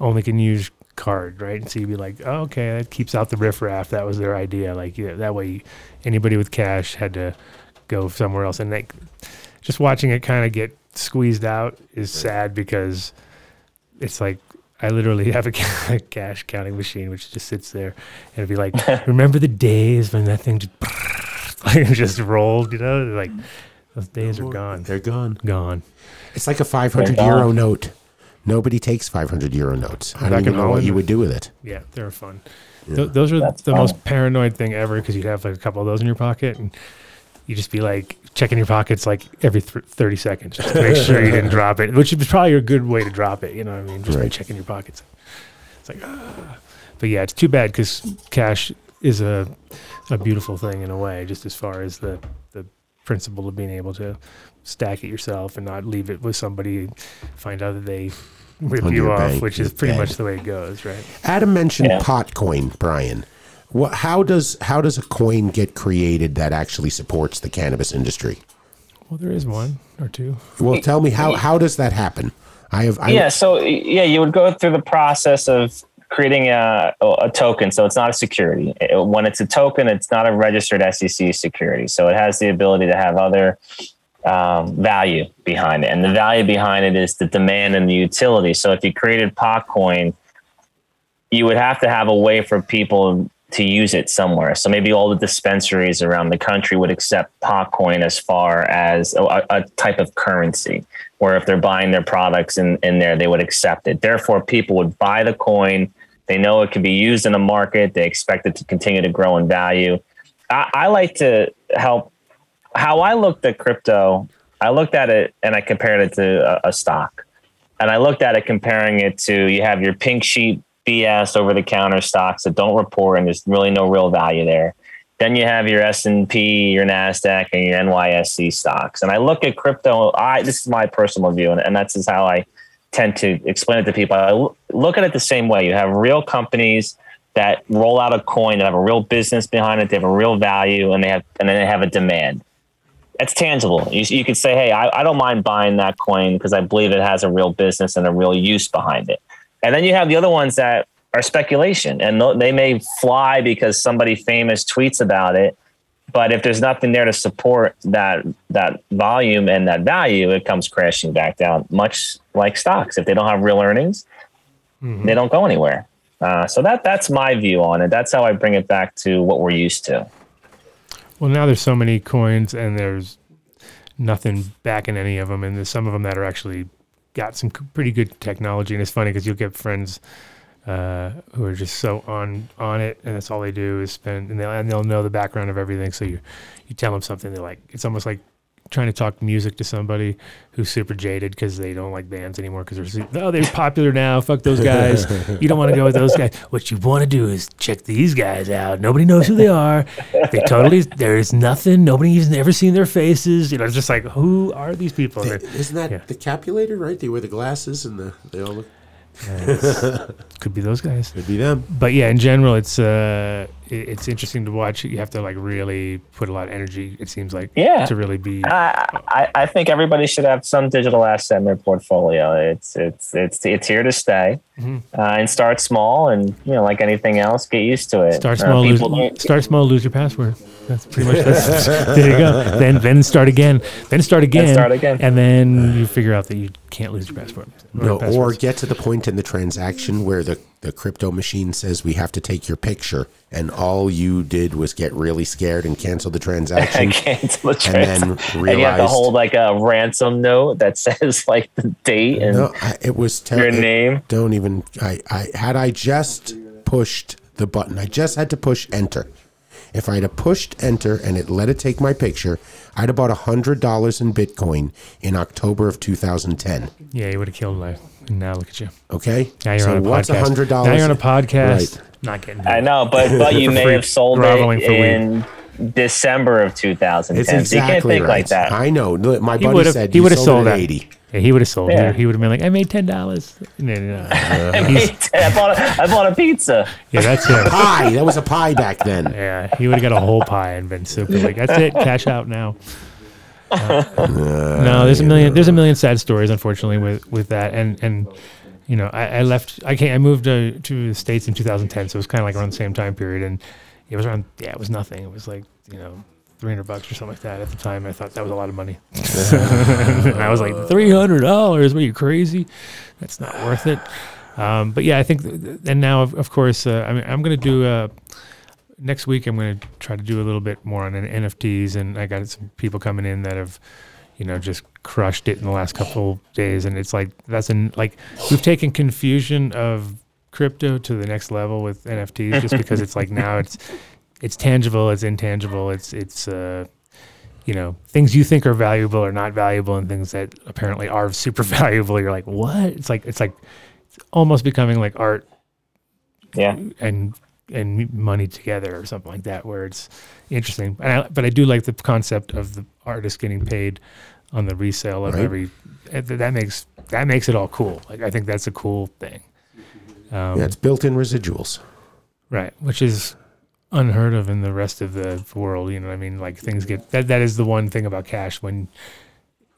only oh, can use card, right? And so you'd be like, oh, okay, that keeps out the riffraff. That was their idea. Like yeah, that way, anybody with cash had to go somewhere else. And like, just watching it kind of get squeezed out is sad because it's like I literally have a ca- a cash counting machine which just sits there and it'd be like, remember the days when that thing just like just rolled, you know? Like those days are gone.
They're gone.
Gone.
It's like a 500
They're
euro
gone.
note. Nobody takes 500 euro notes. I
Back
don't even
in
know what
Holland.
you would do with it.
Yeah, they're fun.
Yeah.
Th- those are
That's
the
fun.
most paranoid thing ever because you'd have like a couple of those in your pocket and you just be like checking your pockets like every th- 30 seconds just to make sure you didn't drop it, which is probably a good way to drop it. You know what I mean? Just by
Right.
checking your pockets. It's like, ah. but yeah, it's too bad because cash is a, a beautiful thing in a way, just as far as the, the principle of being able to stack it yourself and not leave it with somebody, find out that they rip
On
you
your
off,
bank,
which
your
is pretty
bank.
much the way it goes, right?
Adam mentioned
Yeah.
Potcoin, Brian. What, how does how does a coin get created that actually supports the cannabis industry?
Well, there is one or two.
Well, tell me how how does that happen? I have. I,
yeah, so yeah, you would go through the process of creating a, a token. So it's not a security. It- when it's a token, it's not a registered SEC security. So it has the ability to have other um, value behind it, and the value behind it is the demand and the utility. So if you created Potcoin, you would have to have a way for people to use it somewhere. So maybe all the dispensaries around the country would accept Potcoin as far as a, a type of currency, where if they're buying their products in, in there, they would accept it. Therefore, people would buy the coin. They know it can be used in a market. They expect it to continue to grow in value. I, I like to help how I looked at crypto. I looked at it and I compared it to a, a stock and I looked at it comparing it to you have your pink sheet BS over the counter stocks that don't report and there's really no real value there. Then you have your S and P, your Nasdaq, and your NYSE stocks. And I look at crypto. I this is my personal view, and, and that's just how I tend to explain it to people. I l- look at it the same way. You have real companies that roll out a coin that have a real business behind it. They have a real value, and they have and then they have a demand that's tangible. You, you could say, hey, I, I don't mind buying that coin because I believe it has a real business and a real use behind it. And then you have the other ones that are speculation and tho- they may fly because somebody famous tweets about it. But if there's nothing there to support that that volume and that value, it comes crashing back down, much like stocks. If they don't have real earnings, they don't go anywhere. Uh, so that that's my view on it. That's how I bring it back to what we're used to.
Well, now there's so many coins, and there's nothing backing any of them, and there's some of them that are actually got some c- pretty good technology. And it's funny because you'll get friends uh, who are just so on on it, and that's all they do is spend, and they'll and they'll know the background of everything. So you you tell them something, they're like, it's almost like trying to talk music to somebody who's super jaded because they don't like bands anymore because they're su- oh they're popular now fuck those guys you don't want to go with those guys what you want to do is check these guys out nobody knows who they are they totally there's nothing nobody's ever seen their faces you know it's just like who are these people
Th- isn't that the calculator, right? They wear the glasses and the, they all look.
could be those guys
could be them
but yeah in general it's uh i- it's interesting to watch you have to like really put a lot of energy it seems like
Yeah. Uh,
to really be
I, I- I think everybody should have some digital asset in their portfolio. It's it's it's it's here to stay,
Mhm.
uh, and start small, and you know, like anything else, get used to it.
Start
Uh,
small,
people
lose,
don't-
start small, lose your password. That's pretty much that's, there you go. Then then start again. Then start again.
start again.
And then you figure out that you can't lose your passport.
No, or
passwords.
get to the point in the transaction where the, the crypto machine says we have to take your picture, and all you did was get really scared and cancel the transaction.
cancel the
and
trans-
then
and you have to
realized-
hold like a ransom note that says like the date and
No, I, it was terrible.
Your name?
Don't even. I, I had I just pushed the button. I just had to push enter. If I had have pushed enter and it let it take my picture, I'd have bought hundred dollars in Bitcoin in October of 2010.
yeah, you would have killed life. And now look at you.
Okay,
Now you're
So
on a
what's
podcast.
$100?
Now you're on a podcast.
Right.
Not getting.
I know, but but you
For
may
free,
have sold
groveling
it
for weed.
in December of 2010.
It's
so you can't
exactly
think like
right.
that.
I know. Look, My
He
buddy
would have.
said
He
you
would have
sold,
sold
it at
that.
80.
Yeah, he would have sold.
Yeah.
He, would have been like, I made ten dollars. No, no, no. He's-
I bought a, I bought a pizza.
yeah, that's him.
pie. That was a pie back then.
Yeah, he would have got a whole pie and been super like, that's it, cash out now.
Uh,
Uh,
no, there's a million. There's a million sad stories, unfortunately, with with that. And and you know, I, I left. I came. I moved to, to the states in 2010, so it was kind of like around the same time period. And it was around. Yeah, it was nothing. It was like you know, 300 bucks or something like that at the time. I thought that was a lot of money. and I was like, 300 dollars? What are you crazy? That's not worth it. Um, but yeah, I think. th- th- And now, of, of course, uh, I mean, I'm going to do. Uh, next week I'm going to try to do a little bit more on an NFTs, and I got some people coming in that have, you know, just crushed it in the last couple days, and it's like that's an like we've taken confusion of crypto to the next level with NFTs, just because it's like now it's it's tangible, it's intangible, it's it's uh, you know things you think are valuable are not valuable, and things that apparently are super valuable. You're like, what? It's like it's like it's almost becoming like art
Yeah.
and and money together or something like that, where it's interesting. And I, but I do like the concept of the artist getting paid on the resale of
Right.
every. eh, th- That makes that makes it all cool. Like I think that's a cool thing. Um,
yeah, it's built in residuals.
Right, which is unheard of in the rest of the world. You know what I mean? Like things get that. That is the one thing about cash when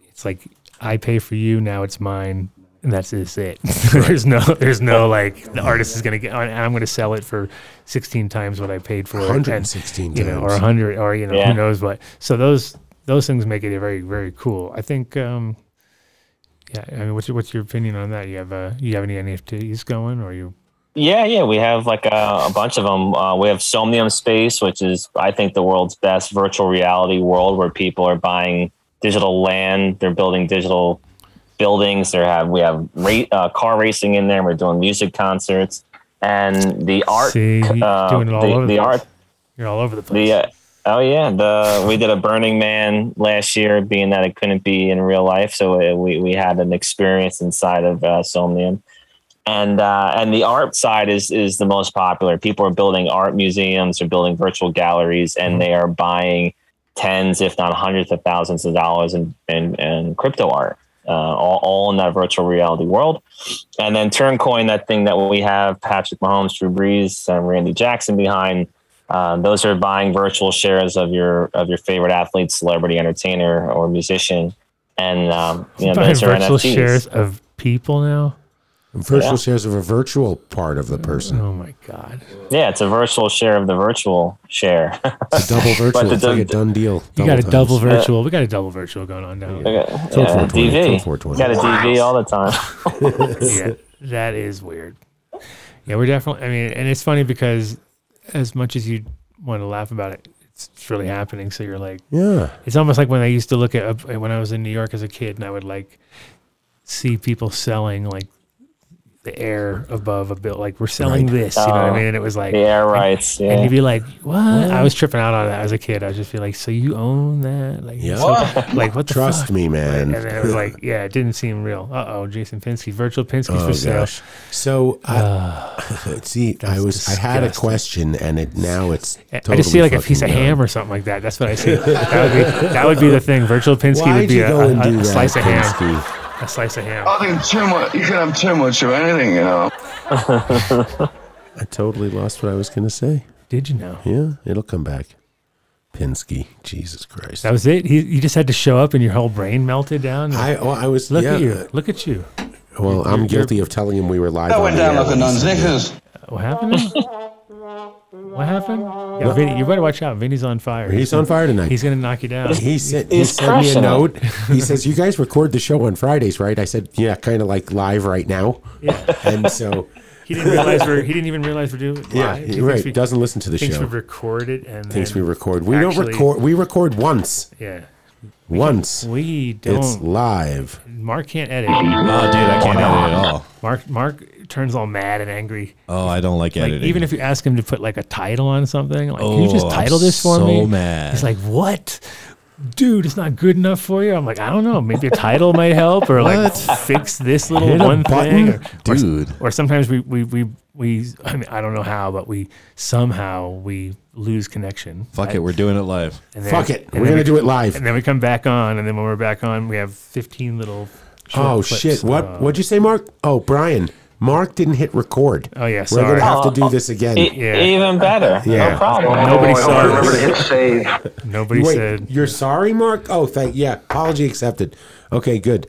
it's like I pay for you, now it's mine. and that's just it. there's no, there's no like the artist is gonna get. and I'm gonna sell it for 16 times what I paid for it, and,
116
you know, or
times.
100, or you know,
Yeah.
who knows what. So those those things make it very very cool. I think. um yeah, I mean, what's your, what's your opinion on that? You have uh, you have any NFTs going, or you?
Yeah, yeah, we have like a, a bunch of them. Uh, we have Somnium Space, which is I think the world's best virtual reality world where people are buying digital land, they're building digital buildings. They have we have ra- uh, car racing in there. We're doing music concerts and the art.
See,
uh,
you're doing it all
the,
over
the
the
art.
You're all over the place.
The uh, oh yeah, the we did a Burning Man last year, being that it couldn't be in real life, so it, we we had an experience inside of uh, Somnium, and uh, and the art side is is the most popular. People are building art museums, they're building virtual galleries, and they are buying tens, if not hundreds of thousands of dollars in in, in crypto art. Uh, all, all in that virtual reality world, and then Turncoin, that thing that we have Patrick Mahomes, Drew Brees, and Randy Jackson behind. Uh, those are buying virtual shares of your of your favorite athlete, celebrity, entertainer, or musician, and um, you know
Buying
those are
virtual
NFTs.
shares of people now.
Virtual
Yeah.
shares of a virtual part of the person.
Oh my god!
Yeah, it's a virtual share of the virtual share.
It's a double virtual.
the
it's like a
dun-
done deal.
You got a
times.
Uh,
double virtual. we got a double virtual going on now.
Okay,
It's on
yeah,
420,
DV.
it's on 420.
Got a DV all the time.
yeah, that is weird. Yeah, we're definitely. I mean, and it's funny because as much as you want to laugh about it, it's, it's really happening. So you're like,
Yeah.
It's almost like when I used to look at up- uh, when I was in New York as a kid, and I would like see people selling like the air above a bill, like we're selling
Right.
this. You know what
Oh,
I mean? And it was like
the air
and-
rights,
And
yeah.
you'd be like, what? I
What?
was tripping out on that as a kid. I was just be like, so you own that? Like,
Yeah.
so-
What?
like what? The
Trust
fuck?
me, man.
And then it was like, yeah, it didn't seem real. Uh oh, Jason Pinsky, virtual Pinsky
Oh,
for sale.
gosh. So I, see, I was I had a
disgusting.
question, and it now it's. Totally
I just see like a piece of
fucking
ham or something like that. That's what I see. that would be that would be the thing. Virtual Pinsky
Why'd
would be
you
a,
go
a-
and
a-
do
a
that,
slice of ham.
Pinsky?
A slice of ham.
I think too much. You can have too much of anything, you know.
done. I totally lost what I was going to say.
Did you know?
Yeah, it'll come back. Pinsky, Jesus Christ!
That was it. He, you just had to show up, and your whole brain melted down.
I, oh, I was.
Look
yeah.
at you. Look at you.
Well, I'm
You're-
guilty of telling him we were live.
That
on
went
the
down
air
like a
when he
nun's
said that.
knickers.
Uh, What happened? what happened? Yeah,
What?
Vinny, you better watch out. Vinny's on fire.
He's on fire tonight.
He's gonna knock you down.
He sent, he sent me a note. He says, "You guys record the show on Fridays, right?" I said, "Yeah, kind of like live right now."
Yeah.
And so
He didn't realize we're. He didn't even realize we're doing. it
Yeah,
live. He
he-
thinks
right, doesn't listen to the
thinks
show.
we record it and
thinks we
then
record. We don't
actually-
record. We record once.
Yeah.
Once.
we
It's
don't-
live.
Mark can't edit.
Oh, dude, I can't edit at all.
Mark Mark turns all mad and angry.
Oh, I don't like
Like
editing.
even if you ask him to put like a title on something, like can you
Oh,
just
I'm
title this for
so
me?
mad.
He's like, what? Dude, it's not good enough for you. I'm like, I don't know. Maybe a title might help, or like fix this little
Hit a
one
button?
thing, or, or s-
Dude.
Or, sometimes we we we we. I mean, I don't know how, but we somehow we lose connection.
Fuck it, we're doing it live.
And then-
Fuck it, we're
and then
gonna
we-
do it live.
And then we come back on, and then when we're back on, we have 15 little. short
Oh
clips.
shit! What?
Uh,
what'd you say, Mark? Oh, Brian. Mark didn't hit record.
Oh yeah,
we're gonna
sorry.
have to
Oh,
do this again.
e- Yeah.
Even better.
Yeah.
No problem.
Nobody
Oh,
saw
I remember
this.
to hit
save.
Nobody
Wait,
said.
You're sorry, Mark? Oh, thank yeah. Apology accepted. Okay, good.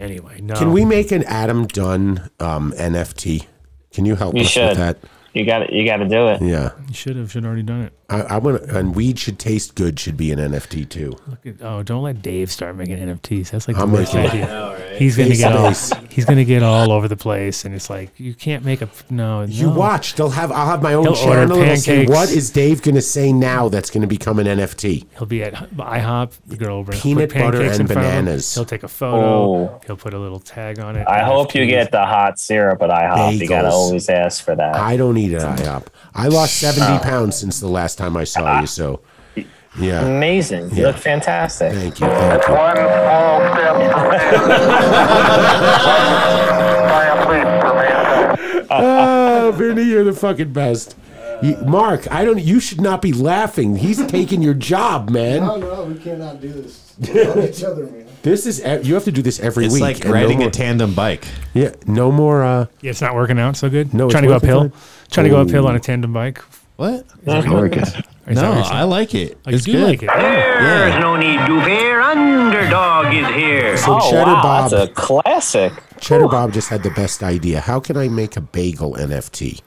Anyway, no.
Can we make an Adam Dunn um, NFT? Can you help
You
us
should.
with that?
You got it. You got to do it.
Yeah,
You should have. Should have already done it.
I, I want. And weed should taste good. Should be an NFT too.
Look at, oh, don't let Dave start making NFTs. That's like the
I'm
worst
making-
idea.
I know, right?
He's gonna
Face
get all.
base.
He's gonna get all over the place, and it's like you can't make a no.
You
no.
watch. They'll have. I'll have my own
He'll order
channel. It'll say,
pancakes.
what is Dave going to say now? That's going to become an NFT.
He'll be at IHOP. The girl will bring
Peanut
put
butter
pancakes
and
in front of him.
bananas.
He'll take a photo.
Oh.
He'll put a little tag on it.
I hope you
NFTs.
get the hot syrup at IHOP. Ah, You got to
Bagels.
always ask for that.
I don't eat at IHOP. I lost seventy
Oh.
pounds since the last time I saw you. So, yeah.
Amazing. You
Yeah.
look fantastic.
Thank you. Thank you. oh, Vinny, you're the fucking best. You- Mark, I don't. You should not be laughing. He's taking your job, man.
no, we cannot do this. We love each other, man.
This is ev- you have to do this every
It's
week.
like
and no
riding
more-
a tandem bike.
Yeah, no more. Uh,
Yeah, it's not working out so good.
No, it's
trying to go
working
uphill.
fine.
Trying to go uphill
Ooh.
on a tandem bike.
What?
that
No,
what you're saying? Is that what you're saying?
I like it.
Oh, you
it's
do
good.
like it.
Yeah.
There's no need to fear. Underdog is here.
Oh,
So Cheddar Bob,
classic.
Cheddar Bob just had the best idea. How can I make a bagel NFT?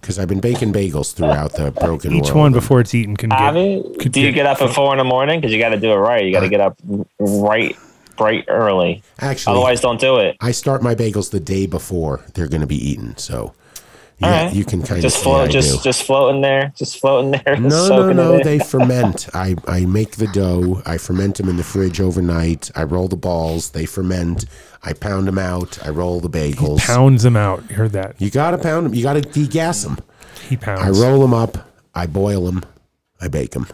Because I've been baking bagels throughout the broken
Each
world.
one before it's eaten can
Have
get. Uh,
you?
could
Do you get up at four in the morning? Because you got to do it right. You got to get up right, bright early.
Actually,
otherwise don't do it.
I start my bagels the day before they're going to be eaten. So
All
yeah,
right.
you can kind
just
of
float,
see I do.
just just floating there, just floating there.
No, no,
soaking it
no.
in.
They ferment. I, I make the dough. I ferment them in the fridge overnight. I roll the balls. They ferment. I pound them out. I roll the bagels.
Pounds them out. You heard that.
You got to pound them. You got to degas them.
He pounds.
I roll them up. I boil them. I bake them.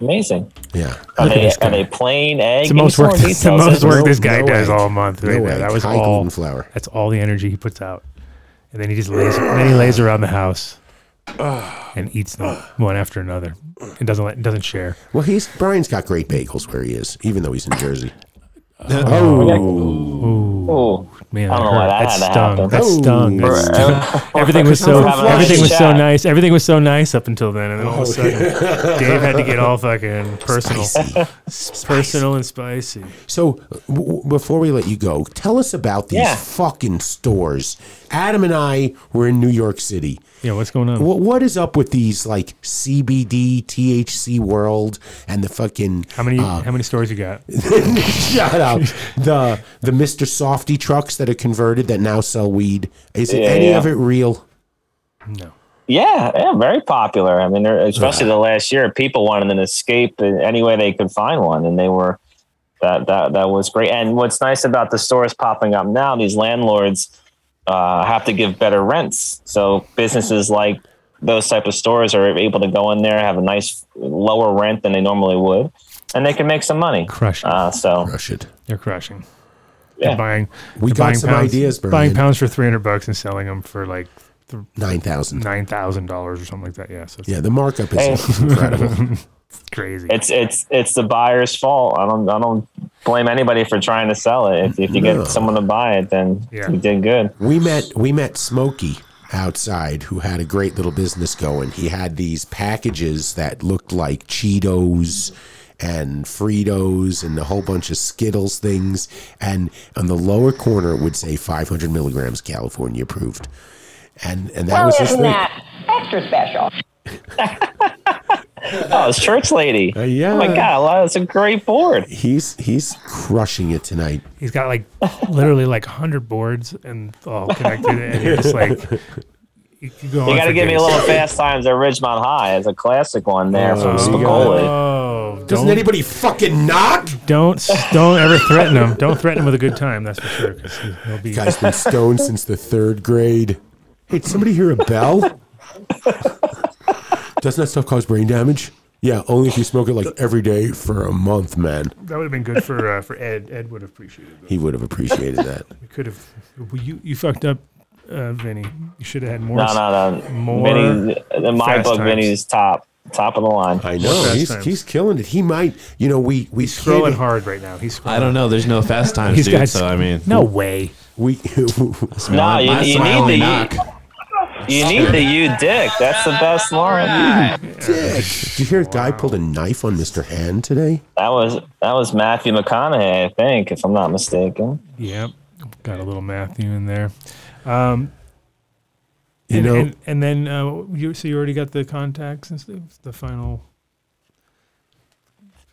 Amazing.
Yeah.
Are they, are they plain egg?
It's the most
Give me
work.
some more
It's
details.
the most work this
No-
guy
no
does
egg.
all month. Right
No
there.
egg.
That was
High
all
gluten
flour.
That's all the energy he puts out, and then he just lays. and then he lays around the house and eats them one after another. And doesn't let, doesn't share.
Well, he's Brian's got great bagels where he is, even though he's in Jersey. Oh.
Oh
man,
I don't know
hurt.
why that,
that
had to
stung.
happen.
That stung. That stung. Everything was so
Having a
everything was so
chat.
nice. Everything was so nice up until then, and then all of a
Oh,
sudden,
yeah.
Dave had to get all fucking personal,
Spicy.
personal and spicy.
So, w- w- before we let you go, tell us about these
Yeah.
fucking stores. Adam and I were in New York City.
Yeah, what's going on?
What, what is up with these like CBD, THC world, and the fucking
How many
uh,
how many stores you got?
shut up the the Mr. Softy trucks that are converted that now sell weed? Is it
Yeah,
any
yeah.
of it real?
Yeah, yeah, very popular. I mean, they're- especially the last year, people wanted an escape in any way they could find one, and they were that that that was great. And what's nice about the stores popping up now, these landlords uh, have to give better rents, so businesses like those type of stores are able to go in there have a nice lower rent than they normally would, and they can make some money.
Crush it.
Uh, so
crush it.
They're crushing.
Yeah.
They're buying.
We
they're
got
buying
some
pounds,
ideas,
Buying
Brian.
pounds for three hundred bucks and selling them for like
nine thousand,
nine thousand dollars or something like that. Yeah. So it's-
Yeah, the markup is
Hey.
incredible.
It's crazy.
It's it's it's the buyer's fault. I don't I don't blame anybody for trying to sell it. If, if you
No.
get someone to buy it, then you did good.
We met we met Smokey outside who had a great little business going. He had these packages that looked like Cheetos and Fritos and a whole bunch of Skittles things and on the lower corner it would say 500 milligrams California approved. And and that
well,
was his
isn't
thing.
that extra special?
Oh, it's church lady.
Uh, yeah.
Oh my god, I love that's a great board.
He's he's crushing it tonight.
He's got like literally like hundred boards and all connected, and you're just like, you, could go
you
on
got
for
to give me a
days.
little fast times at Ridgemont High. It's a classic one there
Oh,
from
you
Spicoli.
Oh,
Doesn't
don't-
anybody fucking knock?
Don't don't ever threaten him. Don't threaten him with a good time. That's for sure. 'cause he- he'll be.
Guy's been stoned since the third grade. Hey, did somebody hear a bell? Doesn't that stuff cause brain damage? Yeah, only if you smoke it like every day for a month, man.
That would have been good for uh, for Ed. Ed would have appreciated.
He would have appreciated that.
We could have. well, You you fucked up, uh, Vinny. You should have had more.
No, no, no.
More.
Vinny, in my
fast
book,
times.
Vinny's top top of the line.
I know he's, he's killing it. He might, you know, we we he's
scrolling hard right now. He's.
I don't know. There's no fast times,
He's
dude.
got-
so I mean,
No way.
We
No, you,
My
you
smile
need the
and
knock. You need the you dick. That's the best Lauren.
Dick. Did you hear a guy pulled a knife on Mr. Hand today?
That was that was Matthew McConaughey, I think, if I'm not mistaken.
Yep. Got a little Matthew in there. Um,
You
and,
know-
and, and then uh, you so you already got the contacts and stuff, the final.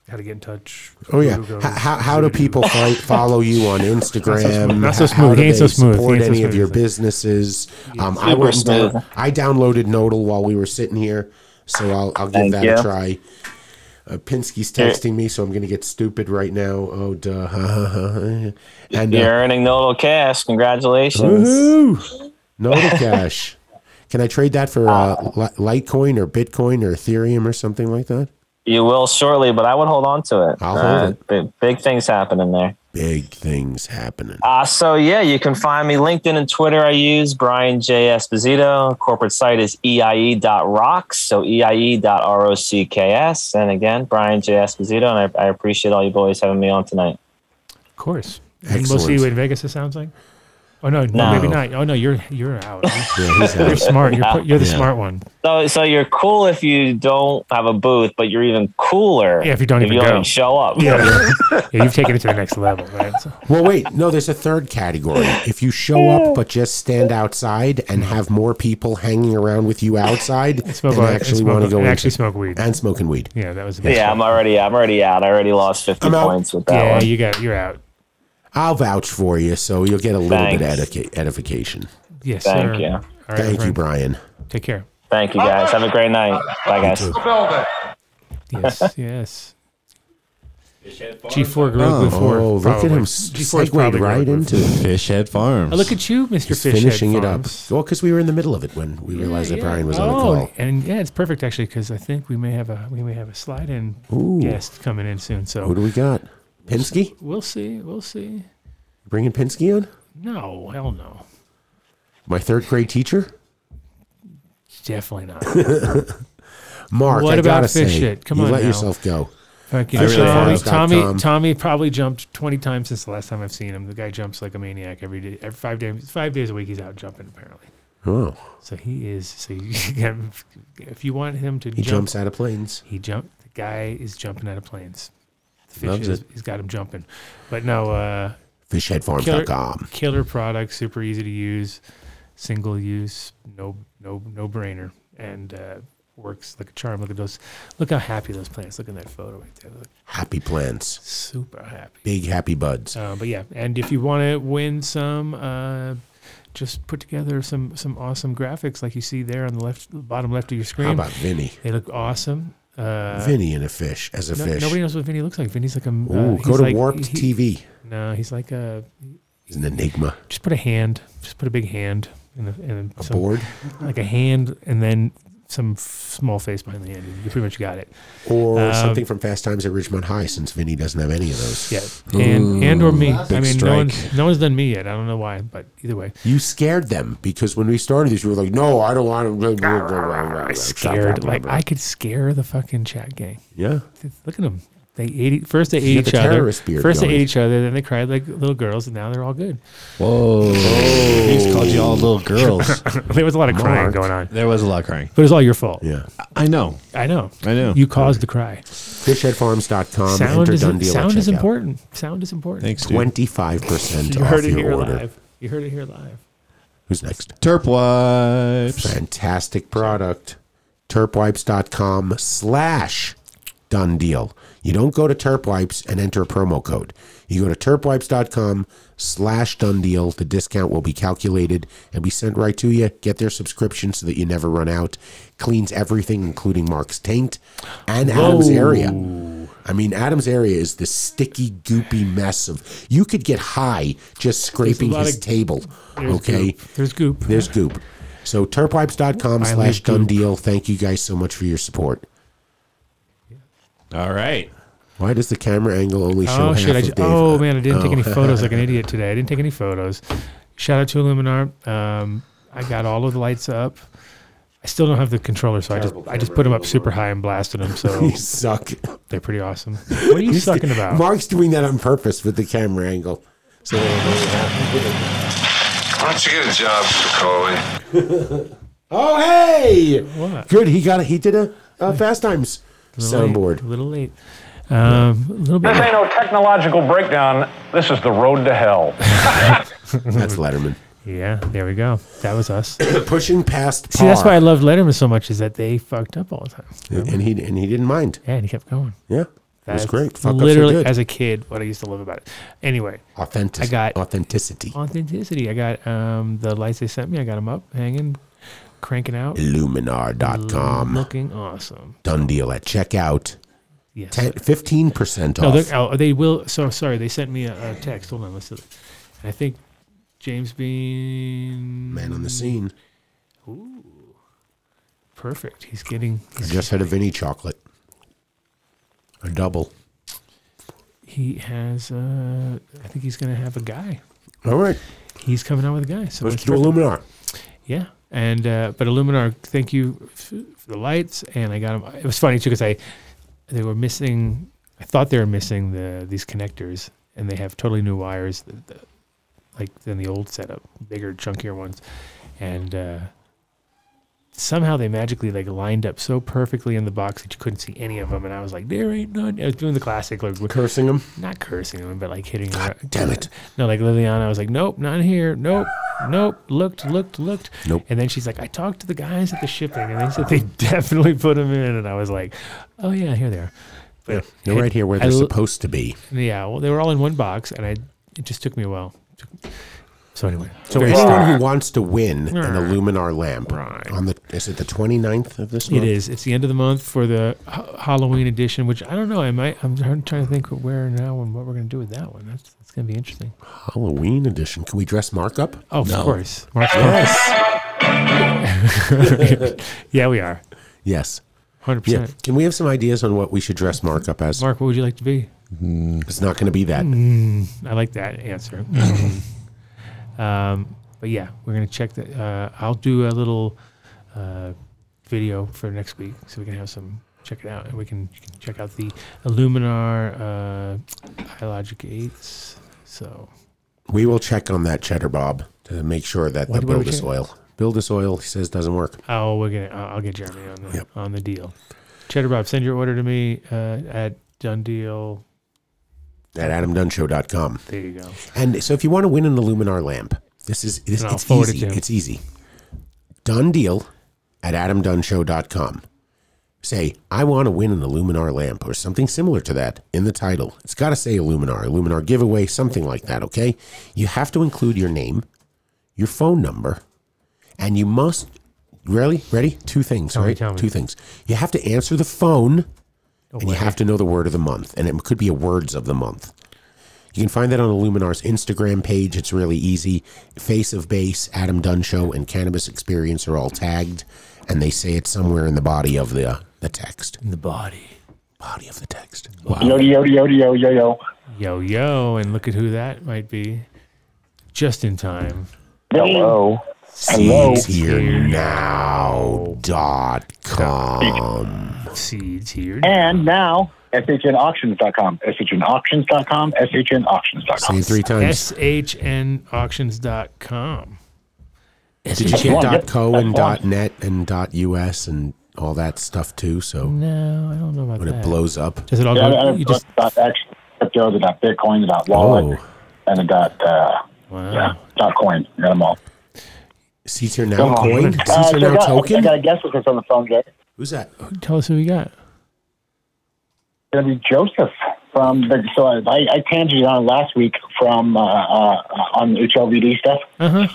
How to get in touch?
Oh yeah.
Who goes-
How, how, how do people find, follow you on Instagram?
Not so
How- how
smooth.
do
He ain't
they
so smooth. He
Support
ain't so
any of
smooth.
your businesses? Um, I
Super
went and
smooth.
down- I downloaded Nodal while we were sitting here, so I'll I'll give
Thank
that a
you.
try. Uh, Pinsky's
Yeah.
texting me, so I'm going to get stupid right now. Oh, duh. and
You're
uh,
earning Nodal cash. Congratulations.
woohoo! Nodal Cash. Can I trade that for uh, Li- Litecoin or Bitcoin or Ethereum or something like that?
You will shortly, but I would hold on to it. Uh,
I'll hold it.
Big, big things happening there.
Big things happening.
Uh, so yeah, you can find me LinkedIn and Twitter. I use Brian J Esposito. Corporate site is E eie.rocks. So E eie.rocks. And again, Brian J Esposito. And I, I appreciate all you boys having me on tonight.
Of course. And we'll
Excellent.
see you in Vegas. It sounds like. Oh no, no,
No.
maybe not. Oh no, you're you're out.
he's out.
You're smart. You're, pu- you're the
Yeah.
smart one.
So, so you're cool if you don't have a booth, but you're even cooler
Yeah, if you don't even
you
go.
don't show up.
Yeah. yeah, you've taken it to the next level, right? So,
Well, wait. No, there's a third category. If you show up but just stand outside and have more people hanging around with you outside
smoke
than
a- and
actually
smoke-
want to go
and
in-
actually smoke weed.
and smoking weed.
yeah, that was the best
yeah, I'm already, I'm already out. I already lost 50
I'm out.
points with that
Yeah,
one.
you
got, you're out.
I'll vouch for you, so you'll get a little
Thanks.
bit of edica- edification.
Yes, Thank sir. you. All right,
Thank you,
friend.
Brian.
Take care.
Thank you guys. Have a great night. Bye guys.
Yes, yes. G four grew
Oh,
before.
oh, look at him
G4 is
segue
probably
right
grew
into
before.
Fishhead Farms.
Oh, look at you,
He's
Mr. Fishhead
finishing it up.
Farms.
Well, because we were in the middle of it when we realized that Brian was on the
Oh,
call.
and yeah, it's perfect actually because I think we may have a we may have a slide in
Ooh.
guest coming in soon. So
Who do we got? Pinsky?
We'll see. We'll see.
Bringing Pinsky on?
No, hell no.
My third grade teacher?
Definitely not.
Mark,
what
I
about
gotta
fish
say,
it? Come
you
on,
let
now.
yourself go.
Fucking
I really um,
Tommy,
thought-
Tommy,
Tom.
Tommy probably jumped twenty times since the last time I've seen him. The guy jumps like a maniac every day, every five days, five days a week. He's out jumping apparently.
Oh.
So he is. So you, can- if you want him to,
He
jump,
jumps out of planes.
He jump. The guy is jumping out of planes. The fish
Loves
is,
it.
He's got him jumping. But no, uh,
Fishheadfarms.com.
Killer, killer product, super easy to use, single use, no no no brainer, and uh, works like a charm. Look at those. Look how happy those plants. Look in that photo right there. Look
Happy plants.
super happy.
Big happy buds.
Uh, but yeah, and if you want to win some, uh, just put together some some awesome graphics like you see there on the left, bottom left of your screen.
about Vinny?
They look awesome. Uh,
Vinny and a fish as a
no-
fish.
Nobody knows what Vinny looks like. Vinny's like a. m-
Ooh,
he's
go to
like-
Warped
he-
TV.
No, he's like a.
He's an enigma.
Just put a hand. Just put a big hand and a, and
A board?
like a hand, and then some f- small face behind the hand. You pretty much got it.
Or
Um,
something from Fast Times at Richmond High, since Vinny doesn't have any of those.
Yeah, and and or me. I
Big
mean,
strike.
no one's no one's done me yet. I don't know why, but either way.
You scared them because when we started this, you were like, "No, I don't want to." Blah, blah, blah,
I scared. Like I could scare the fucking chat gang.
Yeah.
Look at them. They ate e- first. They
You
ate
got
each
the
other.
terrorist beard
First they
going.
ate each other. Then they cried like little girls, and now they're all good.
Whoa. He's called you all little girls.
There was a lot of crying going on.
There was a lot of crying.
But it was all your fault.
Yeah.
I know.
I know.
I know.
You caused the cry.
Fishheadfarms.com.
sound
enter
is
Um, done deal
sound
at
is
checkout.
important. Sound is important.
Thanks, dude.
Twenty-five percent
You
off
heard it
your
here
order.
live. You heard it here live.
Who's next?
Terp wipes.
Fantastic product. Terpwipes.com slash done deal. You don't go to Terpwipes and enter a promo code. You go to terpwipes.com slash done deal. The discount will be calculated and be sent right to you. Get their subscription so that you never run out. Cleans everything, including Mark's taint and Adam's
Whoa.
area. I mean, Adam's area is the sticky, goopy mess of. You could get high just scraping
lot
his
of-
table.
there's
Okay.
goop. There's goop.
There's goop. So turpwipes.com
I
slash
live
done
goop.
deal. Thank you guys so much for your support.
All right.
Why does the camera angle only show
Oh
half
shit! I
of
ju-
Dave?
oh man, I didn't take any
Oh.
photos like an idiot today. I didn't take any photos. Shout out to Illuminar. Um, I got all of the lights up. I still don't have the controller, so I just I just put them up super high and blasted them. So
You suck.
They're pretty awesome. What are you
He's-
sucking about?
Mark's doing that on purpose with the camera angle. So
Why don't you get a job, Spicoli?
Oh hey!
What?
Good. He got it. He did a, a fast times soundboard.
A little late. Um, a little bit.
This ain't no technological breakdown. This is the road to hell.
That's Letterman.
Yeah, there we go. That was us.
Pushing past
See, that's
par.
why I love Letterman so much is that they fucked up all the time.
and he and he didn't mind.
Yeah, and he kept going.
Yeah. It was
That's
great. Fuck ups are
literally,
good.
as a kid, what I used to love about it. Anyway,
Authentic-
I got
authenticity.
Authenticity. I got um, the lights they sent me. I got them up, hanging, cranking out,
Illuminar.com.
looking awesome.
Done deal at checkout.
Yes.
10, 15%
No,
off.
they're, oh, they will. So sorry, they sent me a, a text. Hold on, let's. And I think James Bean,
Man on the scene.
Ooh, perfect. He's getting.
I
he's-
just had a Vinny chocolate. A double.
he has. Uh, I think he's going to have a guy.
All right.
He's coming out with a guy. So
Let's
it's
do
perfect.
Illuminar.
Yeah, and uh, but Illuminar, thank you f- for the lights, and I got them. It was funny too because I they were missing. I thought they were missing the these connectors, and they have totally new wires. The, the, like than the old setup, bigger, chunkier ones, and uh, somehow they magically like lined up so perfectly in the box that you couldn't see any of them. And I was like, there ain't none. I was doing the classic, like
cursing them,
not cursing them, but like hitting.
God damn it!
No, like Liliana, I was like, nope, not here. Nope, nope. Looked, looked, looked.
Nope.
And then she's like, I talked to the guys at the shipping, and they said they definitely put them in. And I was like, oh yeah, here they are.
Yeah, they're right here where
I
they're
l-
supposed to be.
Yeah, well, they were all in one box, and I it just took me a while. So anyway,
So
very
anyone
stupid.
who wants to win an
Right.
Illuminar lamp on the is it the 29th of this month?
It is. It's the end of the month for the Ha- Halloween edition, which I don't know. I might. I'm trying trying to think of where now and what we're going to do with that one. That's that's going to be interesting.
Halloween edition. Can we dress Mark up?
Oh, of course. Mark's
Yes.
yeah, we are.
Yes.
100%.
Can we have some ideas on what we should dress Mark up as?
Mark, what would you like to be?
It's not going to be that.
Mm, I like that answer. um, but yeah, we're gonna check that. Uh, I'll do a little uh, video for next week, so we can have some check it out, and we can, you can check out the Illuminar uh, iLogic eights. So
We will check on that cheddar bob to make sure that
What-
the
what do we
build us
check?
oil. Build us oil, he says, doesn't work.
I'll we're gonna I'll, I'll get Jeremy on the on the deal. Cheddar Bob, send your order to me uh, at Dundeal.
At adamdunshow.com.
There you go.
And so if you want to win an Illuminar lamp, this is this,
And I'll
it's
forward it
easy.
to him.
it's easy. Done deal at adamdunshow.com. Say, I want to win an Illuminar lamp or something similar to that in the title. It's got to say Illuminar, Illuminar giveaway, something like that, okay? You have to include your name, your phone number, and you must really ready two things,
Tell me,
right?
tell me.
Two things. You have to answer the phone, and
way.
you have to know the word of the month, and it could be a words of the month. You can find that on Illuminar's Instagram page. It's really easy. Face of Base, Adam Dunn Show, and Cannabis Experience are all tagged, and they say it somewhere in the body of the the text.
In the body.
Body of the text.
Yo,
yo,
yo, yo, yo, yo.
Yo yo, and look at who that might be. Just in time.
Hello.
Seeds here now dot com.
Seeds here.
And now, shnauctions.com, shnauctions.com, shnauctions.com.
Say it three times.
SHNauctions.com.
Did you
That's
get
one.
dot co
That's
and
one.
dot net and dot us and all that stuff too? So
No, I don't know Mm, about
when
that.
it blows up,
Does it all
yeah,
go-
I have
you
books
just-
about X, crypto, they got Bitcoin, they got wallet,
Oh.
and they got, uh, yeah, dot coin. They got them all.
Seats here now
Come on.
coin.
Uh,
Seats
so
here
I
now
got- I
token.
got a guest with us on the phone, Jay.
Who's that?
Tell us who we got.
It's going to be Joseph from the. So I, I tangented on last week from uh, uh, on the HLVD stuff.
Uh-huh.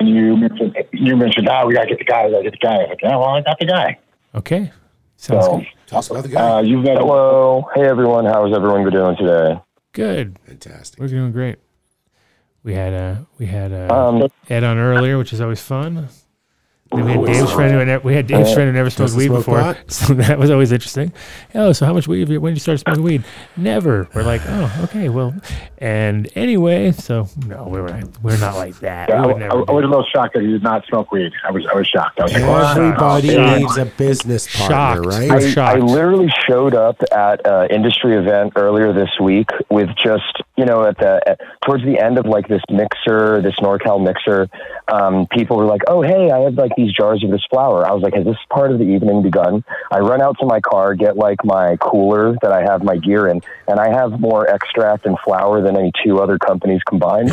And you mentioned you mentioned, oh, we got to get the guy, we got to get the guy. I was like, yeah, well, I got the guy.
Okay. Sounds
so,
good.
Tell us about the
guy. Uh, you've met
Hello. Hey, everyone. How's everyone doing today?
Good.
Fantastic.
We're doing great. We had uh we had uh,
Um,
Ed on earlier, which is always fun. Then we had
Always
Dave's
fun.
friend who ne- we had Dave's
Uh,
friend who never
doesn't
smoked weed
smoke
before,
pot.
so that was always interesting. Oh, so how much weed? Have you, when did you start smoking weed? Never. We're like, oh, okay, well, and anyway, so no, we were not, we're not like that.
Yeah, I,
we would
I-
never.
I was a little shocked that you did not smoke weed. I was I was shocked. I was like, wow.
Everybody
Yeah.
needs a business partner, right?
I, I literally showed up at an industry event earlier this week with just you know at the at, towards the end of like this mixer, this NorCal mixer. Um, people were like, "Oh, hey, I have like these jars of this flour." I was like, "Has this part of the evening begun?" I run out to my car, get like my cooler that I have my gear in, and I have more extract and flour than any two other companies combined.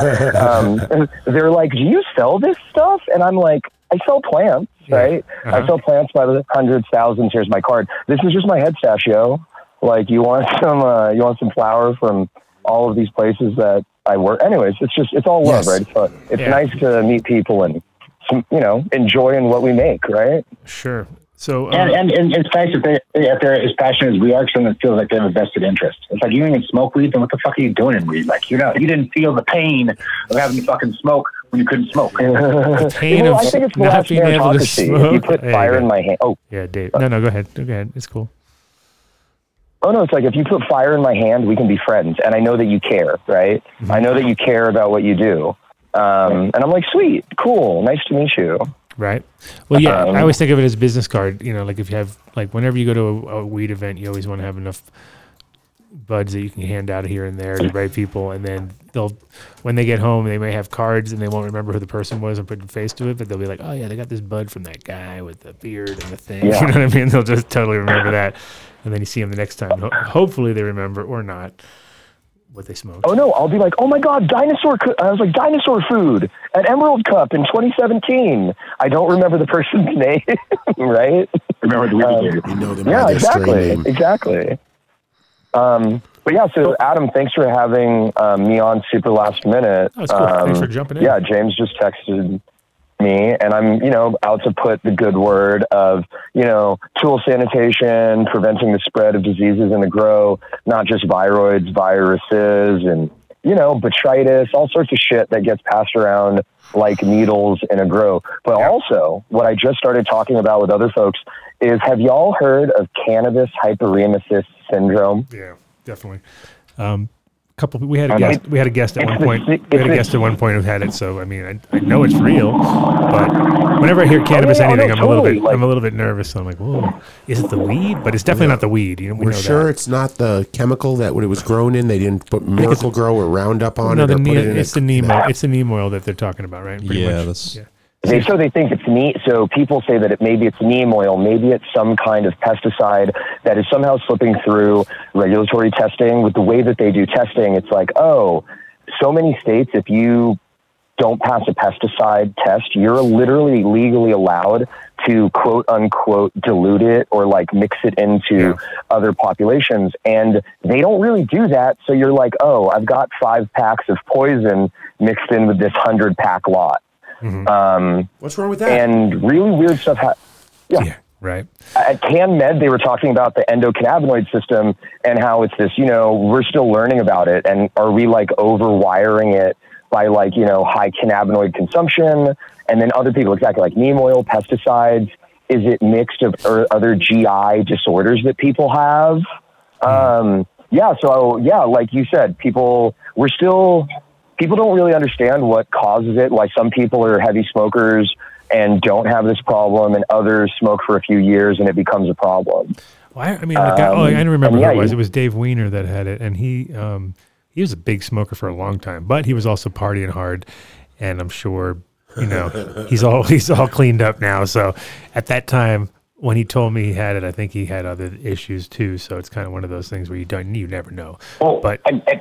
um, they're like, "Do you sell this stuff?" And I'm like, "I sell plants, right? I sell plants by the hundreds, thousands. Here's my card. This is just my head stash, yo. Like, you want some? Uh, you want some flour from all of these places that I work? Anyways, it's just it's all love,
Yes.
right? It's, fun. it's
Yeah.
nice to meet people and some, you know enjoying what we make, right?
Sure.
uh,
So
And, and, and it's nice if, they, if they're as passionate as we are, 'cause then it feels like they have a vested interest. It's like you don't even smoke weed, then what the fuck are you doing in weed? Like you know, you didn't feel the pain of having to fucking smoke when you couldn't smoke.
pain
well,
of
I think it's
not
last
being able to
meritocracy. If you
smoke.
put
There you
fire
go.
in my hand. Oh,
yeah, Dave. No, no, go ahead. Go ahead. It's cool.
Oh no, it's like if you put fire in my hand, we can be friends, and I know that you care, right?
Mm-hmm.
I know that you care about what you do, um, and I'm like, sweet, cool, nice to meet you.
Right. Well, yeah,
Um,
I always think of it as business card. You know, like if you have like whenever you go to a, a weed event, you always want to have enough buds that you can hand out here and there to the right people, and then they'll when they get home they may have cards and they won't remember who the person was and put a face to it, but they'll be like, oh yeah, they got this bud from that guy with the beard and the thing.
Yeah.
You know what I mean? They'll just totally remember that, and then you see them the next time. Ho- hopefully they remember or not what they smoked.
Oh no, I'll be like, oh my god, dinosaur. Co-. I was like, dinosaur food at Emerald Cup in 2017. I don't remember the person's name, right?
Remember the
Wikipedia.
you know them
yeah,
by their strain
exactly,
name.
exactly. Um, but yeah, so Adam, thanks for having um, me on super last minute.
Oh, it's cool.
Um,
Thanks for jumping in.
Yeah, James just texted me, and I'm you know out to put the good word of you know tool sanitation, preventing the spread of diseases in the grow, not just viroids, viruses, and you know botrytis, all sorts of shit that gets passed around like needles in a grow. But also, what I just started talking about with other folks is, have y'all heard of cannabis hyperemesis syndrome?
Yeah, definitely. Um, couple we had a
I
guest
mean,
we had a guest at
it's
one
the
point
se-
we
it's
had a
the-
guest at one point who had it so I mean I, I know it's real but whenever I hear cannabis
Oh, yeah,
anything
no,
I'm a little
totally,
bit I'm a little bit nervous so I'm like whoa is it the weed but it's definitely not the weed you know we
We're
know
sure
that.
it's not the chemical that what it was grown in. They didn't put
it's-
Miracle Grow or Roundup on
no
it.
the
or
ne-
put it in
it's
a,
the neem oil, it's the neem oil that they're talking about right pretty
Yeah,
much.
that's-
yeah
They, so they think it's neat. So people say that it maybe it's neem oil, maybe it's some kind of pesticide that is somehow slipping through regulatory testing. With the way that they do testing, it's like, oh, so many states, if you don't pass a pesticide test, you're literally legally allowed to quote unquote dilute it or like mix it into other populations. And they don't really do that. So you're like, oh, I've got five packs of poison mixed in with this hundred pack lot. Um,
Mm-hmm. What's wrong with
that? And really weird stuff. Ha- yeah.
right
At CanMed, they were talking about the endocannabinoid system and how it's this, you know, we're still learning about it. And are we like overwiring it by like, you know, high cannabinoid consumption? And then other people, exactly like neem oil, pesticides. Is it mixed of or other GI disorders that people have? Um, yeah. So, yeah, like you said, people, we're still, people don't really understand what causes it, why some people are heavy smokers and don't have this problem, and others smoke for a few years and it becomes a problem.
Well, I, I mean, the guy, oh, I
Um,
didn't
and
remember who
yeah,
it was.
you-
It was Dave Weiner that had it, and he um, he was a big smoker for a long time, but he was also partying hard, and I'm sure you know he's all he's all cleaned up now. So at that time when he told me he had it, I think he had other issues too. So it's kind of one of those things where you don't you never know.
Well,
but
and and,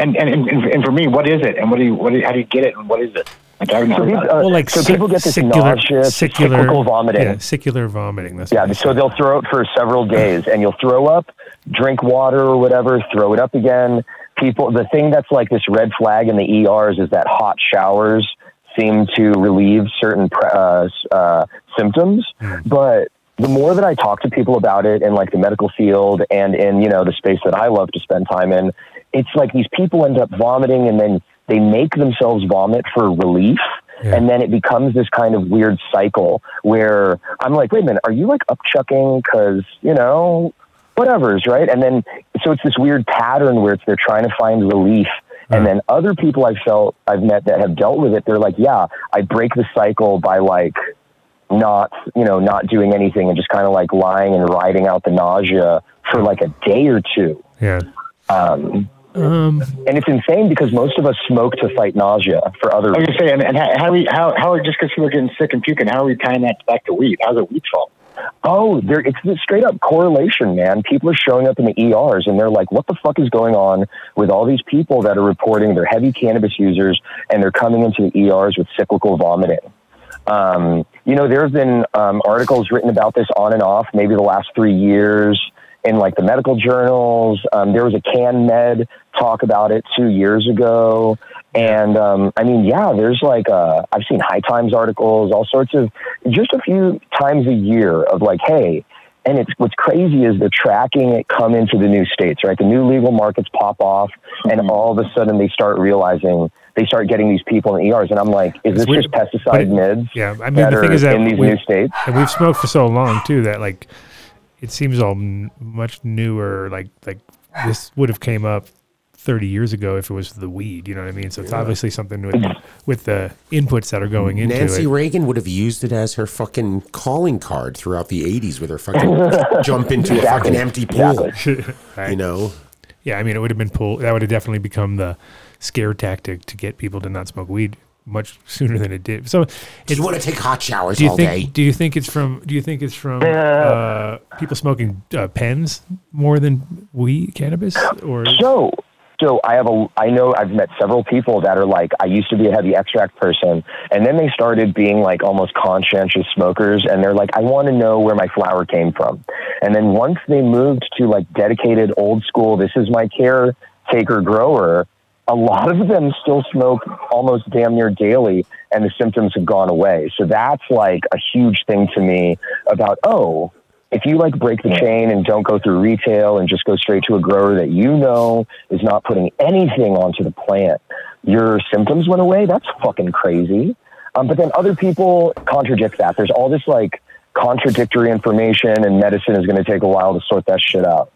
and, and, and and for me, what is it, and what do you, what do you, how do you get it, and what is it? Like, I don't know
So people,
about it.
uh, so people get this nauseous, cyclical vomiting.
Yeah, secular vomiting. That's
Yeah, so they'll throw it for several days, and you'll throw up, drink water or whatever, throw it up again. People, the thing that's like this red flag in the ERs is that hot showers seem to relieve certain pre- uh, s- uh, symptoms. But the more that I talk to people about it in like the medical field and in you know the space that I love to spend time in, it's like these people end up vomiting, and then they make themselves vomit for relief. And then it becomes this kind of weird cycle where I'm like, wait a minute, are you like upchucking? Because, you know, whatever's, right? And then, so it's this weird pattern where it's they're trying to find relief. And then other people I've felt, I've met that have dealt with it, they're like, yeah, I break the cycle by like not, you know, not doing anything and just kind of like lying and riding out the nausea for like a day or two.
Yeah.
Um,
Um,
and it's insane because most of us smoke to fight nausea for other
I was gonna say, and, and how, how, we, how, how are just because people are getting sick and puking, how are we tying that back to weed? How's it weed's fault?
Oh, there it's this straight up correlation, man. People are showing up in the ERs and they're like, what the fuck is going on with all these people that are reporting they're heavy cannabis users and they're coming into the ERs with cyclical vomiting? Um, you know, there have been um, articles written about this on and off, maybe the last three years in like the medical journals. Um, there was a CanMed talk about it two years ago. And um, I mean, yeah, there's like, uh, I've seen High Times articles, all sorts of, just a few times a year of like, hey, and it's what's crazy is they're tracking it come into the new states, right? The new legal markets pop off, and all of a sudden they start realizing they start getting these people in the ERs, and I'm like, is this
weird,
just pesticide mids?
Yeah, I mean
that
the thing
are
is that
in these
we-
new states.
and we've smoked for so long too that like it seems all n- much newer. Like like this would have came up thirty years ago if it was the weed. You know what I mean? So it's
Yeah.
obviously something with with the inputs that are going into
Nancy
it.
Reagan would have used it as her fucking calling card throughout the '80s with her fucking jump into a
Exactly.
fucking empty pool.
Exactly.
You know,
Yeah, I mean, it would have been pulled. That would have definitely become the scare tactic to get people to not smoke weed much sooner than it did. So,
Do you want to take hot showers
do you
all
think,
day?
Do you think it's from? Do you think it's from uh, people smoking uh, pens more than weed cannabis? Or
so so i have a i know i've met several people that are like i used to be a heavy extract person and then they started being like almost conscientious smokers and they're like i want to know where my flower came from and then once they moved to like dedicated old school this is my caretaker grower a lot of them still smoke almost damn near daily and the symptoms have gone away so that's like a huge thing to me about oh if you like break the chain and don't go through retail and just go straight to a grower that you know is not putting anything onto the plant, your symptoms went away. That's fucking crazy. Um, but then other people contradict that. There's all this like contradictory information, and medicine is going to take a while to sort that shit out.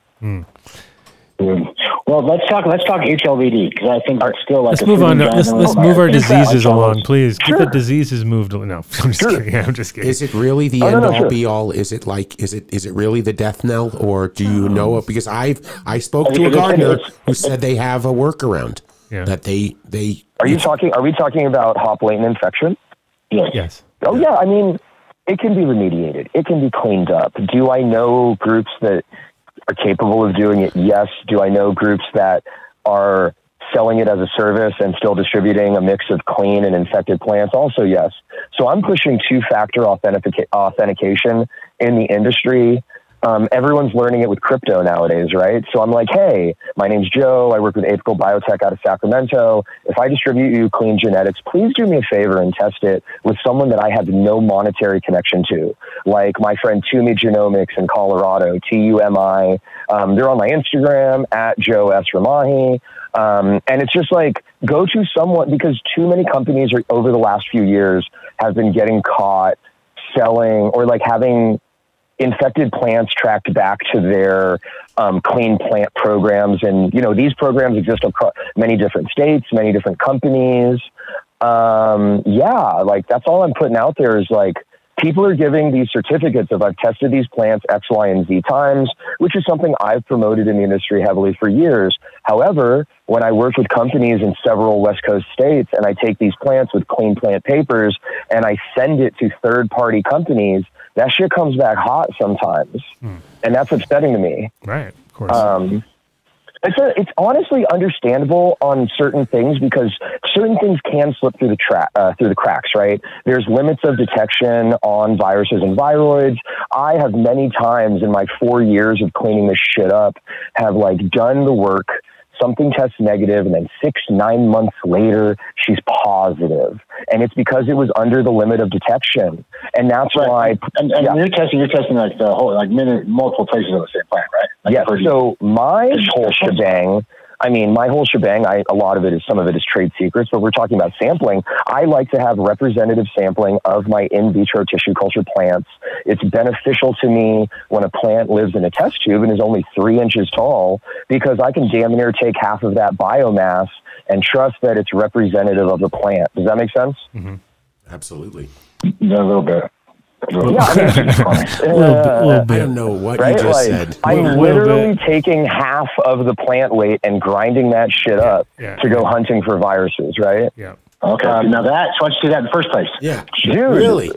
Well, let's talk. Let's talk HLVD because I think that's still like.
let's
a
move on.
sleeping
To,
giant
let's
in the
let's
world.
move our
Right.
uh,
diseases
Yeah,
along, please. Get
Sure.
the diseases moved. al- No, I'm just kidding. I'm just kidding.
Is it really the
Oh, no,
end
no,
all
sure.
be all? Is it like is it is it really the death knell, or do you know it? Because I've I spoke to a gardener who said they have a workaround that they they
Are you talking? Are we talking about hop latent infection?
Yes.
Yes.
Oh yeah. I mean, it can be remediated. It can be cleaned up. Do I know groups that are capable of doing it? Yes. Do I know groups that are selling it as a service and still distributing a mix of clean and infected plants? Also yes. So I'm pushing two-factor authentica- authentication in the industry um, everyone's learning it with crypto nowadays, right? So I'm like, hey, my name's Joe. I work with Apical Biotech out of Sacramento. If I distribute you clean genetics, please do me a favor and test it with someone that I have no monetary connection to, like my friend Tumi Genomics in Colorado, T U M I. Um, they're on my Instagram at Joe S. Ramahi. Um, and it's just like, go to someone because too many companies are, over the last few years have been getting caught selling or like having infected plants tracked back to their um, clean plant programs. And, you know, these programs exist across many different states, many different companies. Um, yeah, like that's all I'm putting out there is like, people are giving these certificates of I've tested these plants X, Y, and Z times, which is something I've promoted in the industry heavily for years. However, when I work with companies in several West Coast states and I take these plants with clean plant papers and I send it to third party companies, that shit comes back hot sometimes. And that's upsetting to me.
Right. Hmm. Of course.
Um, it's, a, it's honestly understandable on certain things because certain things can slip through the tra- uh, through the cracks, right? There's limits of detection on viruses and viroids. I have many times in my four years of cleaning this shit up have like done the work. Something tests negative, and then six, nine months later, she's positive, and it's because it was under the limit of detection, and that's why.
And, and you're testing. You're testing like the whole like many multiple places on the same plant, right?
yeah. So my whole shebang. I mean, my whole shebang. I, a lot of it is some of it is trade secrets, but we're talking about sampling. I like to have representative sampling of my in vitro tissue culture plants. It's beneficial to me when a plant lives in a test tube and is only three inches tall because I can damn near take half of that biomass and trust that it's representative of the plant. Does that make sense?
Mm-hmm.
absolutely.
Yeah, a little bit.
Yeah, I mean,
Uh, I don't know what
right?
you just
like,
said.
I'm literally taking half of the plant weight and grinding that shit up
yeah,
to go hunting for viruses, right?
Yeah.
Okay.
Um,
now that. So why did you do that in the first place?
Yeah.
Dude. Really?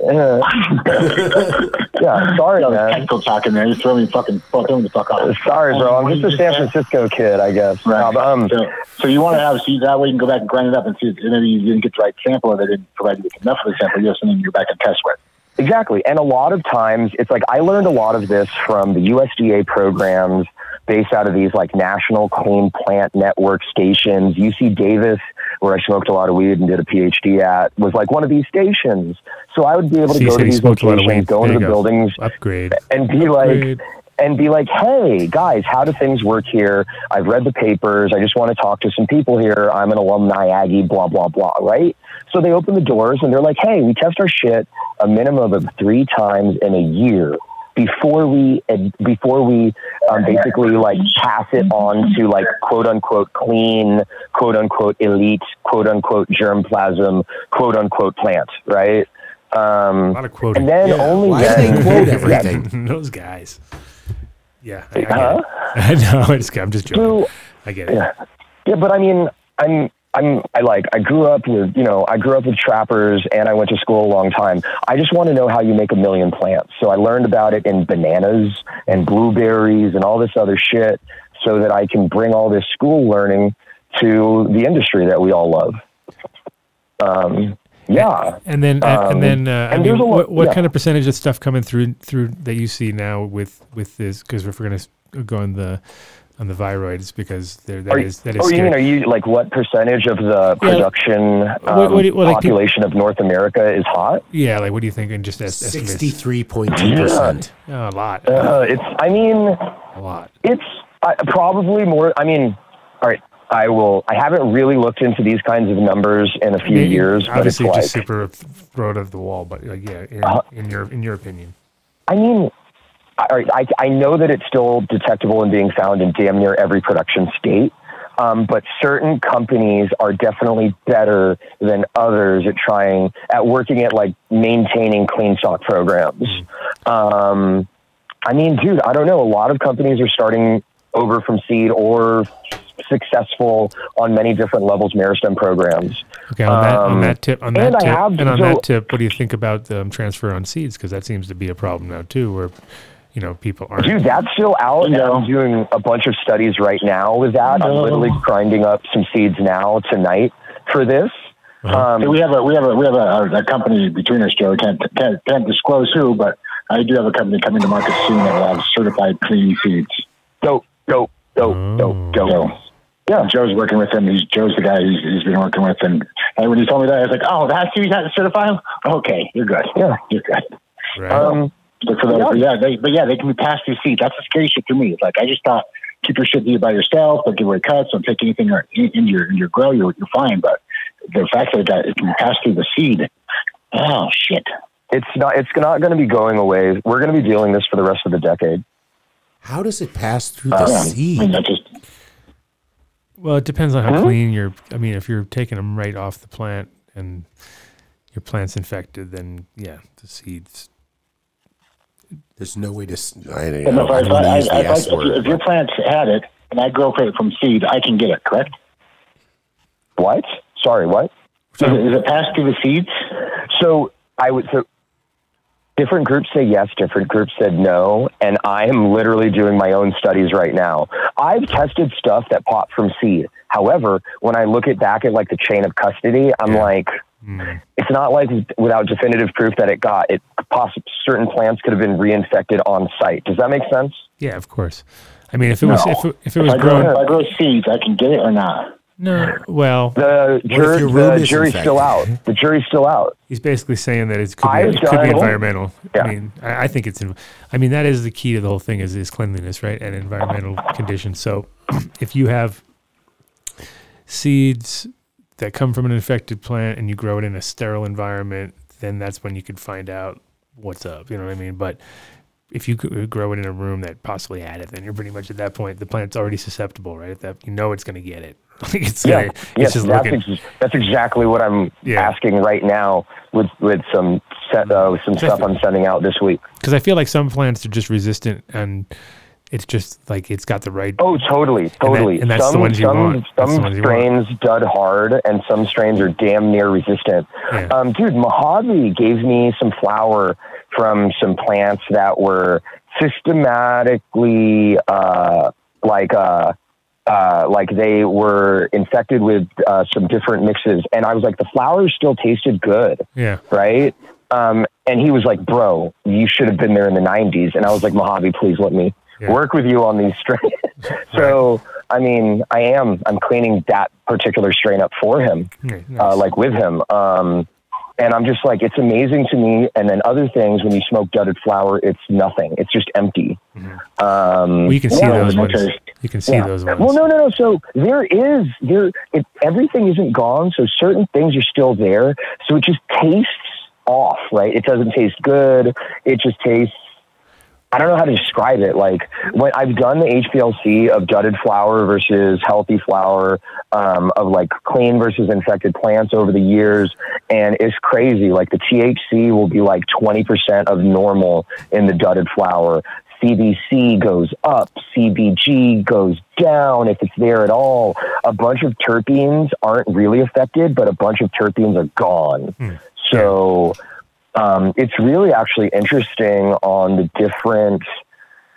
yeah. Sorry, man.
Technical talk in there. You throw me fucking. Throw me the fuck off.
Sorry, bro. I'm just a San Francisco kid, I guess.
Right.
Um,
so, so you want to have so you, that way you can go back and grind it up and see if maybe you didn't get the right sample or they didn't provide you with enough of the sample. You have something you go back and test with.
Exactly. And a lot of times, it's like I learned a lot of this from the USDA programs based out of these like national clean plant network stations. UC Davis, where I smoked a lot of weed and did a PhD at, was like one of these stations. So I would be able to
See,
go
so
to
he
these
smoked a lot of
locations,
weed.
go into
There
the
you go.
buildings,
Upgrade.
and be like
Upgrade.
and be like, hey guys, how do things work here? I've read the papers. I just want to talk to some people here. I'm an alumni Aggie, blah blah blah, right? So they open the doors and they're like, hey, we test our shit a minimum of three times in a year before we before we um, basically like pass it on to like quote unquote clean quote unquote elite quote unquote germplasm quote unquote plant, right? Um, and then only then Yeah.
Those guys. Yeah. I, I, get it. I know. I'm just, I'm just joking.
So,
I get it.
Uh-huh. Yeah. Yeah, but I mean, I'm I'm I like I grew up with, you know, I grew up with trappers and I went to school a long time. I just want to know how you make a million plants. So I learned about it in bananas and blueberries and all this other shit so that I can bring all this school learning to the industry that we all love. Um yeah,
And then,
Um,
and then, uh,
and
I mean,
there's a lot-
what, what
yeah.
kind of percentage of stuff coming through through that you see now with with this? Because if we're going to go on the on the viroids, because there that
Are
is
you-
that is
oh, you
scary.
mean are you like what percentage of the production
What- what do you-
um,
what, like, peop-
population of North America is hot?
yeah, like what do you think? And just as estimates?
63.2%.
Yeah. a lot.
Uh, it's. I mean, a
lot.
It's uh, probably more. I mean, all right. I will. I haven't really looked into these kinds of numbers in a few
Maybe-
years, but it's
obviously
like. Uh-huh.
just super throat of the wall. But like, yeah, in, in your in your opinion,
I mean, I, all right, I, I know that it's still detectable and being found in damn near every production state, um, but certain companies are definitely better than others at trying at working at like maintaining clean stock programs. Um, I mean, dude, I don't know. A lot of companies are starting over from seed or successful on many different levels meristem programs.
okay. On that on
Um,
that tip, on
and
that
I
tip,
have-
and on
so-
that tip, what do you think about the um, transfer on seeds? Because that seems to be a problem now too, where you know people aren't.
Dude, that's still out. and I'm doing a bunch of studies right now with that. I'm literally grinding up some seeds now tonight for this. Um,
See, we have a we have a we have a, a company between us, Joe. Can't, can't can't disclose who, but I do have a company coming to market soon that will have certified clean seeds.
Dope, dope, dope, dope, dope. Yeah,
Joe's working with him. He's Joe's the guy he's, he's been working with, and, and when he told me that, I was like, "Oh, that's who you had to certify him? Okay, you're good.
Yeah,
you're good."
Right.
Um,
Look for those. But yeah, they, but yeah, they can be passed through seed. That's the scary shit to me. It's like I just thought, keep your shit to you by yourself. Don't give away cuts. Don't take anything or- in, in your in your grow. You're you're fine. But the fact that it got- it can pass through the seed. Oh shit!
It's not. It's not going to be going away. We're going to be dealing this for the rest of the decade.
How does it pass through
Uh,
the
yeah,
seed?
I mean,
Well, it depends on how
Huh?
clean you're. I mean, if you're taking them right off the plant and your plant's infected, then yeah, the seeds.
There's no way to. I
And if, I, if, I, if, I, if, your- if your plants had it and I grow it from seed, I can get it. Correct?
What? Sorry, what?
Is it, is it passed through the seeds?
So I would. So different groups say yes, different groups said no, and I am literally doing my own studies right now. I've tested stuff that popped from seed. However, when I look at back at like the chain of custody, I'm like, it's not like without definitive proof that it got it. Poss- certain plants could have been reinfected on site. Does that make sense?
Yeah, of course. I mean, if it was
No.
if, it- if it was
I grow-
grown,
If I grow seeds, I can get it or not.
No. Well,
the,
jur- your room the is jury's infected? still
out. The jury's still out.
He's basically saying that it could be,
I've
it could
done-
be environmental.
Yeah.
I mean, I, I think it's. in- I mean, that is the key to the whole thing is is cleanliness, right, and environmental conditions. So, if you have seeds that come from an infected plant and you grow it in a sterile environment, then that's when you could find out what's up. You know what I mean? But if you g- grow it in a room that possibly had it, then you're pretty much at that point the plant's already susceptible, right? At that you know it's going to get it. Like it's
yeah.
gonna,
yes,
it's just
that's,
looking.
ex- that's exactly what I'm asking right now with with some set, uh, with some stuff I'm sending out this week.
Because I feel like some plants are just resistant, and it's just like it's got the right.
Oh, totally,
that-
totally.
and that's the
some,
ones you
some,
want. That's the
Some
ones you
strains dud hard, and some strains are damn near resistant. Um, dude, Mojave gave me some flower from some plants that were systematically uh, like. Uh, uh, like they were infected with uh, some different mixes, and I was like, the flowers still tasted good
Yeah.
right? Um, and he was like, "Bro, you should have been there in the '90s." And I was like, "Mojave, please let me work with you on these strains." so, I mean, I am I'm cleaning that particular strain up for him,
Okay,
uh, like with him. Um, and I'm just like, it's amazing to me. And then other things, when you smoke dutted flour, it's nothing. It's just empty. Um,
Well, you can see
yeah.
those ones. You can see those ones.
Well, no, no, no. So there is there. It, everything isn't gone, so certain things are still there. So it just tastes off, right? It doesn't taste good. It just tastes. I don't know how to describe it. Like when I've done the HPLC of jutted flour versus healthy flour, um, of like clean versus infected plants over the years, and it's crazy. Like the THC will be like twenty percent of normal in the jutted flour. CBC goes up, CBG goes down, if it's there at all. A bunch of terpenes aren't really affected, but a bunch of terpenes are gone. So um, it's really actually interesting on the different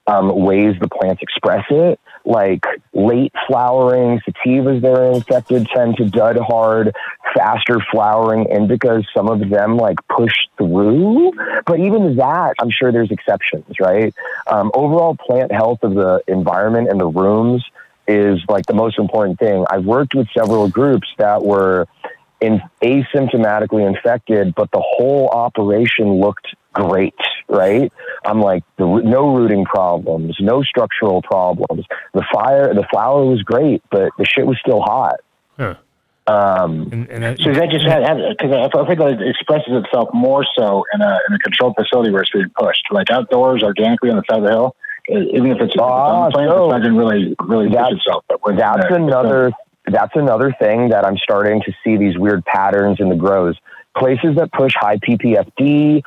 um, ways the plants express it. Like late flowering sativas that are infected tend to dud hard, faster flowering indicas, some of them like push through. But even that, I'm sure there's exceptions, right? Um, overall plant health of the environment and the rooms is like the most important thing. I've worked with several groups that were in asymptomatically infected, but the whole operation looked great, right? I'm like, the, ro- no rooting problems, no structural problems. The fire, the flower was great, but the shit was still hot.
Huh.
Um,
so that just had because I, I think it expresses itself more so in a in a controlled facility where it's being pushed, like outdoors, organically on the side of the hill. e- Even if it's,
Ah,
on the plant,
so-
it doesn't really really push itself. But when
that's
uh,
another that's another thing that I'm starting to see these weird patterns in the grows. Places that push high PPFD,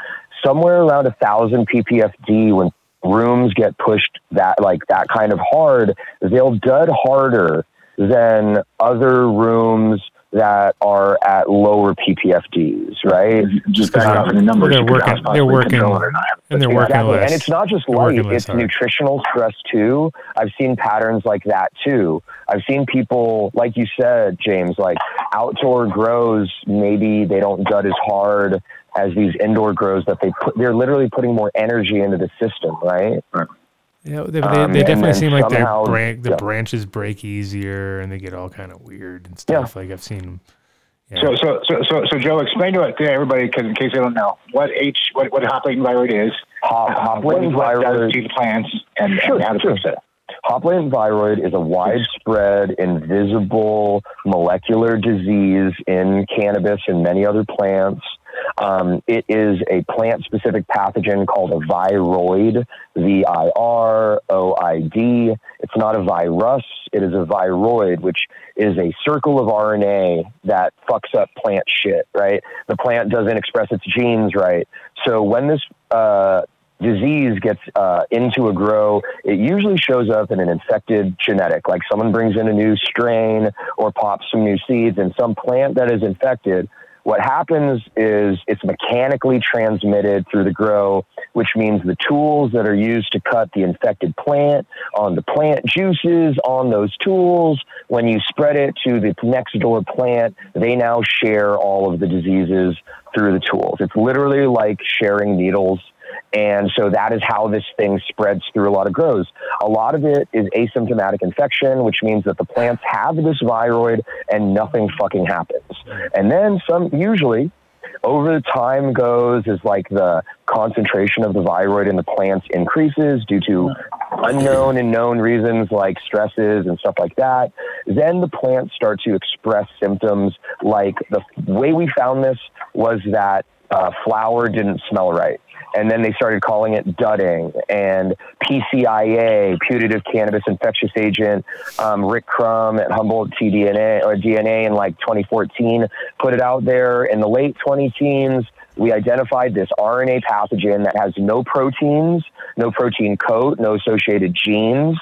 somewhere around a thousand PPFD when rooms get pushed that like that kind of hard, they'll dud harder than other rooms that are at lower PPFDs, right?
Just back up in the numbers, They're you could working- ask possibly they're working- control it or not. and they're working
Exactly.
less.
And it's not just
They're
light,
working less
it's
hard.
nutritional stress too. I've seen patterns like that too. I've seen people, like you said, James, like outdoor grows, maybe they don't gut as hard as these indoor grows that they put, they're literally putting more energy into the system, right?
Yeah, they, they,
Um,
they
and
definitely
then
seem like their
somehow-
branch, the
yeah.
branches break easier, and they get all kind of weird and stuff. Like I've seen.
So, so, so, so, so, Joe, explain to it to everybody, 'cause in case they don't know, what H, what, what hoplite thyroid is,
hop,
uh,
what, what it does to the plants, and, and how to fix it.
Hoplite thyroid is a widespread, invisible molecular disease in cannabis and many other plants. Um, it is a plant specific pathogen called a viroid, V I R O I D. It's not a virus, it is a viroid, which is a circle of RNA that fucks up plant shit, right? The plant doesn't express its genes right. So when this uh, disease gets uh, into a grow, it usually shows up in an infected genetic. Like someone brings in a new strain or pops some new seeds, and some plant that is infected, what happens is it's mechanically transmitted through the grow, which means the tools that are used to cut the infected plant on the plant juices on those tools. When you spread it to the next door plant, they now share all of the diseases through the tools. It's literally like sharing needles and so that is how this thing spreads through a lot of grows. A lot of it is asymptomatic infection, which means that the plants have this viroid and nothing fucking happens. And then some, usually, over the time goes as like the concentration of the viroid in the plants increases due to unknown and known reasons like stresses and stuff like that. Then the plants start to express symptoms like the way we found this was that uh, flour didn't smell right. And then they started calling it dudding and PCIA, putative cannabis infectious agent. Um, Rick Crum at Humboldt TDNA or DNA in like 2014 put it out there in the late 20 teens. We identified this RNA pathogen that has no proteins, no protein coat, no associated genes.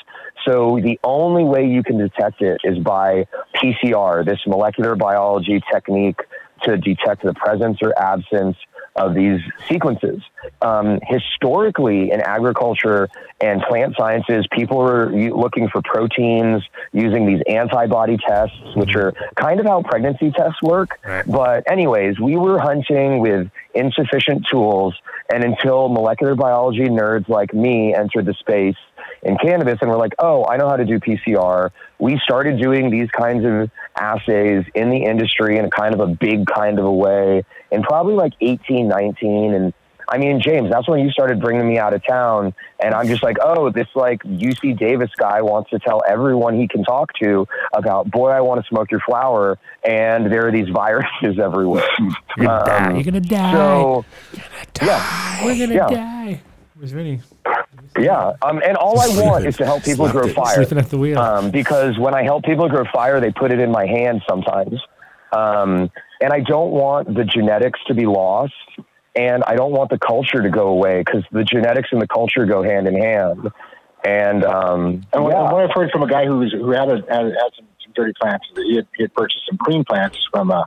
So the only way you can detect it is by PCR, this molecular biology technique to detect the presence or absence of these sequences. Um, historically, in agriculture and plant sciences, people were u- looking for proteins using these antibody tests, which are kind of how pregnancy tests work. But, anyways, we were hunting with insufficient tools. And until molecular biology nerds like me entered the space in cannabis and were like, oh, I know how to do PCR, we started doing these kinds of assays in the industry in a kind of a big kind of a way in probably like 18, 19. And I mean, James, that's when you started bringing me out of town. And I'm just like, oh, this like UC Davis guy wants to tell everyone he can talk to about, boy, I want to smoke your flower. And there are these viruses everywhere. You're
gonna die. You're gonna die.
So,
We're gonna
Yeah.
die. Was ready.
yeah. Um, and all I want is to help people grow fire.
Sleeping at the wheel.
Um, because when I help people grow fire, they put it in my hand sometimes. Um, and I don't want the genetics to be lost. and I don't want the culture to go away because the genetics and the culture go hand in hand. And um,
And what, what I've heard from a guy who was, who had, a, had, had some, some dirty plants, he had, he had purchased some clean plants from a,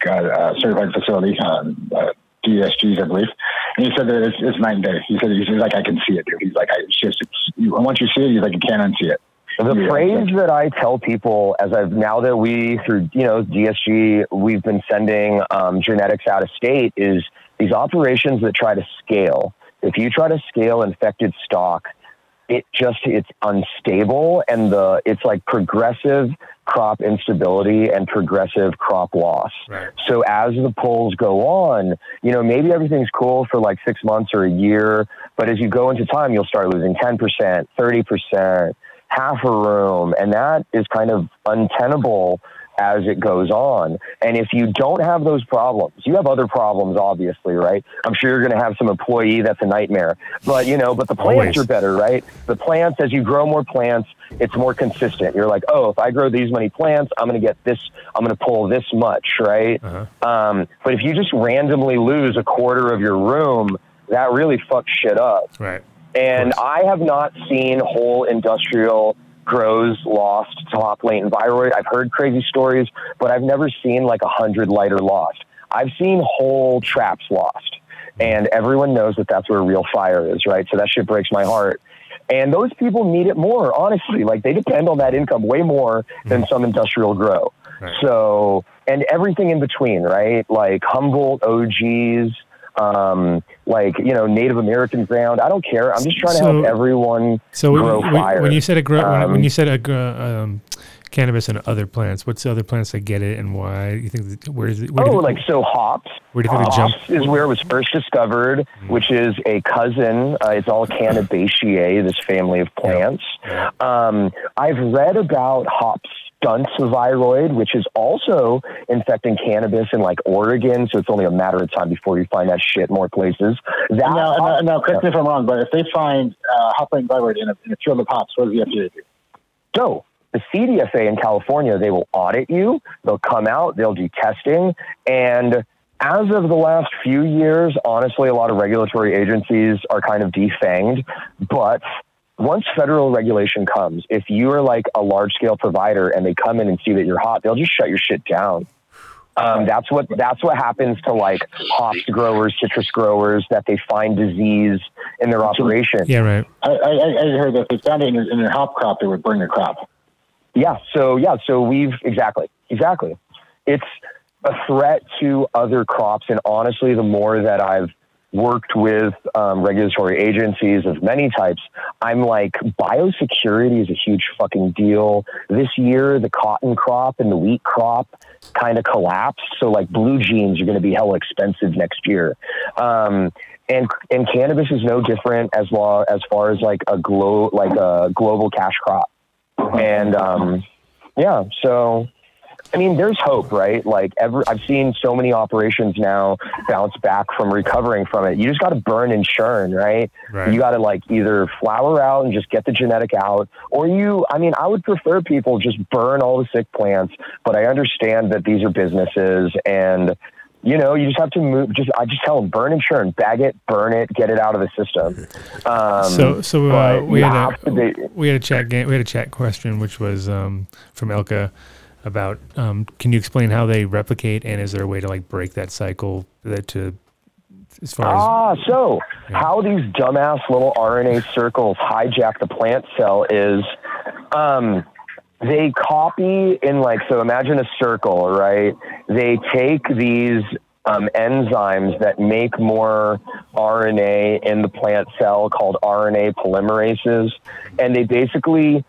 got a certified facility, um, uh, DSGs, I believe. And he said that it's, it's night and day. He said, he's like, I can see it, dude. He's like, I, it's just, it's, you, once you see it, he's like, you can't unsee it.
The phrase that I tell people as I've now that we through you know DSG we've been sending um, genetics out of state is these operations that try to scale. If you try to scale infected stock, it just it's unstable and the it's like progressive crop instability and progressive crop loss. So as the polls go on, you know, maybe everything's cool for like six months or a year, but as you go into time, you'll start losing 10%, 30%, half a room. And that is kind of untenable as it goes on. And if you don't have those problems, you have other problems, obviously, right? I'm sure you're going to have some employee that's a nightmare, but you know, but the
Always.
plants are better, right? The plants, as you grow more plants, it's more consistent. You're like, oh, if I grow these many plants, I'm going to get this, I'm going to pull this much, right? Um, but if you just randomly lose a quarter of your room, that really fucks shit up.
Right.
And I have not seen whole industrial grows lost top latent viroid. I've heard crazy stories, but I've never seen like a hundred lighter lost. I've seen whole traps lost. And everyone knows that that's where real fire is, right? So that shit breaks my heart. And those people need it more, honestly. Like they depend on that income way more
Mm-hmm.
than some industrial grow. So, and everything in between, right? Like Humboldt OGs, um, like, you know, Native American ground. I don't care. I'm just trying to
So-
help everyone
So when,
grow
when-
fire.
when you said a grow, when, when
Um,
you said a gr- um, cannabis and other plants, what's the other plants that get it and why? You think that, where is it? Where
oh,
do-
like so hops.
Where do you think the
hops
jump- Hmm.
is where it was first discovered, which is a cousin. Uh, it's all Cannabaceae, this family of plants. Um, I've read about hop stunts viroid, which is also infecting cannabis in like Oregon. So it's only a matter of time before you find that shit more places. That
Now, now,
hop-
now, correct me if I'm wrong, but if they find uh, hoplite thyroid in a, in a field of hops, what does the FDA do?
So the CDFA in California, they will audit you. They'll come out. They'll do testing. And as of the last few years, honestly, a lot of regulatory agencies are kind of defanged. But once federal regulation comes, if you are like a large scale provider and they come in and see that you're hot, they'll just shut your shit down. Um, that's what that's what happens to like hops growers, citrus growers that they find disease in their operation.
yeah, right.
I, I, I I heard that if they found it in, in a hop crop, they would burn the crop.
Yeah. So yeah. So we've exactly, exactly. It's a threat to other crops, and honestly, the more that I've worked with um, regulatory agencies of many types, I'm like, biosecurity is a huge fucking deal. This year, the cotton crop and the wheat crop kind of collapsed, so like blue jeans are going to be hella expensive next year. Um, and and cannabis is no different as law as far as like a glo- like a global cash crop and um, yeah, so I mean, there's hope, right? Like, every I've seen so many operations now bounce back from recovering from it. You just got to burn and churn, right?
Right.
You got to like either flower out and just get the genetic out, or you. I mean, I would prefer people just burn all the sick plants, but I understand that these are businesses and. You know, you just have to move. Just I just tell them burn and churn, bag it, burn it, get it out of the system. Um,
so so uh,
but
we
you
had
have to be-
a we had a chat game we had a chat question which was um, from Elka about um, can you explain how they replicate and is there a way to like break that cycle that to as far as
Ah, so how these dumbass little RNA circles hijack the plant cell is um, they copy in, like, so imagine a circle, right? They take these um, enzymes that make more RNA in the plant cell called RNA polymerases, and they basically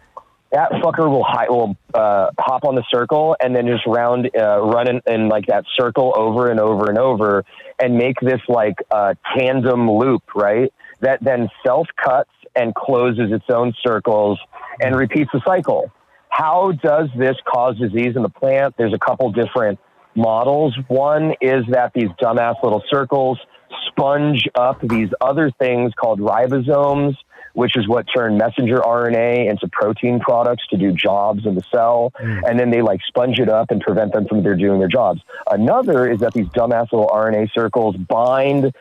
that fucker will hi- will uh, hop on the circle and then just round uh, run in, in like that circle over and over and over and make this like uh, tandem loop right that then self cuts and closes its own circles and repeats the cycle. How does this cause disease in the plant? There's a couple different models. One is that these dumbass little circles sponge up these other things called ribosomes, which is what turned messenger RNA into protein products to do jobs in the cell. And then they like sponge it up and prevent them from their doing their jobs. Another is that these dumbass little RNA circles bind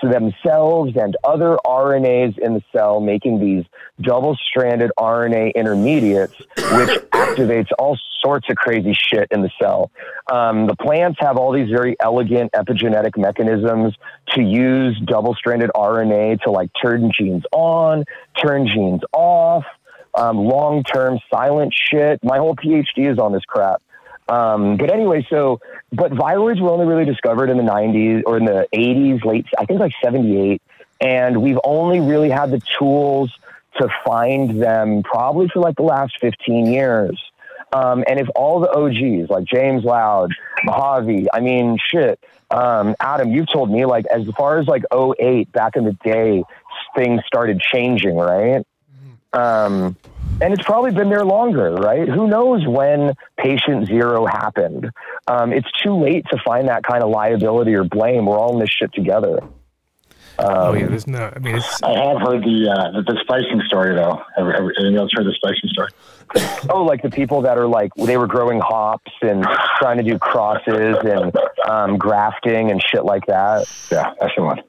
to themselves and other RNAs in the cell, making these double stranded RNA intermediates, which activates all sorts of crazy shit in the cell. Um, the plants have all these very elegant epigenetic mechanisms to use double stranded RNA to like turn genes on, turn genes off, um, long term silent shit. My whole PhD is on this crap. Um, but anyway, so but viroids were only really discovered in the 90s or in the 80s, late I think like 78, and we've only really had the tools to find them probably for like the last 15 years. Um, and if all the OGs like James Loud, Mojave, I mean, shit, um, Adam, you've told me like as far as like 08 back in the day, things started changing, right? Um, and it's probably been there longer, right? Who knows when patient zero happened? Um, it's too late to find that kind of liability or blame. We're all in this shit together. Um,
oh yeah, there's no. I mean, it's
I have heard the uh, the, the splicing story though. Have, have, anyone else heard the splicing story?
oh, like the people that are like they were growing hops and trying to do crosses and um, grafting and shit like that.
Yeah, that's the one.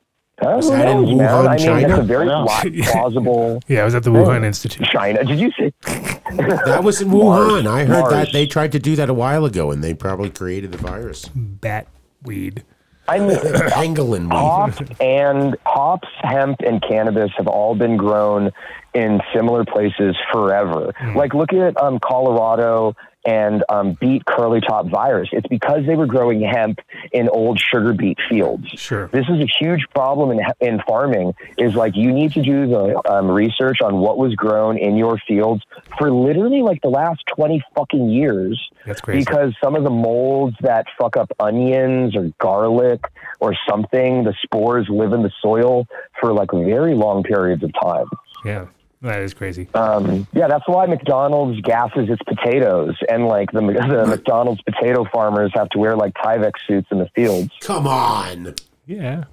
Oh,
Was
who
that in
knows, man?
Wuhan,
I mean,
China?
that's a very
No.
pla- plausible. Oh,
Yeah, I was at the Wuhan Institute.
China. Did you see?
That was in
Mars,
Wuhan. I heard
Mars.
that they tried to do that a while ago, and they probably created the virus.
Bat weed.
I mean,
Pangolin
hops and hops, hemp, and cannabis have all been grown in similar places forever.
Hmm.
Like, look at um, Colorado and um, beet curly top virus. It's because they were growing hemp in old sugar beet fields.
Sure.
This is a huge problem in, in farming. Is like you need to do the um, research on what was grown in your fields for literally like the last twenty fucking years.
That's crazy.
Because some of the molds that fuck up onions or garlic or something, the spores live in the soil for like very long periods of time.
Yeah, that is crazy.
Um, yeah, that's why McDonald's gasses its potatoes, and like the, the McDonald's potato farmers have to wear like Tyvek suits in the fields.
Come on.
Yeah,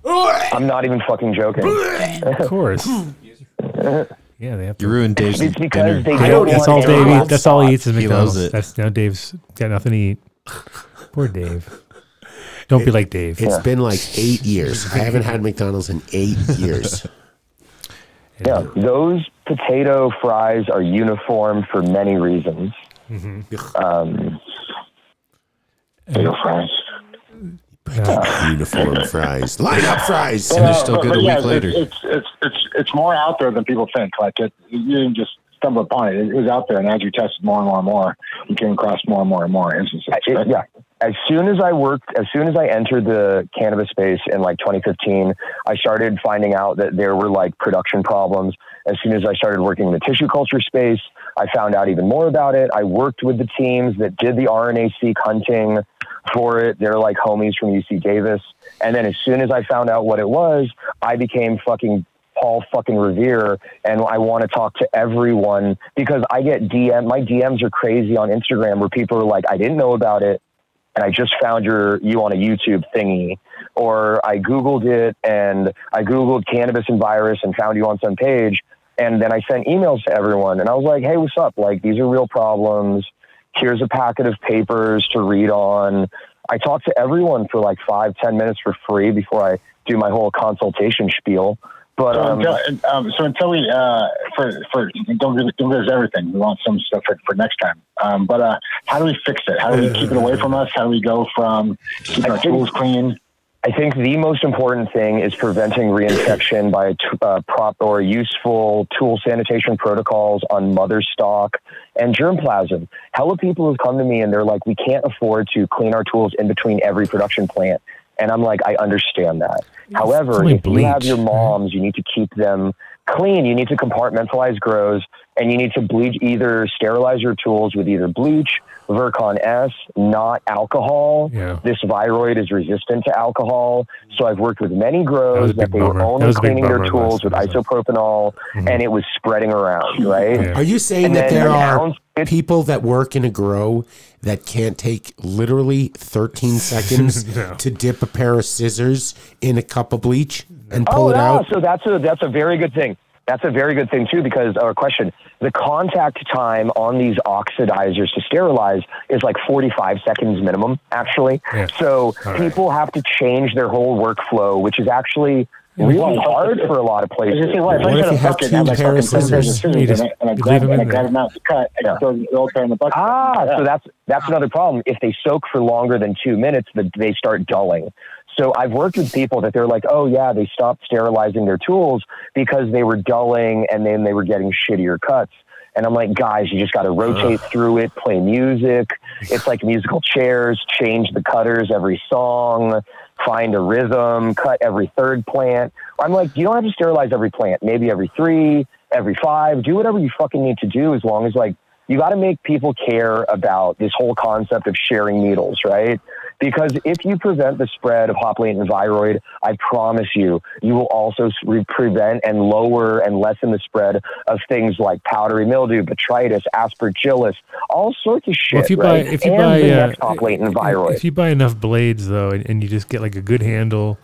I'm not even fucking joking.
of course. Yeah, they have to.
You ruined Dave's
It's because
dinner.
they I don't don't
that's
want
all
to
Dave
interrupt
eats. That's all he eats is
He loves
McDonald's.
it.
That's now Dave's got nothing to eat. Poor Dave. Don't be like Dave.
It's been like eight years. I haven't had McDonald's in eight years.
Yeah, those potato fries are uniform for many reasons. Um,
Potato fries.
Uniform fries. Line up fries.
But, uh, but- but yeah, It's, it's it's it's it's more out there than people think. Like it, you didn't just stumble upon it. It was out there, and as you tested more and more and more, you came across more and more and more instances.
I- it- yeah. As soon as I worked, as soon as I entered the cannabis space in like 2015, I started finding out that there were like production problems. As soon as I started working in the tissue culture space, I found out even more about it. I worked with the teams that did the RNA seq hunting for it. They're like homies from UC Davis. And then as soon as I found out what it was, I became fucking Paul fucking Revere, and I want to talk to everyone because I get DM. My DMs are crazy on Instagram where people are like, "I didn't know about it, and I just found your you on a YouTube thingy," or I googled it and I googled cannabis and virus and found you on some page, and then I sent emails to everyone, and I was like, "Hey, what's up? Like, these are real problems. Here's a packet of papers to read on." I talk to everyone for like five, ten minutes for free before I do my whole consultation spiel. But
so,
um,
until, um, so until we uh, for for don't give don't give us everything. We want some stuff for, for next time. Um, but uh, how do we fix it? How do we keep it away from us? How do we go from keeping our tools clean?
I think the most important thing is preventing reinfection by a t- uh, prop or useful tool sanitation protocols on mother stock and germplasm. Hella people have come to me and they're like, we can't afford to clean our tools in between every production plant. And I'm like, I understand that. However,
only
if you have
bleach.
your moms, you need to keep them clean. You need to compartmentalize grows and you need to bleach either sterilize your tools with either bleach, Vercon S, not alcohol. This viroid is resistant to alcohol. So I've worked with many grows that, they were
bummer.
only
That was a big
cleaning their
bummer Mm-hmm.
tools with isopropanol and it was spreading around, right?
Are you saying
And
that
then
there
an
are
ounce-
people that work in a grow that can't take literally 13 seconds
No.
to dip a pair of scissors in a cup of bleach and pull
oh,
it
no,
out?
So that's a that's a very good thing. That's a very good thing too, because or question: the contact time on these oxidizers to sterilize is like 45 seconds minimum, actually. So people have to change their whole workflow, which is actually really
Well,
hard for a lot of places.
Just say, well, if I got a bucket, I have like fucking ten pairs of
You
scissors,
just-
and I- and I
you leave
grab
'em
it, and I
in
grab
there.
them out to cut, and I throw the old pair in the bucket.
Ah,
Yeah.
so that's that's another problem. If they soak for longer than two minutes, the, they start dulling. So I've worked with people that they're like, oh yeah, they stopped sterilizing their tools because they were dulling, and then they were getting shittier cuts. And I'm like, guys, you just got to rotate through it, play music. It's like musical chairs. Change the cutters every song. Find a rhythm. Cut every third plant. I'm like, you don't have to sterilize every plant. Maybe every three, every five. Do whatever you fucking need to do, as long as like you got to make people care about this whole concept of sharing needles, right? Because if you prevent the spread of hop latent viroid, I promise you, you will also s- re- prevent and lower and lessen the spread of things like powdery mildew, botrytis, aspergillus, all sorts of shit.
Well, if you
right?
buy, if you
and
buy,
the
uh,
next hop latent
if-
viroid,
if you buy enough blades though, and, and you just get like a good handle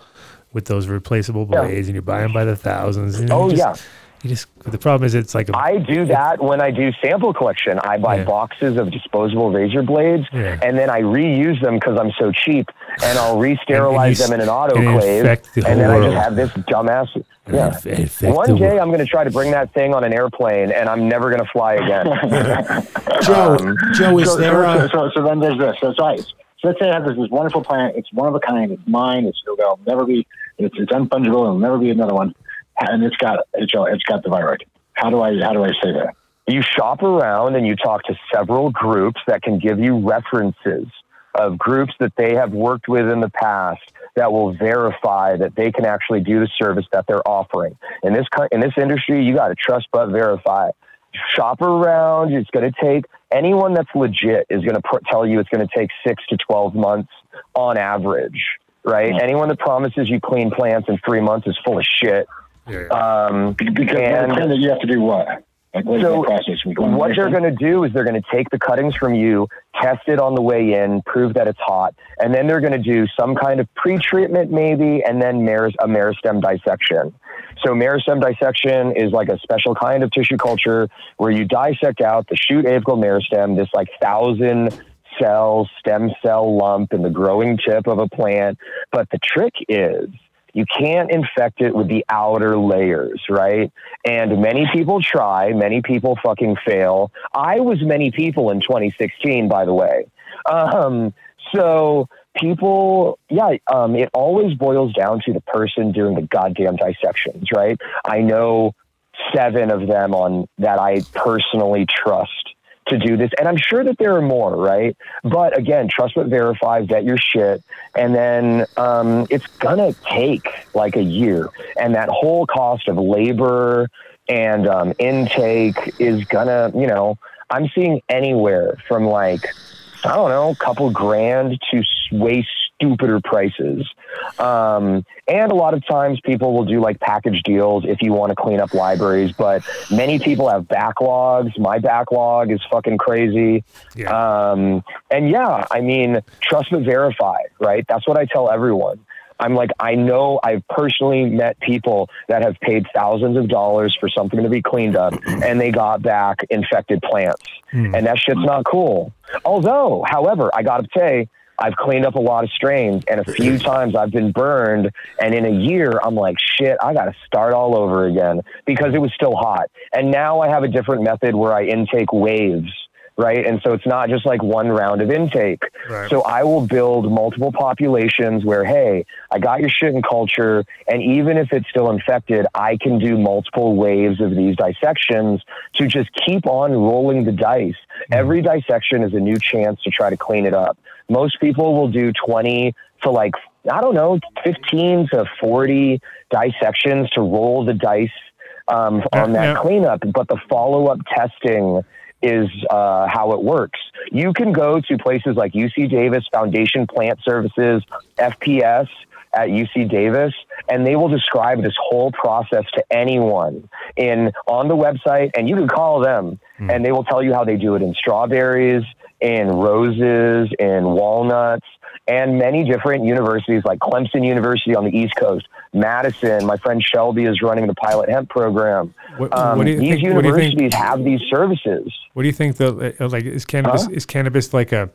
with those replaceable blades, and you buy them by the thousands. and you
Oh,
just-
yeah.
you just. but The problem is, it's like a
I do that when I do sample collection. I buy boxes of disposable razor blades
Yeah.
and then I reuse them because I'm so cheap and I'll re sterilize
And-
them
and
in
you
an
s- and you
autoclave.
infect the whole
and then I
world.
just have this dumbass. Yeah.
inf- infect the
One day
world.
I'm going to try to bring that thing on an airplane and I'm never going to fly again. Um,
Joe, Joe, is
Um, so,
there
so,
a,
so, so then there's this. So, so, I, so let's say I have this, this wonderful plant. It's one of a kind. It's mine. It's it'll never be. It's, it's unfungible. It'll never be another one. And it's got it's, it's got the viroid. How do I how do I say that?
you shop around and you talk to several groups that can give you references of groups that they have worked with in the past that will verify that they can actually do the service that they're offering. In this co- in this industry, you got to trust but verify. Shop around. It's going to take anyone that's legit is going to pr- tell you it's going to take six to twelve months on average, right? Anyone that promises you clean plants in three months is full of shit. Um,
Because
and-
and, you have to do what? Like what is
So,
the process? We go on
what
this
they're
thing?
going to do is they're going to take the cuttings from you, test it on the way in, prove that it's hot, and then they're going to do some kind of pre-treatment maybe, and then meris- a meristem dissection. So meristem dissection is like a special kind of tissue culture where you dissect out the shoot apical meristem, this like thousand cell stem cell lump in the growing tip of a plant. But the trick is you can't infect it with the outer layers, right? And many people try, many people fucking fail. I was many people in 2016, by the way. Um, so people, yeah, um, it always boils down to the person doing the goddamn dissections, right? I know seven of them on that I personally trust to do this. And I'm sure that there are more, right? But again, trust but verify, vet your shit. And then um, it's going to take like a year. And that whole cost of labor and um, intake is going to, you know, I'm seeing anywhere from like, I don't know, a couple grand to s- way stupider prices. Um, and a lot of times people will do like package deals if you want to clean up libraries, but many people have backlogs. My backlog is fucking crazy. Um, and yeah, I mean, trust but verify, right? That's what I tell everyone. I'm like, I know I've personally met people that have paid thousands of dollars for something to be cleaned up and they got back infected plants. And that shit's not cool. Although, however, I got to say, I've cleaned up a lot of strains and a few times I've been burned. And in a year, I'm like, shit, I got to start all over again because it was still hot. And now I have a different method where I intake waves. Right. And so it's not just like one round of intake.
Right.
So I will build multiple populations where, hey, I got your shit in culture. And even if it's still infected, I can do multiple waves of these dissections to just keep on rolling the dice. Every dissection is a new chance to try to clean it up. Most people will do 20 to like, I don't know, 15 to 40 dissections to roll the dice um, on that cleanup, but the follow up testing is uh, how it works. You can go to places like UC Davis, Foundation Plant Services, FPS at UC Davis, and they will describe this whole process to anyone in on the website, and you can call them, and they will tell you how they do it in strawberries, in roses, in walnuts. and many different universities like Clemson University on the East Coast, Madison. My friend Shelby is running the Pilot Hemp program.
What-
Um,
what do you
these
think- what do you think-
universities have these services.
What do you think? The uh, like is cannabis
Huh?
is cannabis like a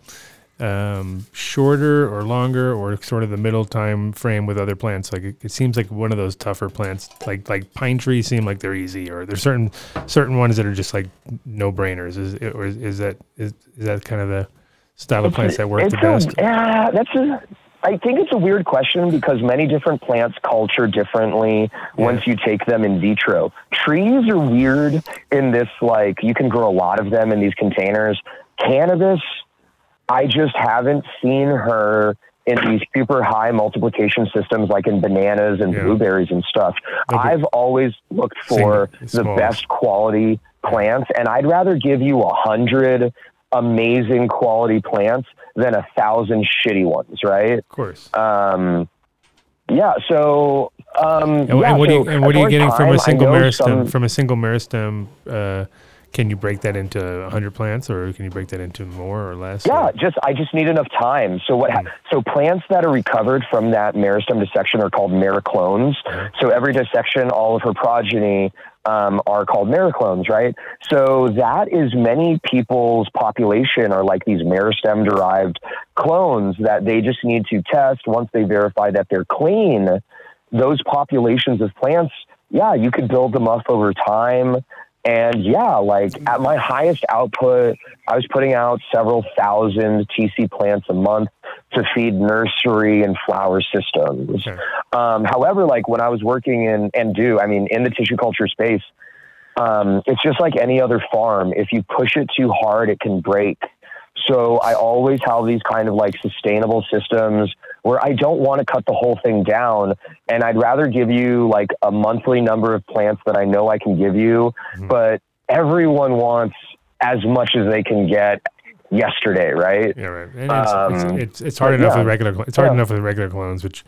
um, shorter or longer or sort of the middle time frame with other plants? Like it, it seems like one of those tougher plants. Like like pine trees seem like they're easy, or there's certain certain ones that are just like no brainers. Is it, or is, is that is, is that kind of the style of plants that work
it's
the best?
A, yeah, Uh, that's a. I think it's a weird question because many different plants culture differently once you take them in vitro. Trees are weird in this, like, you can grow a lot of them in these containers. Cannabis, I just haven't seen her in these super high multiplication systems like in bananas and blueberries and stuff. I've always looked for the
small.
best quality plants and I'd rather give you a hundred amazing quality plants than a thousand shitty ones, right? Of
course.
Um, yeah, so um,
And,
yeah,
and what
so
are you, and what
as
are you
far as
getting from
time, I
a single
know
meristem?
some-
From a single meristem, uh, can you break that into 100 plants, or can you break that into more or Hmm. less?
Yeah, just I just need enough time. So what? hap- So plants that are recovered from that meristem dissection are called mericlones.
Uh-huh.
So every dissection, all of her progeny um, are called mericlones, right? So that is many people's population are like these meristem derived clones that they just need to test once they verify that they're clean. Those populations of plants, yeah, you could build them up over time. And yeah, like at my highest output, I was putting out several thousand TC plants a month to feed nursery and flower systems. Um, however, like when I was working in and do, I mean, in the tissue culture space, um, it's just like any other farm. If you push it too hard, it can break. So I always have these kind of like sustainable systems where I don't want to cut the whole thing down. And I'd rather give you like a monthly number of plants that I know I can give you,
Mm-hmm.
but everyone wants as much as they can get yesterday, right?
Yeah, right. And it's, it's-
Um,
it's, it's, hard enough
yeah.
with regular. cl- It's hard
Yeah.
enough with regular clones, which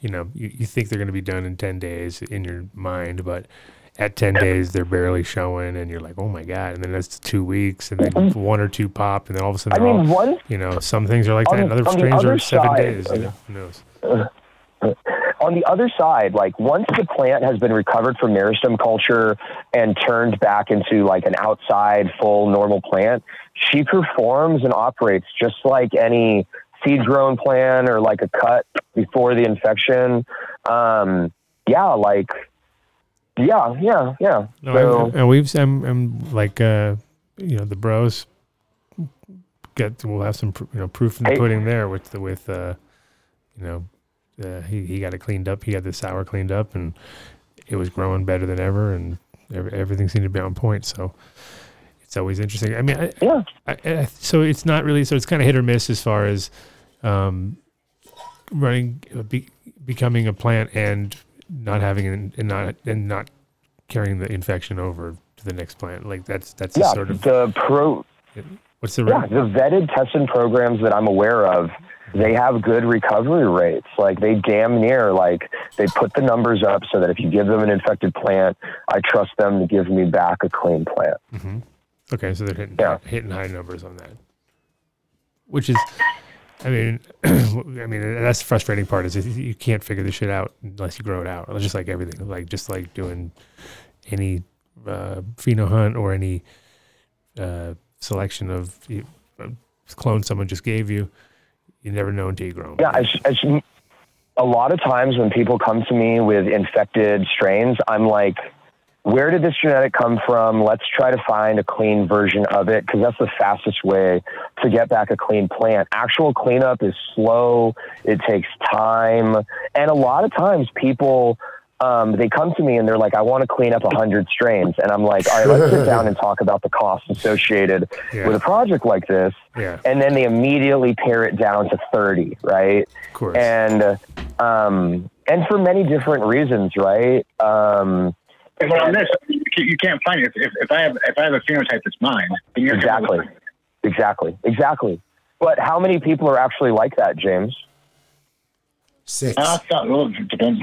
you know you, you think they're going to be done in ten days in your mind, but at ten days they're barely showing, and you're like, oh my god! And then that's two weeks, and then one or two pop, and then all of a sudden
I
they're
mean,
all
one-
you know some things are like
on
that, and
the-
other
on the
strains are
other
seven
side-
days. You know? Who knows?
on the other side, like once the plant has been recovered from meristem culture and turned back into like an outside full normal plant, she performs and operates just like any seed grown plant or like a cut before the infection. Um, yeah, like, yeah, yeah, yeah.
No,
so,
I'm, and we've I'm, I'm like uh, you know the bros get we'll have some pr- you know proof in the
Hey.
pudding there with the with uh, you know uh, he he got it cleaned up he got the sour cleaned up and it was growing better than ever and ev- everything seemed to be on point so it's always interesting I mean I,
yeah
I, I, so it's not really so it's kind of hit or miss as far as um, running uh, be, becoming a plant and not having an, and not and not carrying the infection over to the next plant like that's that's
yeah,
a sort of
the pro.
what's the
yeah,
rate?
the vetted testing programs that I'm aware of, they have good recovery rates. Like they damn near like they put the numbers up so that if you give them an infected plant, I trust them to give me back a clean plant.
mm-hmm. okay so they're hitting hitting high numbers on that which is I mean I mean that's the frustrating part is you you can't figure this shit out unless you grow it out just like everything like just like doing any uh, pheno hunt or any uh, selection of you, uh, clone someone just gave you you never know until you grow 'em.
Yeah, I, sh- I, sh- a lot of times when people come to me with infected strains, I'm like, where did this genetic come from? Let's try to find a clean version of it because that's the fastest way to get back a clean plant. Actual cleanup is slow, it takes time. And a lot of times people, um, they come to me and they're like, I want to clean up 100 strains. And I'm like, all right, let's sit down and talk about the costs associated
Yeah.
with a project like this
Yeah.
and then they immediately pare it down to 30 right of
course
and uh, um and for many different reasons right um
But on this, you can't- you can't find it. If, if I have if I have a phenotype that's mine, then you're
exactly exactly exactly but how many people are actually like that james
Six.
Uh, it's not, well, it depends.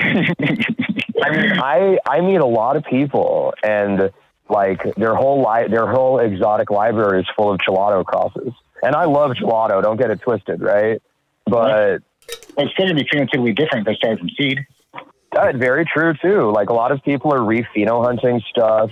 I mean, I I meet a lot of people, and like their whole li- their whole exotic library is full of gelato crosses. And I love gelato. Don't get it twisted, right? But
it's going to be treated different. They started from seed.
That's very true too. Like a lot of people are repheno hunting stuff.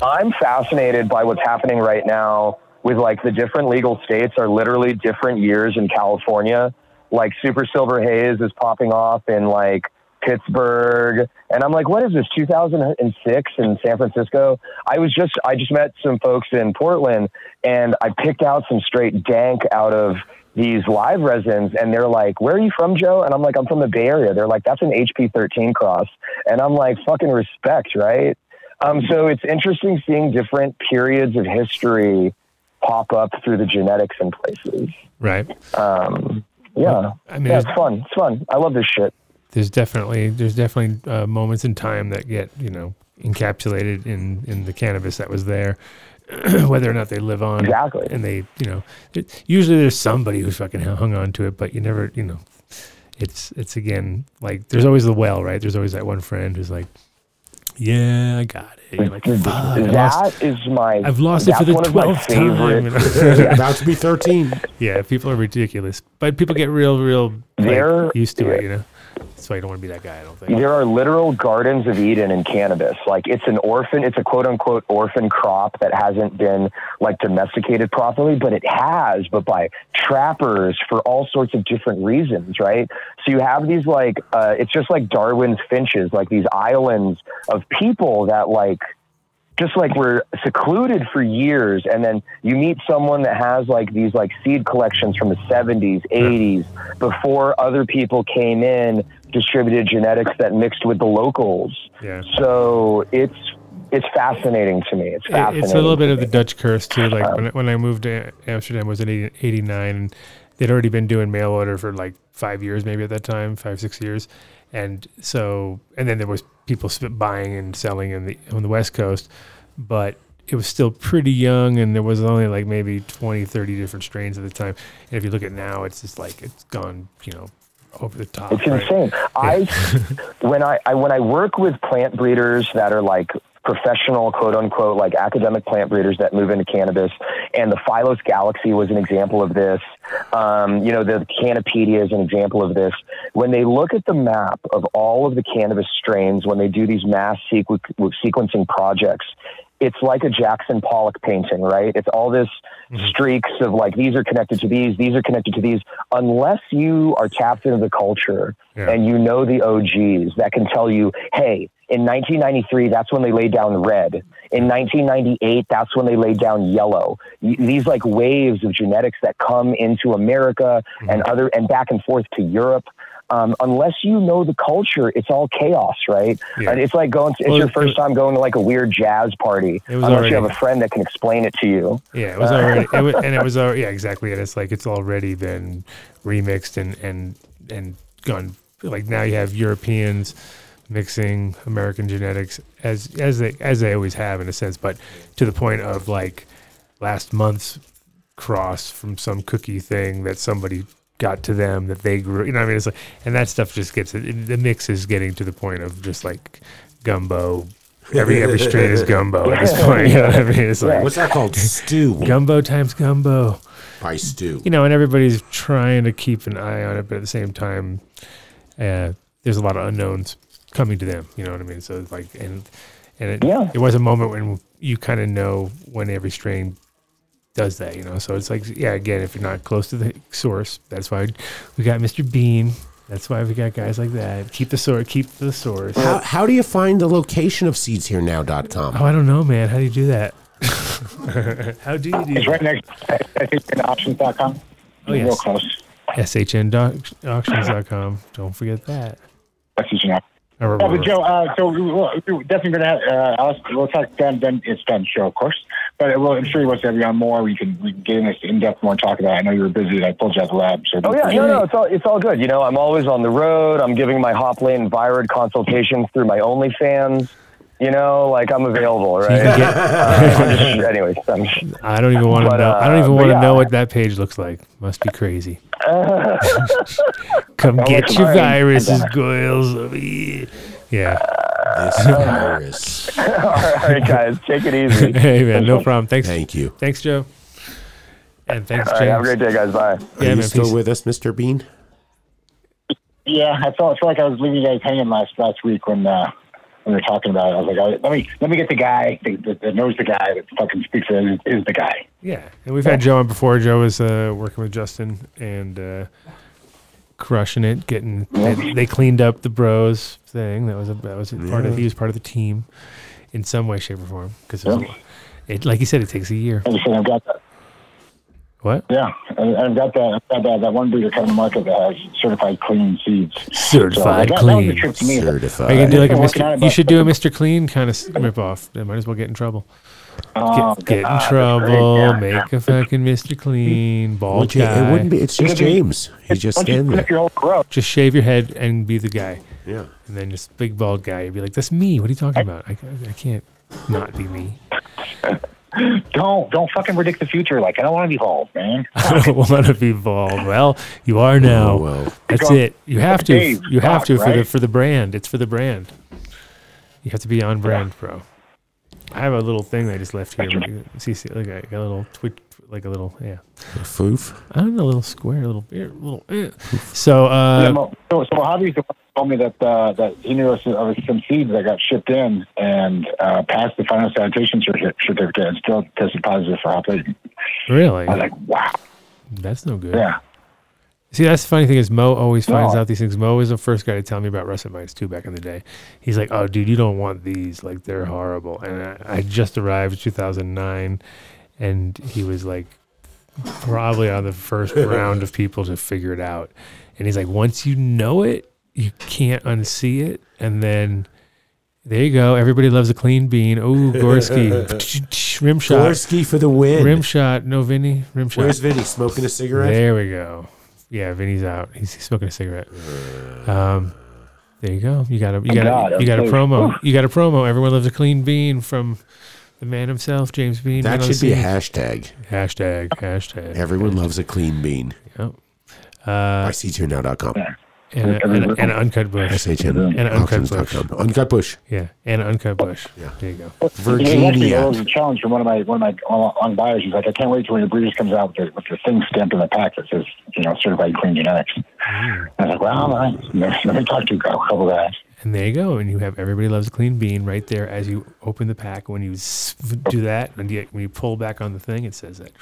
I'm fascinated by what's happening right now with like the different legal states are literally different years in California. Like super silver haze is popping off in like Pittsburgh. And I'm like, what is this, 2006 in San Francisco? I was just, I just met some folks in Portland and I picked out some straight dank out of these live resins. And they're like, where are you from, Joe? And I'm like, I'm from the Bay Area. They're like, that's an HP 13 cross. And I'm like, fucking respect, right? Um, so it's interesting seeing different periods of history pop up through the genetics in places.
Right.
Um, yeah.
I mean,
yeah,
it's-
it's fun. It's fun. I love this shit.
There's definitely there's definitely uh, moments in time that get you know encapsulated in in the cannabis that was there, whether or not they live on
Exactly.
And they you know it- usually there's somebody who fucking hung on to it, but you never you know it's it's again like there's always the well right. There's always that one friend who's like, yeah, I got it. You're like, fuck, Uh, I lost-
That is my.
I've lost it for
that's
the
one of my
twelfth time.
favorite-
About to be thirteen. Yeah, people are ridiculous, but people get real, real like,
They're-
used to it. You know, that's why you don't want to be that guy. I don't think.
There are literal gardens of Eden in cannabis. Like it's an orphan, it's a quote unquote orphan crop that hasn't been like domesticated properly, but it has, but by trappers for all sorts of different reasons, right? So you have these like, uh, it's just like Darwin's finches, like these islands of people that like, just like we're secluded for years and then you meet someone that has like these like seed collections from the 70s 80s before other people came in distributed genetics that mixed with the locals
Yeah.
so it's it's fascinating to me it's
It-
fascinating Uh-huh.
It's a little bit of the Dutch curse too. Like when, I- when I moved to Amsterdam it was in 80 '89, and they'd already been doing mail order for like five years, maybe at that time, five six years, and so and then there was people sp- buying and selling in the on the West Coast, but it was still pretty young and there was only like maybe 20 30 different strains at the time and if you look at now it's just like it's gone you know over the top
It's
right?
insane. I when I, I when I work with plant breeders that are like professional quote unquote like academic plant breeders that move into cannabis and the Phylos Galaxy was an example of this. Um, you know, the Canopedia is an example of this. When they look at the map of all of the cannabis strains when they do these mass sequ- sequencing projects, it's like a Jackson Pollock painting, right? It's all this streaks of like these are connected to these, these are connected to these. Unless you are tapped into the culture and you know the OGs that can tell you, hey, in 1993, that's when they laid down red. In 1998, that's when they laid down yellow. Y- These like waves of genetics that come into America and other and back and forth to Europe. Um, unless you know the culture, it's all chaos, right? And it's like going. To, it's
Well,
your first time going to like a weird jazz party.
It was
unless you
already-
have a friend that can explain it to you.
Yeah, it was
Uh,
already, it was, and it was already, yeah, exactly. And it's like it's already been remixed and and and gone. Like now you have Europeans mixing American genetics as as they as they always have in a sense, but to the point of like last month's cross from some cookie thing that somebody got to them that they grew. You know, what I mean, it's like, and that stuff just gets it, the mix is getting to the point of just like gumbo. Every every strain is gumbo at this point. You know what I mean? It's like
What's that called? Stew.
Gumbo times gumbo.
By stew.
You know, and everybody's trying to keep an eye on it, but at the same time, uh, there's a lot of unknowns coming to them. You know what I mean? So it's like, and and it,
Yeah.
it was a moment when you kind of know when every strain does that. You know, so it's like, yeah, again, if you're not close to the source, that's why we got Mr. Bean. That's why we got guys like that. Keep the source. Keep the source.
How, how do you find the location of seedsherenow.com?
Oh, I don't know, man. How do you do that? How do you do
It's right next to options.com.
Oh, yes.
Real close.
SHN.auctions.com. Don't forget that. Or-
Yeah, but Joe, uh, so we- we'll- we're definitely going to have, uh, Alice, we'll talk then, then it's done show, of course. But it will, I'm sure he wants to have you on more. We can, we can get in this in depth more and talk about it. I know you were busy. I pulled you out of the lab. So
Oh yeah, no, no, it's all it's all good. You know, I'm always on the road. I'm giving my Hop Lane Virid consultations through my OnlyFans. You know, like I'm available, right?
can get-
Uh, I'm just- anyways, I'm,
I don't even want to
But,
know. I don't
uh,
even
but
want to
yeah.
know what that page looks like. Must be crazy.
uh,
Come
I'll
get
look
your
mine.
viruses, goils. over here. Yeah.
This virus.
all right, guys, take it easy.
hey man, no problem. Thanks.
Thank you.
Thanks, Joe. And thanks,
All
James.
right, have a great day, guys. Bye.
Are you still with us, Mr. Bean?
Yeah, I felt, I felt like I was leaving you guys hanging last last week when uh, when we were talking about it. I was like, all right, let me let me get the guy that, that, that knows the guy that fucking speaks is, is the guy.
Yeah, and we've had Joe on before. Joe was uh, working with Justin and uh, crushing it, getting. They, they cleaned up the bros thing. That was a, that was a part of
Yeah.
he was part of the team, in some way, shape, or form. Because it, was- it, like you said, it takes a year.
And so I've got that.
What?
Yeah, and and I've got that. I've got that, that one breeder coming to market that has certified clean seeds.
Certified
So that, That was
clean.
a trip to me.
uh,
Are you gonna do like a
I've been working on it,
Mr. You
but-
should do a Mr. Clean kind of rip off. They might as well get in trouble.
Oh,
Get, get
God,
in
that's great,
trouble.
yeah.
Make a fucking Mr. Clean bald
Which it- it
guy.
wouldn't be- it's just It'd be- James. He's just don't you standing flip there. your
Just shave your head and be the guy.
Yeah.
And then just big bald guy. You'd be like, "That's me. What are you talking about? I, I can't not be me.
Don't don't fucking predict the future. Like I don't want to be bald, man.
I don't want to be bald." Well, you are now. That's
Because-
it. You have to.
Dave,
You have to
fuck,
for the
right?
for the brand. It's for the brand. You have to be on brand, bro. I have a little thing I just left here. See, see, look, I got a little twitch, like a little, yeah.
A foof?
I don't know, a little square, a little beard, a little. eh. So, uh,
Yeah, Mo- so, so Javi's the one who told me that uh, that he knew of some- of some seeds that got shipped in and uh, passed the final sanitation certi- certificate and still tested positive for hop latent.
really,
I was like, wow.
that's no good.
Yeah.
See, that's the funny thing is Mo always finds
No.
out these things. Mo was the first guy to tell me about russet mines too back in the day. He's like, "Oh, dude, you don't want these. Like, they're horrible." And I, I just arrived in 2009, and he was like, probably on the first round of people to figure it out. And he's like, once you know it, you can't unsee it. And then there you go. Everybody loves a clean bean. Oh, Gorski, rim shot.
Gorski for the win.
Rim shot. No, Vinny. Rim shot.
Where's Vinny? Smoking a cigarette?
There we go. Yeah, Vinny's out. He's, he's smoking a cigarette. Um, there you go. You got a you
Oh,
got
God,
a, you got a
okay.
promo.
Oof.
You got a promo. Everyone loves a clean bean from the man himself, James Bean.
That
man on the
should be a
scene.
hashtag.
Hashtag. Hashtag.
Everyone loves a clean bean.
Yep. Uh,
IC2now.com.
And, and, and uncut bush.
SHN.
And uncut bush.
Hawkins.com. Uncut bush.
Yeah, and uncut bush. Yeah, there you go.
You know, actually, There was a challenge from one of my one of my on, on buyers. He's like, I can't wait till when your breeders comes out with the, with the thing stamped in the pack that says, you know, certified clean genetics. I was like, well, all right. Let me talk to a couple guys.
And there you go. And you have everybody loves a clean bean right there as you open the pack. When you s- do that, and you, when you pull back on the thing, it says that.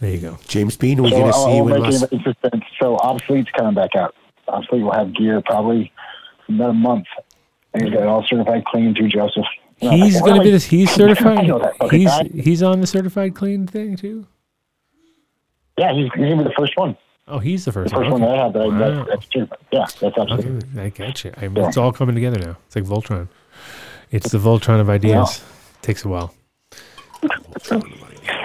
There you go.
James Bean, we're going to
I'll-
see
I'll
you in
make
Las
it interesting. So obsolete's coming back out. Obsolete will have gear probably in about a month. And he's got it all certified clean through Joseph. And I'm
He's
like,
going to
"Really?"
be this. He's
I
certified.
know that fucking
He's
guy.
he's on the certified clean thing too.
yeah, he's, he's going to be the first one.
Oh, he's the
The
first.
first one
Okay.
that I have that, I,
Wow.
that that's certified. Yeah, that's absolute.
Okay, I get you. I mean, it's all coming together now. It's like Voltron. It's the Voltron of ideas. Takes a while.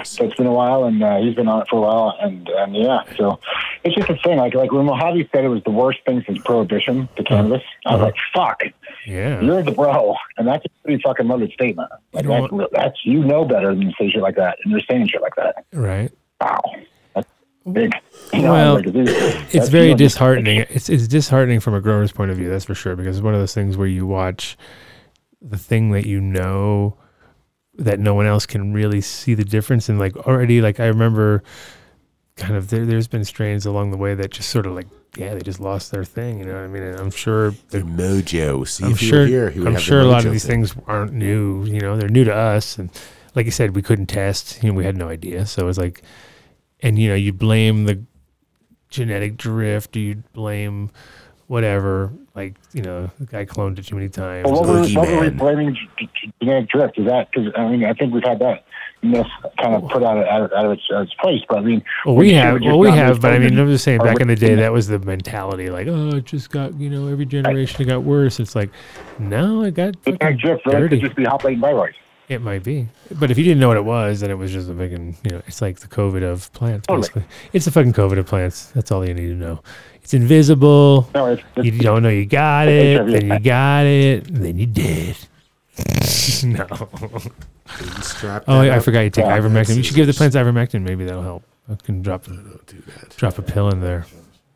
So it's been a while, and uh, he's been on it for a while, and, and yeah, so it's just a thing. Like like when Mojave said it was the worst thing since Prohibition to cannabis, I was like, "Fuck,
Uh-huh. Yeah.
you're the bro," and that's a pretty fucking loaded statement. Like
You know
that's, that's you know better than to say shit like that, and you're saying shit like that.
Right.
Wow, that's big. You know,
Well,
like, dude,
it's
that's
very
you.
disheartening. It's it's disheartening from a grower's point of view, that's for sure, because it's one of those things where you watch the thing that you know that no one else can really see the difference and like already like I remember kind of there there's been strains along the way that just sort of like yeah, they just lost their thing, you know what I mean? And I'm sure
their mojo. See
I'm
if you
sure
were here. He would
I'm
have the
sure a lot
mojo
of these
thing.
things aren't new, you know, they're new to us and like you said we couldn't test, you know, we had no idea. So it's like and you know, you blame the genetic drift? Do you blame whatever? Like, you know, the guy cloned it too many times.
Well, what, were, what were we blaming g- g- genetic drift? Is that because I mean I think we've had that myth kind of put out of, out of, out of its, out of its place, but I mean
Well, we
we
have,
should just
well, we
not
have, but I mean,
respond
I'm just saying,
or
back in the day,
respond.
that was the mentality. Like, oh, it just got, you know, every generation it got worse. It's like, no, it got fucking
genetic drift really could
dirty.
just be hot late viroids.
It might be, but if you didn't know what it was, then it was just a fucking, you know, it's like the COVID of plants.
Totally.
Basically, it's the fucking COVID of plants. That's all you need to know. It's invisible.
No, it's,
you don't know you got
it's
it,
HIV.
then you got it, then you did. no. Oh,
that
I
up.
forgot you take
Yeah,
ivermectin. You
that's-
should give the plants ivermectin. Maybe that'll help. I can drop drop a pill in there.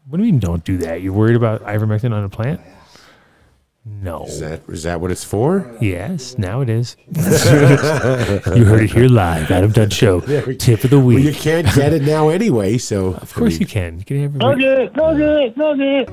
What do you mean? Don't do that. You're worried about ivermectin on a plant? No.
Is that is that what it's for?
Yes, now it is. you heard it here live, Adam Dunn Show.
There we-
Tip of the
Well,
week.
you can't get it now anyway, so of
course you can. You can have
No good, no good, no good.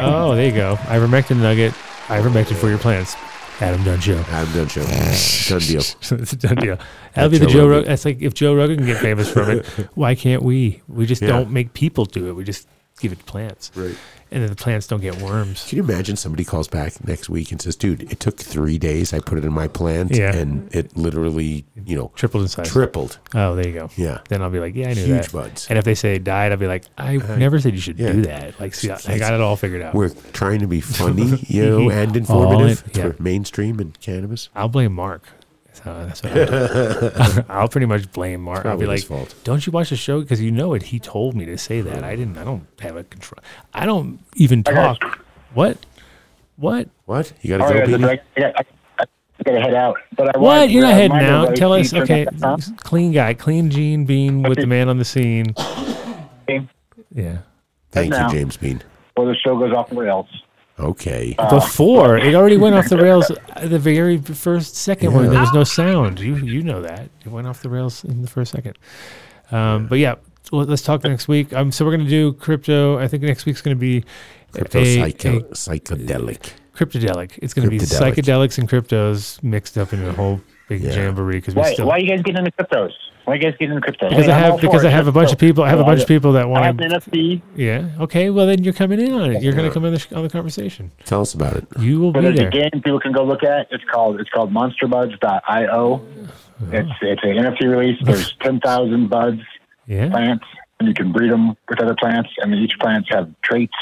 Oh, there you go. Ivermectin nugget. Ivermectin for your plants. Adam Dunn Show.
Adam Dunn Show. Done deal.
it's a done deal. That'll be
Joe
the Joe
Rogan.
Rogan. That's like if Joe Rogan can get famous from it, why can't we? We just
Yeah.
don't make people do it. We just give it to plants.
Right.
And then the plants don't get worms.
Can you imagine somebody calls back next week and says, "Dude, it took three days. I put it in my plant,
Yeah.
and it literally, you know,
tripled in size.
Tripled.
Oh, there you go.
Yeah.
Then I'll be like, yeah, I knew
Huge
that.
buds.
And if they say died, I'll be like, I
Uh,
never said you should
yeah.
do that. Like, see, I, I got it all figured out. Mhm.
We're trying to be funny, you know, and
All
informative
in- yeah.
for mainstream and cannabis.
I'll blame Mark. That's how- that's what I'll, do. I'll pretty much blame Mark.
It's
I'll
probably
be like,
his fault.
"Don't you watch the show? Because you know it. He told me to say that. I didn't. I don't have a control. I don't even talk. What? What?
What? You
All right, guys,
got
I, got- I, I gotta head out. But I uh,
What?
wanted
You're
to
not heading
remind
out.
everybody
Tell
to
us.
turn
Okay,
that off.
clean guy, clean Gene Bean with the man on the scene. Yeah.
Thank
Now.
you, James Bean.
Or the show goes off somewhere else.
Okay.
Before it already went off the rails. uh, The very first second one, there was no sound. You you know that it went off the rails in the first second. Um, But yeah, well, let's talk next week. Um, so we're gonna do crypto. I think next week's gonna be
Crypto
a-
psycho-
a-
psychedelic.
Cryptodelic. It's going to be
Cryptodelic.
psychedelics and cryptos mixed up in a whole big jamboree because we
Why,
still
why you guys getting into cryptos? Why you guys getting into cryptos?
because I have because I have a bunch of people I have a bunch of people that want
to. NFT.
yeah okay well then you're coming in on it you're going to come in the sh- on the conversation
Tell us about it.
you will
But
be
there's
there
a game people can go look at. It's called it's called MonsterBuds.io. It's it's an NFT release. There's ten thousand buds
yeah
plants, and you can breed them with other plants, and each plants have traits.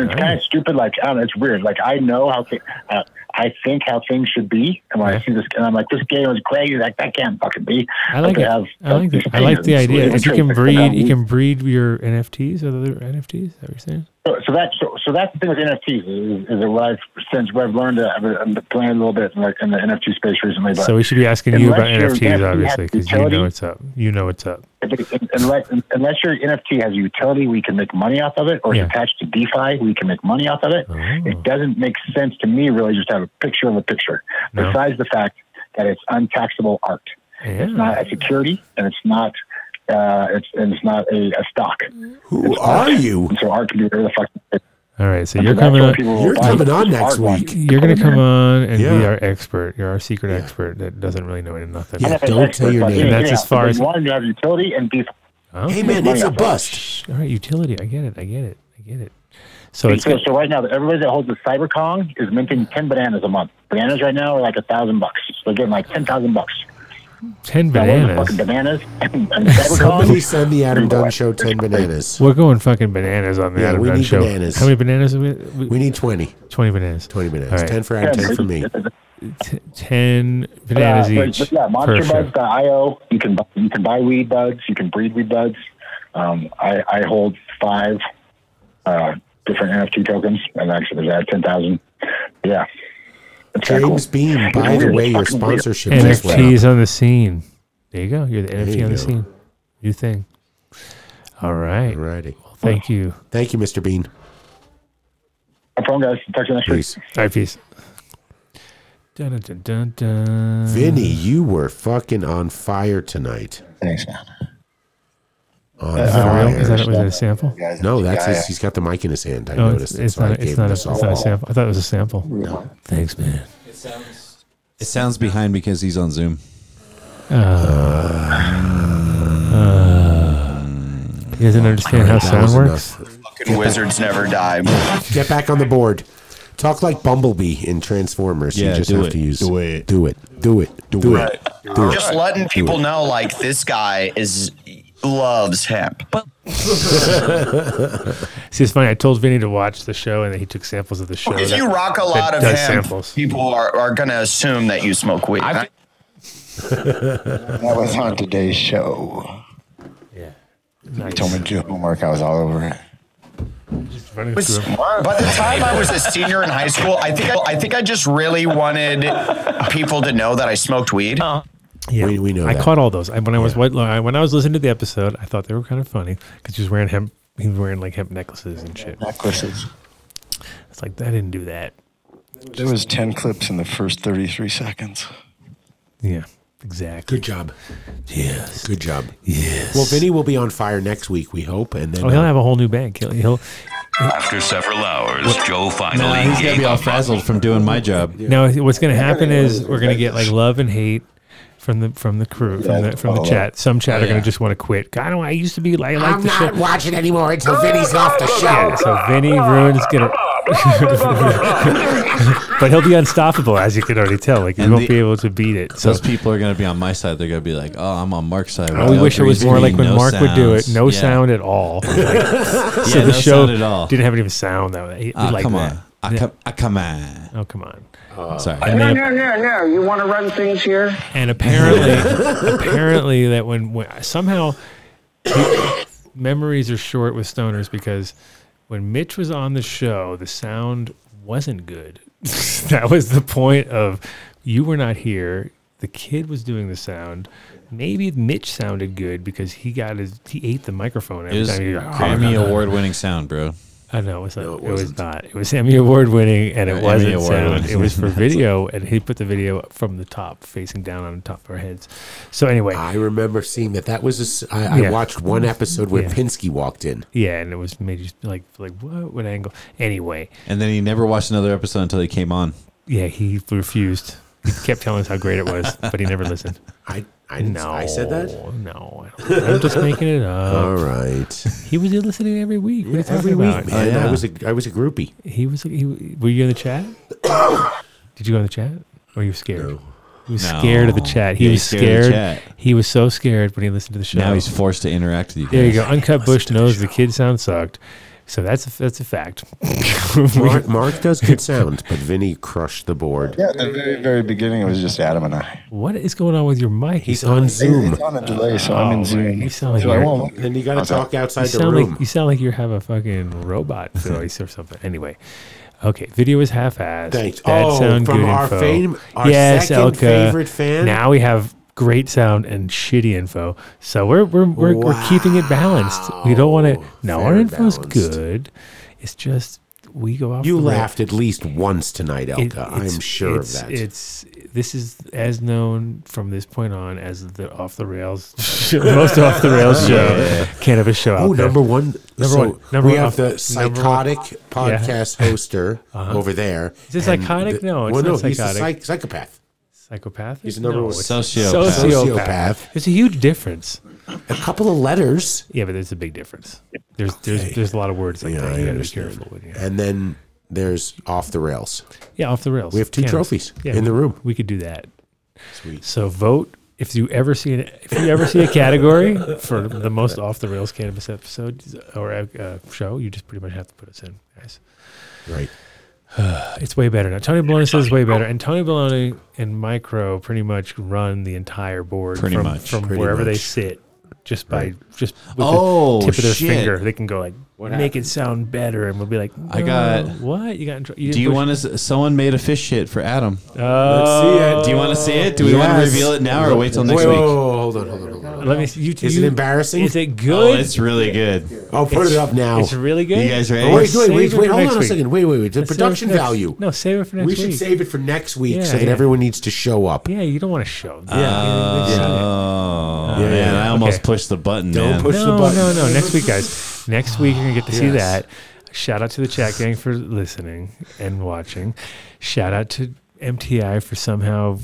It's kind of stupid. Like I don't know. It's weird. Like I know how thi- uh, I think how things should be, and when I see this, and I'm like, this game is crazy. Like that can't fucking be.
I
But
like
they
it.
have,
I like
uh,
the,
these
I like the
things
idea
with
because you
traits
can
that
breed you
don't-
can breed your NFTs with other NFTs. Is that what you're saying?
So, so that's so, so that's the thing with NFTs is, is that what I've since what I've learned uh, I've been playing a little bit in, like, in the NFT space recently. But
So we should be asking you about
unless your
NFTs,
NFT
obviously,
has
because you
utility,
know it's up. You know it's up.
if it- unless, unless your NFT has utility, we can make money off of it, or
Yeah. Oh.
it's attached to DeFi, we can make money off of it. It doesn't make sense to me really just to have a picture of a picture,
No.
besides the fact that it's untaxable art. It's not a security, and it's not. Uh, it's and it's not a, a stock.
Who are you?
So art can do whatever the fuck.
All right, so
And
you're
that's
coming
why
on.
people will You're buy coming on next art week. watch.
You're going to come on and be
Yeah.
our expert. You're our secret expert that doesn't really know anything. nothing.
Yeah, don't tell your name.
And that's as far as. Oh.
one you have utility and DeFi.
Huh?
Hey man, it's a bust.
All right, utility. I get it. I get it. I get it. So
So,
it's
so, right now, everybody that holds a cyber Kong is minting ten bananas a month. Bananas right now are like a thousand bucks. They're getting like ten thousand bucks.
ten
Now, what are the
bananas.
Fucking bananas and, and cyber Uh,
Somebody
Kong.
send the Adam Dunn Show ten bananas.
We're going fucking bananas on the
Yeah,
Adam
we
Dunn
need
show.
bananas.
How many bananas? Are we, we,
We need twenty.
Twenty bananas.
Twenty bananas.
All right.
Ten for Adam. Ten for me.
T- ten bananas
Uh, but-
each
but yeah,
per show.
monsterbuds.io. You can bu- you can buy weed buds. You can breed weed buds. Um, I, I hold five uh, different NFT tokens, and actually there's that ten thousand. Yeah. It's kinda
James
cool.
Bean.
It's
By the
weird.
way, your
It's fucking weird.
sponsorship just went up.
NFTs on the scene. There you go. You're the NFT
you
on the
go.
scene. New thing. All right.
Alrighty.
Well, thank you.
Thank you, Mr. Bean.
No problem, guys. Talk to you next week.
Peace.
All right, peace. Dun, dun, dun, dun, dun.
Vinny,
Uh,
you were fucking on fire tonight.
Thanks, man.
On
Is that
fire.
real? Is that was that a sample?
no, that's
Yeah,
his, he's got the mic in his hand. I
Oh, it's,
noticed.
it's
That's why
not.
I
It's
gave
not,
him
a,
the
it's not a
softball.
sample. I thought it was a sample. Thanks, man.
It sounds. It sounds behind because he's on Zoom.
Uh, uh, he doesn't understand how
Alright, that was
sound works.
enough.
Fucking wizards never die.
Get back on the board. Talk like Bumblebee in Transformers.
Yeah,
you just
do
have
it.
to use
Do it.
Do it. Do it. Do, it. Do
Just
it.
letting people know, like this guy is loves hemp.
See, it's funny. I told Vinny to watch the show, and then he took samples of the show.
If
that-
you rock a
that
lot of
does
hemp, people are, are going to assume that you smoke weed.
that was on today's show.
Yeah.
I told me to do homework. I was all over it.
running
was-
through 'em.
by the time I was a senior in high school, I think I, I think I just really wanted people to know that I smoked weed.
Yeah,
We, we know
I
that.
caught all those. I, when I was white, I- when I was listening to the episode, I thought they were kind of funny because he was wearing hemp. He was wearing like hemp necklaces and shit.
Necklaces.
It's like I didn't do that.
There was 10 clips in the first 33 seconds.
Yeah. Exactly.
Good job.
Yes.
Good job.
Yes.
Well, Vinny will be on fire next week, we hope, and then uh,
Oh, he'll have a whole new bank. He'll, he'll
After several hours, Joe finally
Nah, he's gonna
gave
be all
up.
frazzled from doing my
Uh,
job.
now. What's going to happen is we're going to get like love and hate from the from the crew from the
Oh.
from the chat. Some chat are going to just want to quit. God, I don't. I used to be like I like the show.
watching anymore until Vinny's
Oh,
off the
Yeah, so Vinny ruins gonna, but he'll be unstoppable, as you can already tell. Like he
And
won't
the-
be able to beat it. So
Those people are going to be on my side. They're going to be like, "Oh, I'm on Mark's side."
I
Without
wish it was
green
more
screen,
like when
no
Mark would do it.
sounds.
No
Yeah.
sound at all. Like, so
Yeah,
the
no
show
sound at all.
didn't have any sound that way. He-
Ah,
like
come
that.
on. Ah, come, ah, come on.
Oh, come on.
Sorry.
And
No,
then
no, no, no. You want to run things here?
And apparently, apparently that when, when somehow pe- memories are short with stoners because when Mitch was on the show, the sound wasn't good. that was the point of you were not here. The kid was doing the sound. Maybe Mitch sounded good because he got his he ate the microphone every
It was
time. He
Grammy award-winning sound, bro.
I know it's not, it, was
wasn't.
not. It was Emmy award winning, and
Yeah,
it
Emmy
wasn't
Award
sound.
winning.
It was for
That's
video, and he put the video from the top, facing down on the top of our heads. So anyway,
I remember seeing that. That was a s I I
Yeah.
watched one episode where
Yeah.
Pinsky walked in.
yeah, and it was made just like like what what angle? Anyway,
And then he never watched another episode until he came on.
yeah, he refused. He kept telling us how great it was, but he never listened.
I I didn't- I said that?
Oh, No, I don't, I'm just making it
All
up.
right.
He was listening every week. What are you talking
Every week,
about?
man. I was a I was a groupie.
He was. He, were you in the chat? Did you go in the chat? Or you were scared? He was
No.
scared of the chat. He
Yeah,
was
he's scared
scared.
of the
He was so scared when he listened to the show.
Now he's forced to interact with you. Guys.
there you go. Uncut Bush knows the kid sound sucked. So that's a, that's a fact.
Mark, Mark does good sound, but Vinny crushed the board.
Yeah, at the very, very beginning, it was just Adam and I.
what is going on with your mic?
He's on Zoom.
It's on a delay, so I'm in Zoom.
Oh, You sound like
So I
you're-
won't-
And you got to talk outside
you
the
sound
room.
Like, you sound like you have a fucking robot voice or something. Anyway. Okay, video is half-assed.
Thanks.
Bad
Oh,
sound,
from
good
our
info.
fame- our second favorite fan?
Now we have great sound and shitty info. So we're we're we're, we're keeping it balanced. We don't want to. No, our
Very
info's
balanced.
good. It's just we go off.
you
the rail.
laughed at least once tonight,
It-
Elka.
it's-
I'm sure of
it's-
that.
It's this is as known from this point on as the off the rails, show, most off the rails show.
Yeah.
Can't have a show out
Oh,
there.
number one.
number
so
one, number
we
one
have
off-
the
number one-
psychotic
Yeah. Uh,
podcast hoster over there.
Uh-huh. Is it
and
psychotic?
the-
No, it's
well,
not
no, he's a
psychotic.
psych- psychopath.
Psychopathic?
He's number one.
it's-
Sociopath.
Sociopath.
Sociopath.
There's a huge difference.
A couple of letters,
Yeah, but there's a big difference. There's there's there's a lot of words like
Yeah, I
that. You gotta be
understand.
careful with. Yeah.
and then there's off the rails.
yeah, off the rails.
We have two
Cannons.
trophies
Yeah,
in the room.
We could do that.
Sweet.
So vote if you ever see an, if you ever see a category for the most off the rails cannabis episode or uh, show, you just pretty much have to put us in, guys.
Right.
It's way better now. Tony Baloney says way better, and Tony Baloney and Micro pretty much run the entire board
Pretty
from,
much.
from
Pretty
wherever they
much.
sit, just by
Right.
just with
Oh,
the tip of their
shit.
finger. They can go like
What
make it sound better, and we'll be like,
I got-
"No, what you got? In tr-
Do you want to? Someone made a fish shit for Adam.
Uh,
Do you want to see it? Do we want to
Yes.
reveal it now or wait till next
Wait, wait,
week?
wait, wait, hold on, hold on, hold on.
Let me. see- You,
Is
you,
it embarrassing?
Is it
Oh,
good?
it's really good.
I'll put it up now.
It's really good.
You guys ready?
Oh, wait, wait,
Save it
wait,
for
wait. Hold
next
on a
week.
second. Wait, wait, wait. The
Let's save it
production
for next-
value.
No, save it for next
we
week.
should save it for next week
Yeah,
so that
yeah.
everyone needs to show up.
Yeah, you don't want to show. Them.
Oh,
Yeah, yeah,
man, I almost
Okay.
pushed the button.
Don't
man.
push- the
no,
button.
No, no, Next week, guys. Next week, you're going to get to see
Yes.
that. Shout out to the chat gang for listening and watching. Shout out to MTI for somehow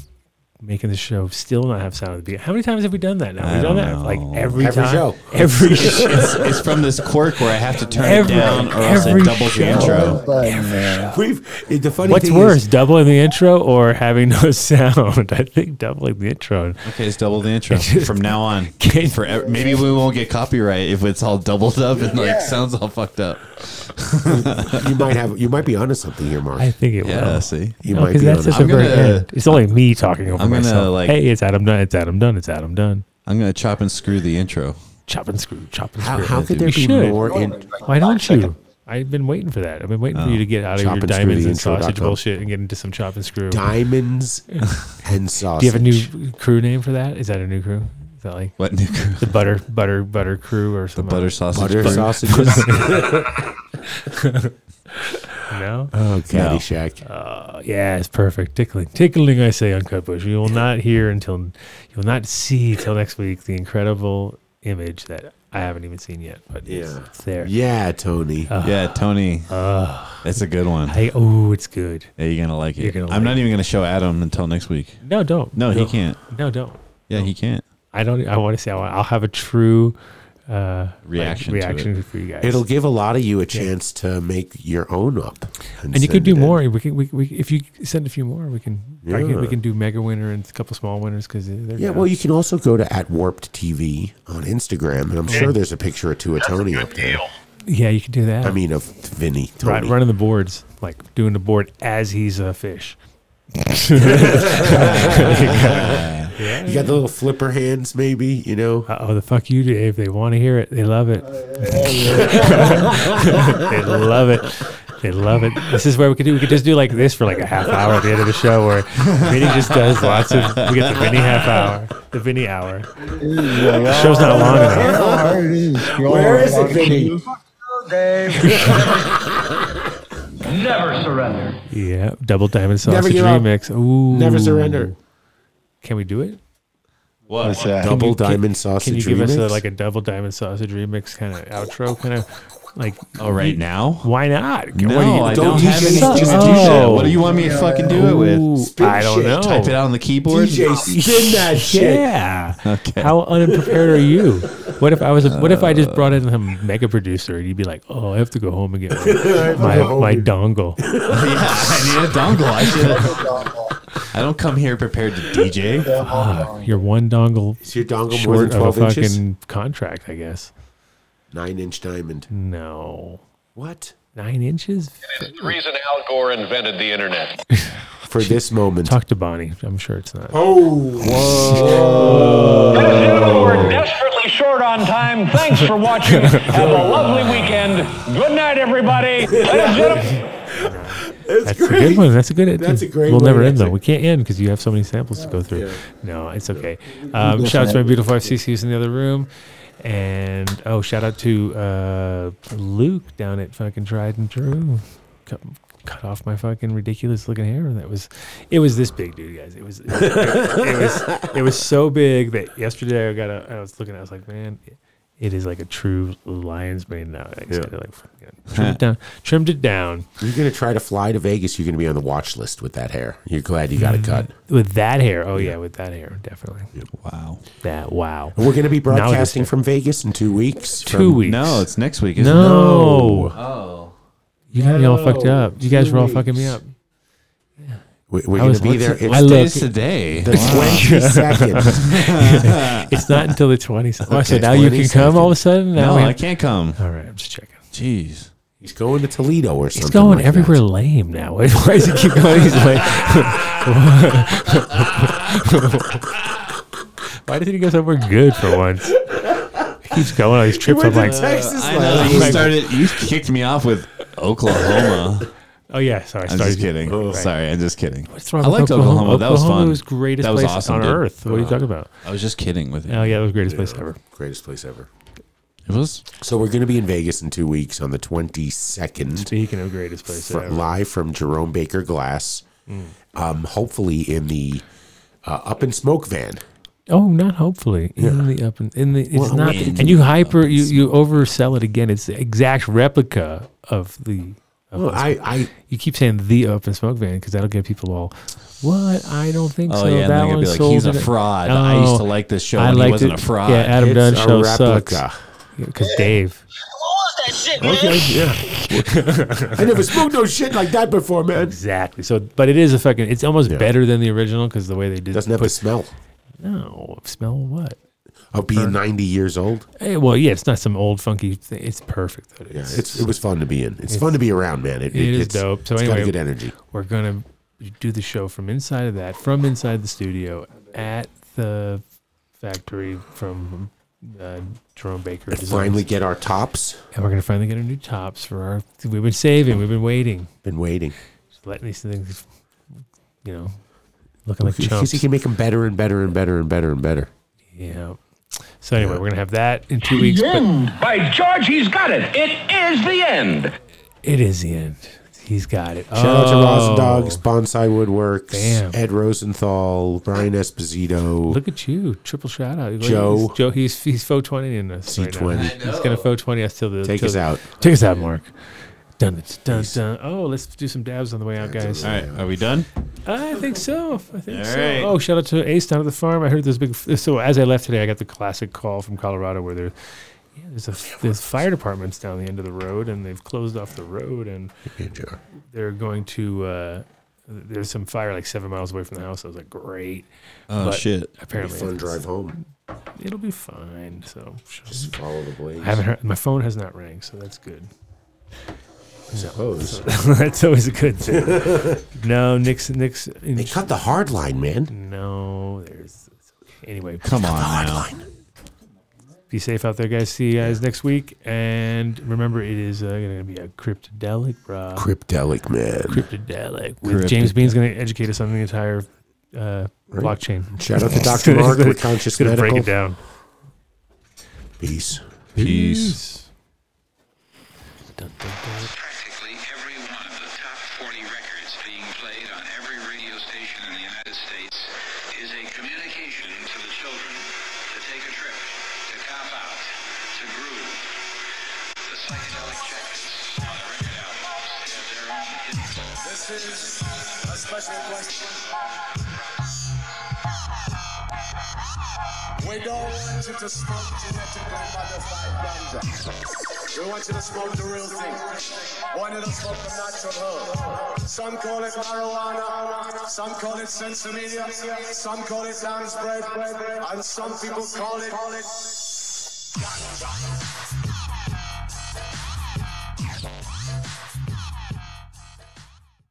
making the show still not have sound at the beginning. How many times have we done that now?
I
We've done
don't
that like
know.
every,
Every
time.
show.
Every show.
it's, it's from this quirk where I have to turn
Every-
it down or else
every
it doubles the
show.
intro.
We've the funny
What's
thing
worse,
is
doubling the intro or having no sound? I think doubling the intro.
Okay, it's double the intro from now on.
Okay.
Forever. Maybe we won't get copyright if it's all doubled up and like sounds all fucked up.
you might have you might be onto something here, Mark.
I think it
Yeah,
will.
see.
You might
Because
be
that's
onto
just a
something.
very
gonna-
end. It's only me talking over
I'm gonna,
myself.
like-
hey, it's Adam Dunn. It's Adam Dunn. It's Adam Dunn.
I'm gonna chop and screw the intro.
Chop and screw. Chop and
How,
screw.
how could there
You
be
should.
more in
Why don't you? I've been waiting for that. I've been waiting for you to get out of
Chop
your
and screw
diamonds
the
and
intro dot
sausage
com.
bullshit and get into some chop and screw.
diamonds and sauce?
Do you have a new crew name for that? Is that a new crew? Is that like
What new crew?
the butter butter butter crew or
The
something?
butter sausage.
butter
crew.
sausages?
butter. know?
Oh,
No.
Caddyshack.
Uh, yeah, it's perfect. Tickling, tickling. I say on Cut Bush. You will not hear until you will not see till next week the incredible image that I haven't even seen yet, but yeah, it's, it's there.
Yeah, Tony.
yeah, Tony. that's a good one.
Hey, oh, it's good.
Yeah, you're gonna like it.
You're gonna
I'm not even gonna show Adam until next week.
No, don't.
No, he can't.
No, don't.
Yeah, he can't.
I don't. I want to say I want, I'll have a true uh, like,
Reaction to
reaction
it.
for you guys.
It'll give a lot of you a chance to make your own up.
and you could
send
do
it in.
more. We can, we, we, if you send a few more, we can I can- we
Yeah.
can do mega winner and a couple small winners because they're
Yeah,
down.
well, you can also go to at Warped TV on Instagram, and I'm
Yeah.
sure there's a picture of Tua Tony up there.
yeah, you can do that.
I mean, of Vinny. Tony.
Right, running the boards, like doing the board as he's a fish.
You got the little flipper hands, maybe, you know? Oh,
Uh oh, the fuck you, Dave. They want to hear it. They love it. they love it. They love it. This is where we could do. We could just do like this for like a half hour at the end of the show, where Vinny just does lots of. We get the Vinny half hour, the Vinny hour. The show's not long enough.
Where is it, Vinny?
Never surrender.
Yeah, double diamond
Never
sausage
give up.
remix. Ooh,
Never surrender.
Can we do it?
What?
What's that?
Can
Double
you- can-
diamond
Can you
sausage
give us a,
remix?
like a double diamond sausage remix kind of outro, kind of like?
Oh, right
you-
now?
Why not?
No,
What do
I don't have any-
Suck.
just do that. What do you want me to fucking do it with?
Ooh,
Spin
I don't
shit.
know.
Type it out on the keyboard? DJ, spin that shit.
Yeah.
Okay.
How unprepared are you? What if I was? A, what if I just brought in a
Uh.
mega producer and you'd be like, "Oh, I have to go home and get my my, my dongle."
yeah, I need a dongle. I should. I don't come here prepared to
Eh?
DJ.
Ah, your one dongle.
Is your dongle more
short
than
of
12
a fucking
inches?
contract? I guess.
Nine inch diamond.
No.
What?
Nine inches?
reason Al Gore invented the internet.
For this moment.
Talk to Bonnie. I'm sure it's not.
Oh.
Whoa.
Desperately short on time. Thanks for watching. Have a lovely weekend. Good night, everybody. Ladies and gentlemen.
That's a good one. That's a good.
That's a great
We'll
way
never
to
end though.
exit.
We can't end because you have so many samples to go through. No, it's okay. Um,
Yes,
shout out to my
ma'am.
beautiful wife CC who's in the other room, and oh, shout out to uh, Luke down at fucking Tried and True. Cut, cut off my fucking ridiculous looking hair. That was, it was this big, dude, guys. It was, it, was, it was so big that yesterday I got. A, I was looking. I was like, man. It is like a true lion's mane now. I just gotta, like, fucking trim it down. Trimmed it down.
You're going to try to fly to Vegas. You're going to be on the watch list with that hair. You're glad you
Mm-hmm.
got it cut.
With that hair. Oh, yeah, with that hair, definitely.
Wow.
That, wow.
We're going to be
Now it is
broadcasting from Vegas in two weeks.
Two
from-
weeks.
No, it's next week. Isn't
No.
It? Oh.
You got me all
No,
fucked up. You guys
two
were all fucking me up.
We- We're
I
going
was
to be there.
looking-
It's
I looked-
the- The
Wow.
22nd.
it's not until the 22nd. Oh, so
Okay,
now you can come all of a sudden? Now
No,
we have-
I can't come.
All right, I'm just checking.
Jeez.
He's going to Toledo or something.
He's going
like
everywhere lame now. Why does he keep going? He's like, why doesn't he go somewhere good for once? He keeps going on these trips.
went to
I'm like,
Texas
I know.
last
You
week.
started. You kicked me off with Oklahoma.
Oh yeah, sorry. I
I'm
started
just
you-
kidding.
Right.
Sorry, I'm just kidding.
What's wrong
I
with
liked Oklahoma.
Oklahoma?
That was
Oklahoma
fun.
was greatest
that was
place
awesome,
on
dude.
earth. What are you talking about?
I was just kidding with you.
Oh yeah, that was greatest place ever.
Greatest place ever.
It was.
So we're going to be in Vegas in two weeks on the 22nd.
Speaking of greatest place
fr-
ever.
Live from Jerome Baker Glass.
Mm.
Um, hopefully in the uh, Up in Smoke van.
Oh, not hopefully in the up and in the it's
Well,
not.
in
and you
the
hyper you you oversell it again. It's the exact replica of the. of
Well,
the-
I- I-
you keep saying the up and smoke van because that'll get people all. What I don't think
Oh,
so.
yeah, and
that
they're gonna
one
be like,
sold
"He's a
it at-"
fraud. I used to
No,
like this show
I
and he
liked
wasn't
it.
a fraud.
Yeah, Adam
It's
Dunn
a
show sucks
replica.
because Dave.
Okay, yeah. I never smoked no shit like that before, man.
Exactly. So, but it is a fucking. It's almost better than the original because the way they did.
Doesn't have the smell.
No smell what?
Oh,
Of being 90 years old.
Hey, Eh, well, yeah, it's not some old funky. thing. It's perfect. Though.
Yeah, it's, it was fun to be in. It's, fun to be around, man. It,
it is
it's,
dope. So
it's
anyway,
got a good energy.
We're gonna do the show from inside of that, from inside the studio at the factory from uh, Jerome Baker.
And
Designs.
finally get our tops.
and we're gonna finally get our new tops for our. We've been saving. We've been waiting.
Been waiting.
Just letting these things, you know, looking like
Because
chumps.
he can make them better and better and better and better and better.
Yeah. So anyway, we're gonna have that in two weeks.
The
But
end. By George, he's got it. It is the end.
it is the end. He's got it.
Shout out to
Oh.
Rosin Dogs, Bonsai Woodworks,
Damn.
Ed Rosenthal, Brian Esposito.
Look at you, triple shout out,
Joe.
He's, Joe, he's he's faux twenty in us. right now.
C20.
He's gonna faux twenty us till the
Take
till-
us out.
Take us out, Mark. Dun dun dun. Oh, let's do some dabs on the way out, guys.
All right, are we done?
I think so. I think
All
so.
right.
Oh, shout out to Ace down at the farm. I heard this big. So as I left today, I got the classic call from Colorado where there, yeah, there's a there's fire departments down the end of the road and they've closed off the road and they're going to. Uh, there's some fire like seven miles away from the house. I was like, great.
Oh, shit.
Apparently,
Fun
it's-
drive home.
It'll be fine. So
Just follow the blaze.
I haven't heard. My phone has not rang, so that's good. I
suppose.
that's always a good thing. no, Nick's Nick's.
They cut the hard line, man.
No, there's. Anyway,
come on now.
Be safe out there, guys. See you guys next week, and remember, it is uh, going to be a cryptodelic, bro.
Cryptelic, man.
Cryptodelic. With James Bean's going to educate us on the entire uh,
Right.
blockchain.
Shout out to
He's
Dr.
gonna-
Mark
he's
with
gonna-
Conscious
he's gonna Break it
Medical.
down.
Peace.
Peace.
Dun, dun, dun.
Practically every one of the top 40 records being played on every radio station in the United States is a communication to the children to take a trip, to cop out, to groove. The psychedelic jackets on the record albums have their own hidden
This is a special question. We don't want you to smoke genetically modified ganja. We want you to smoke the real thing. Want you to smoke the natural herb. Some call it marijuana, some call it sensimedia, some call it lamb's bread, and some people call it. Ganja.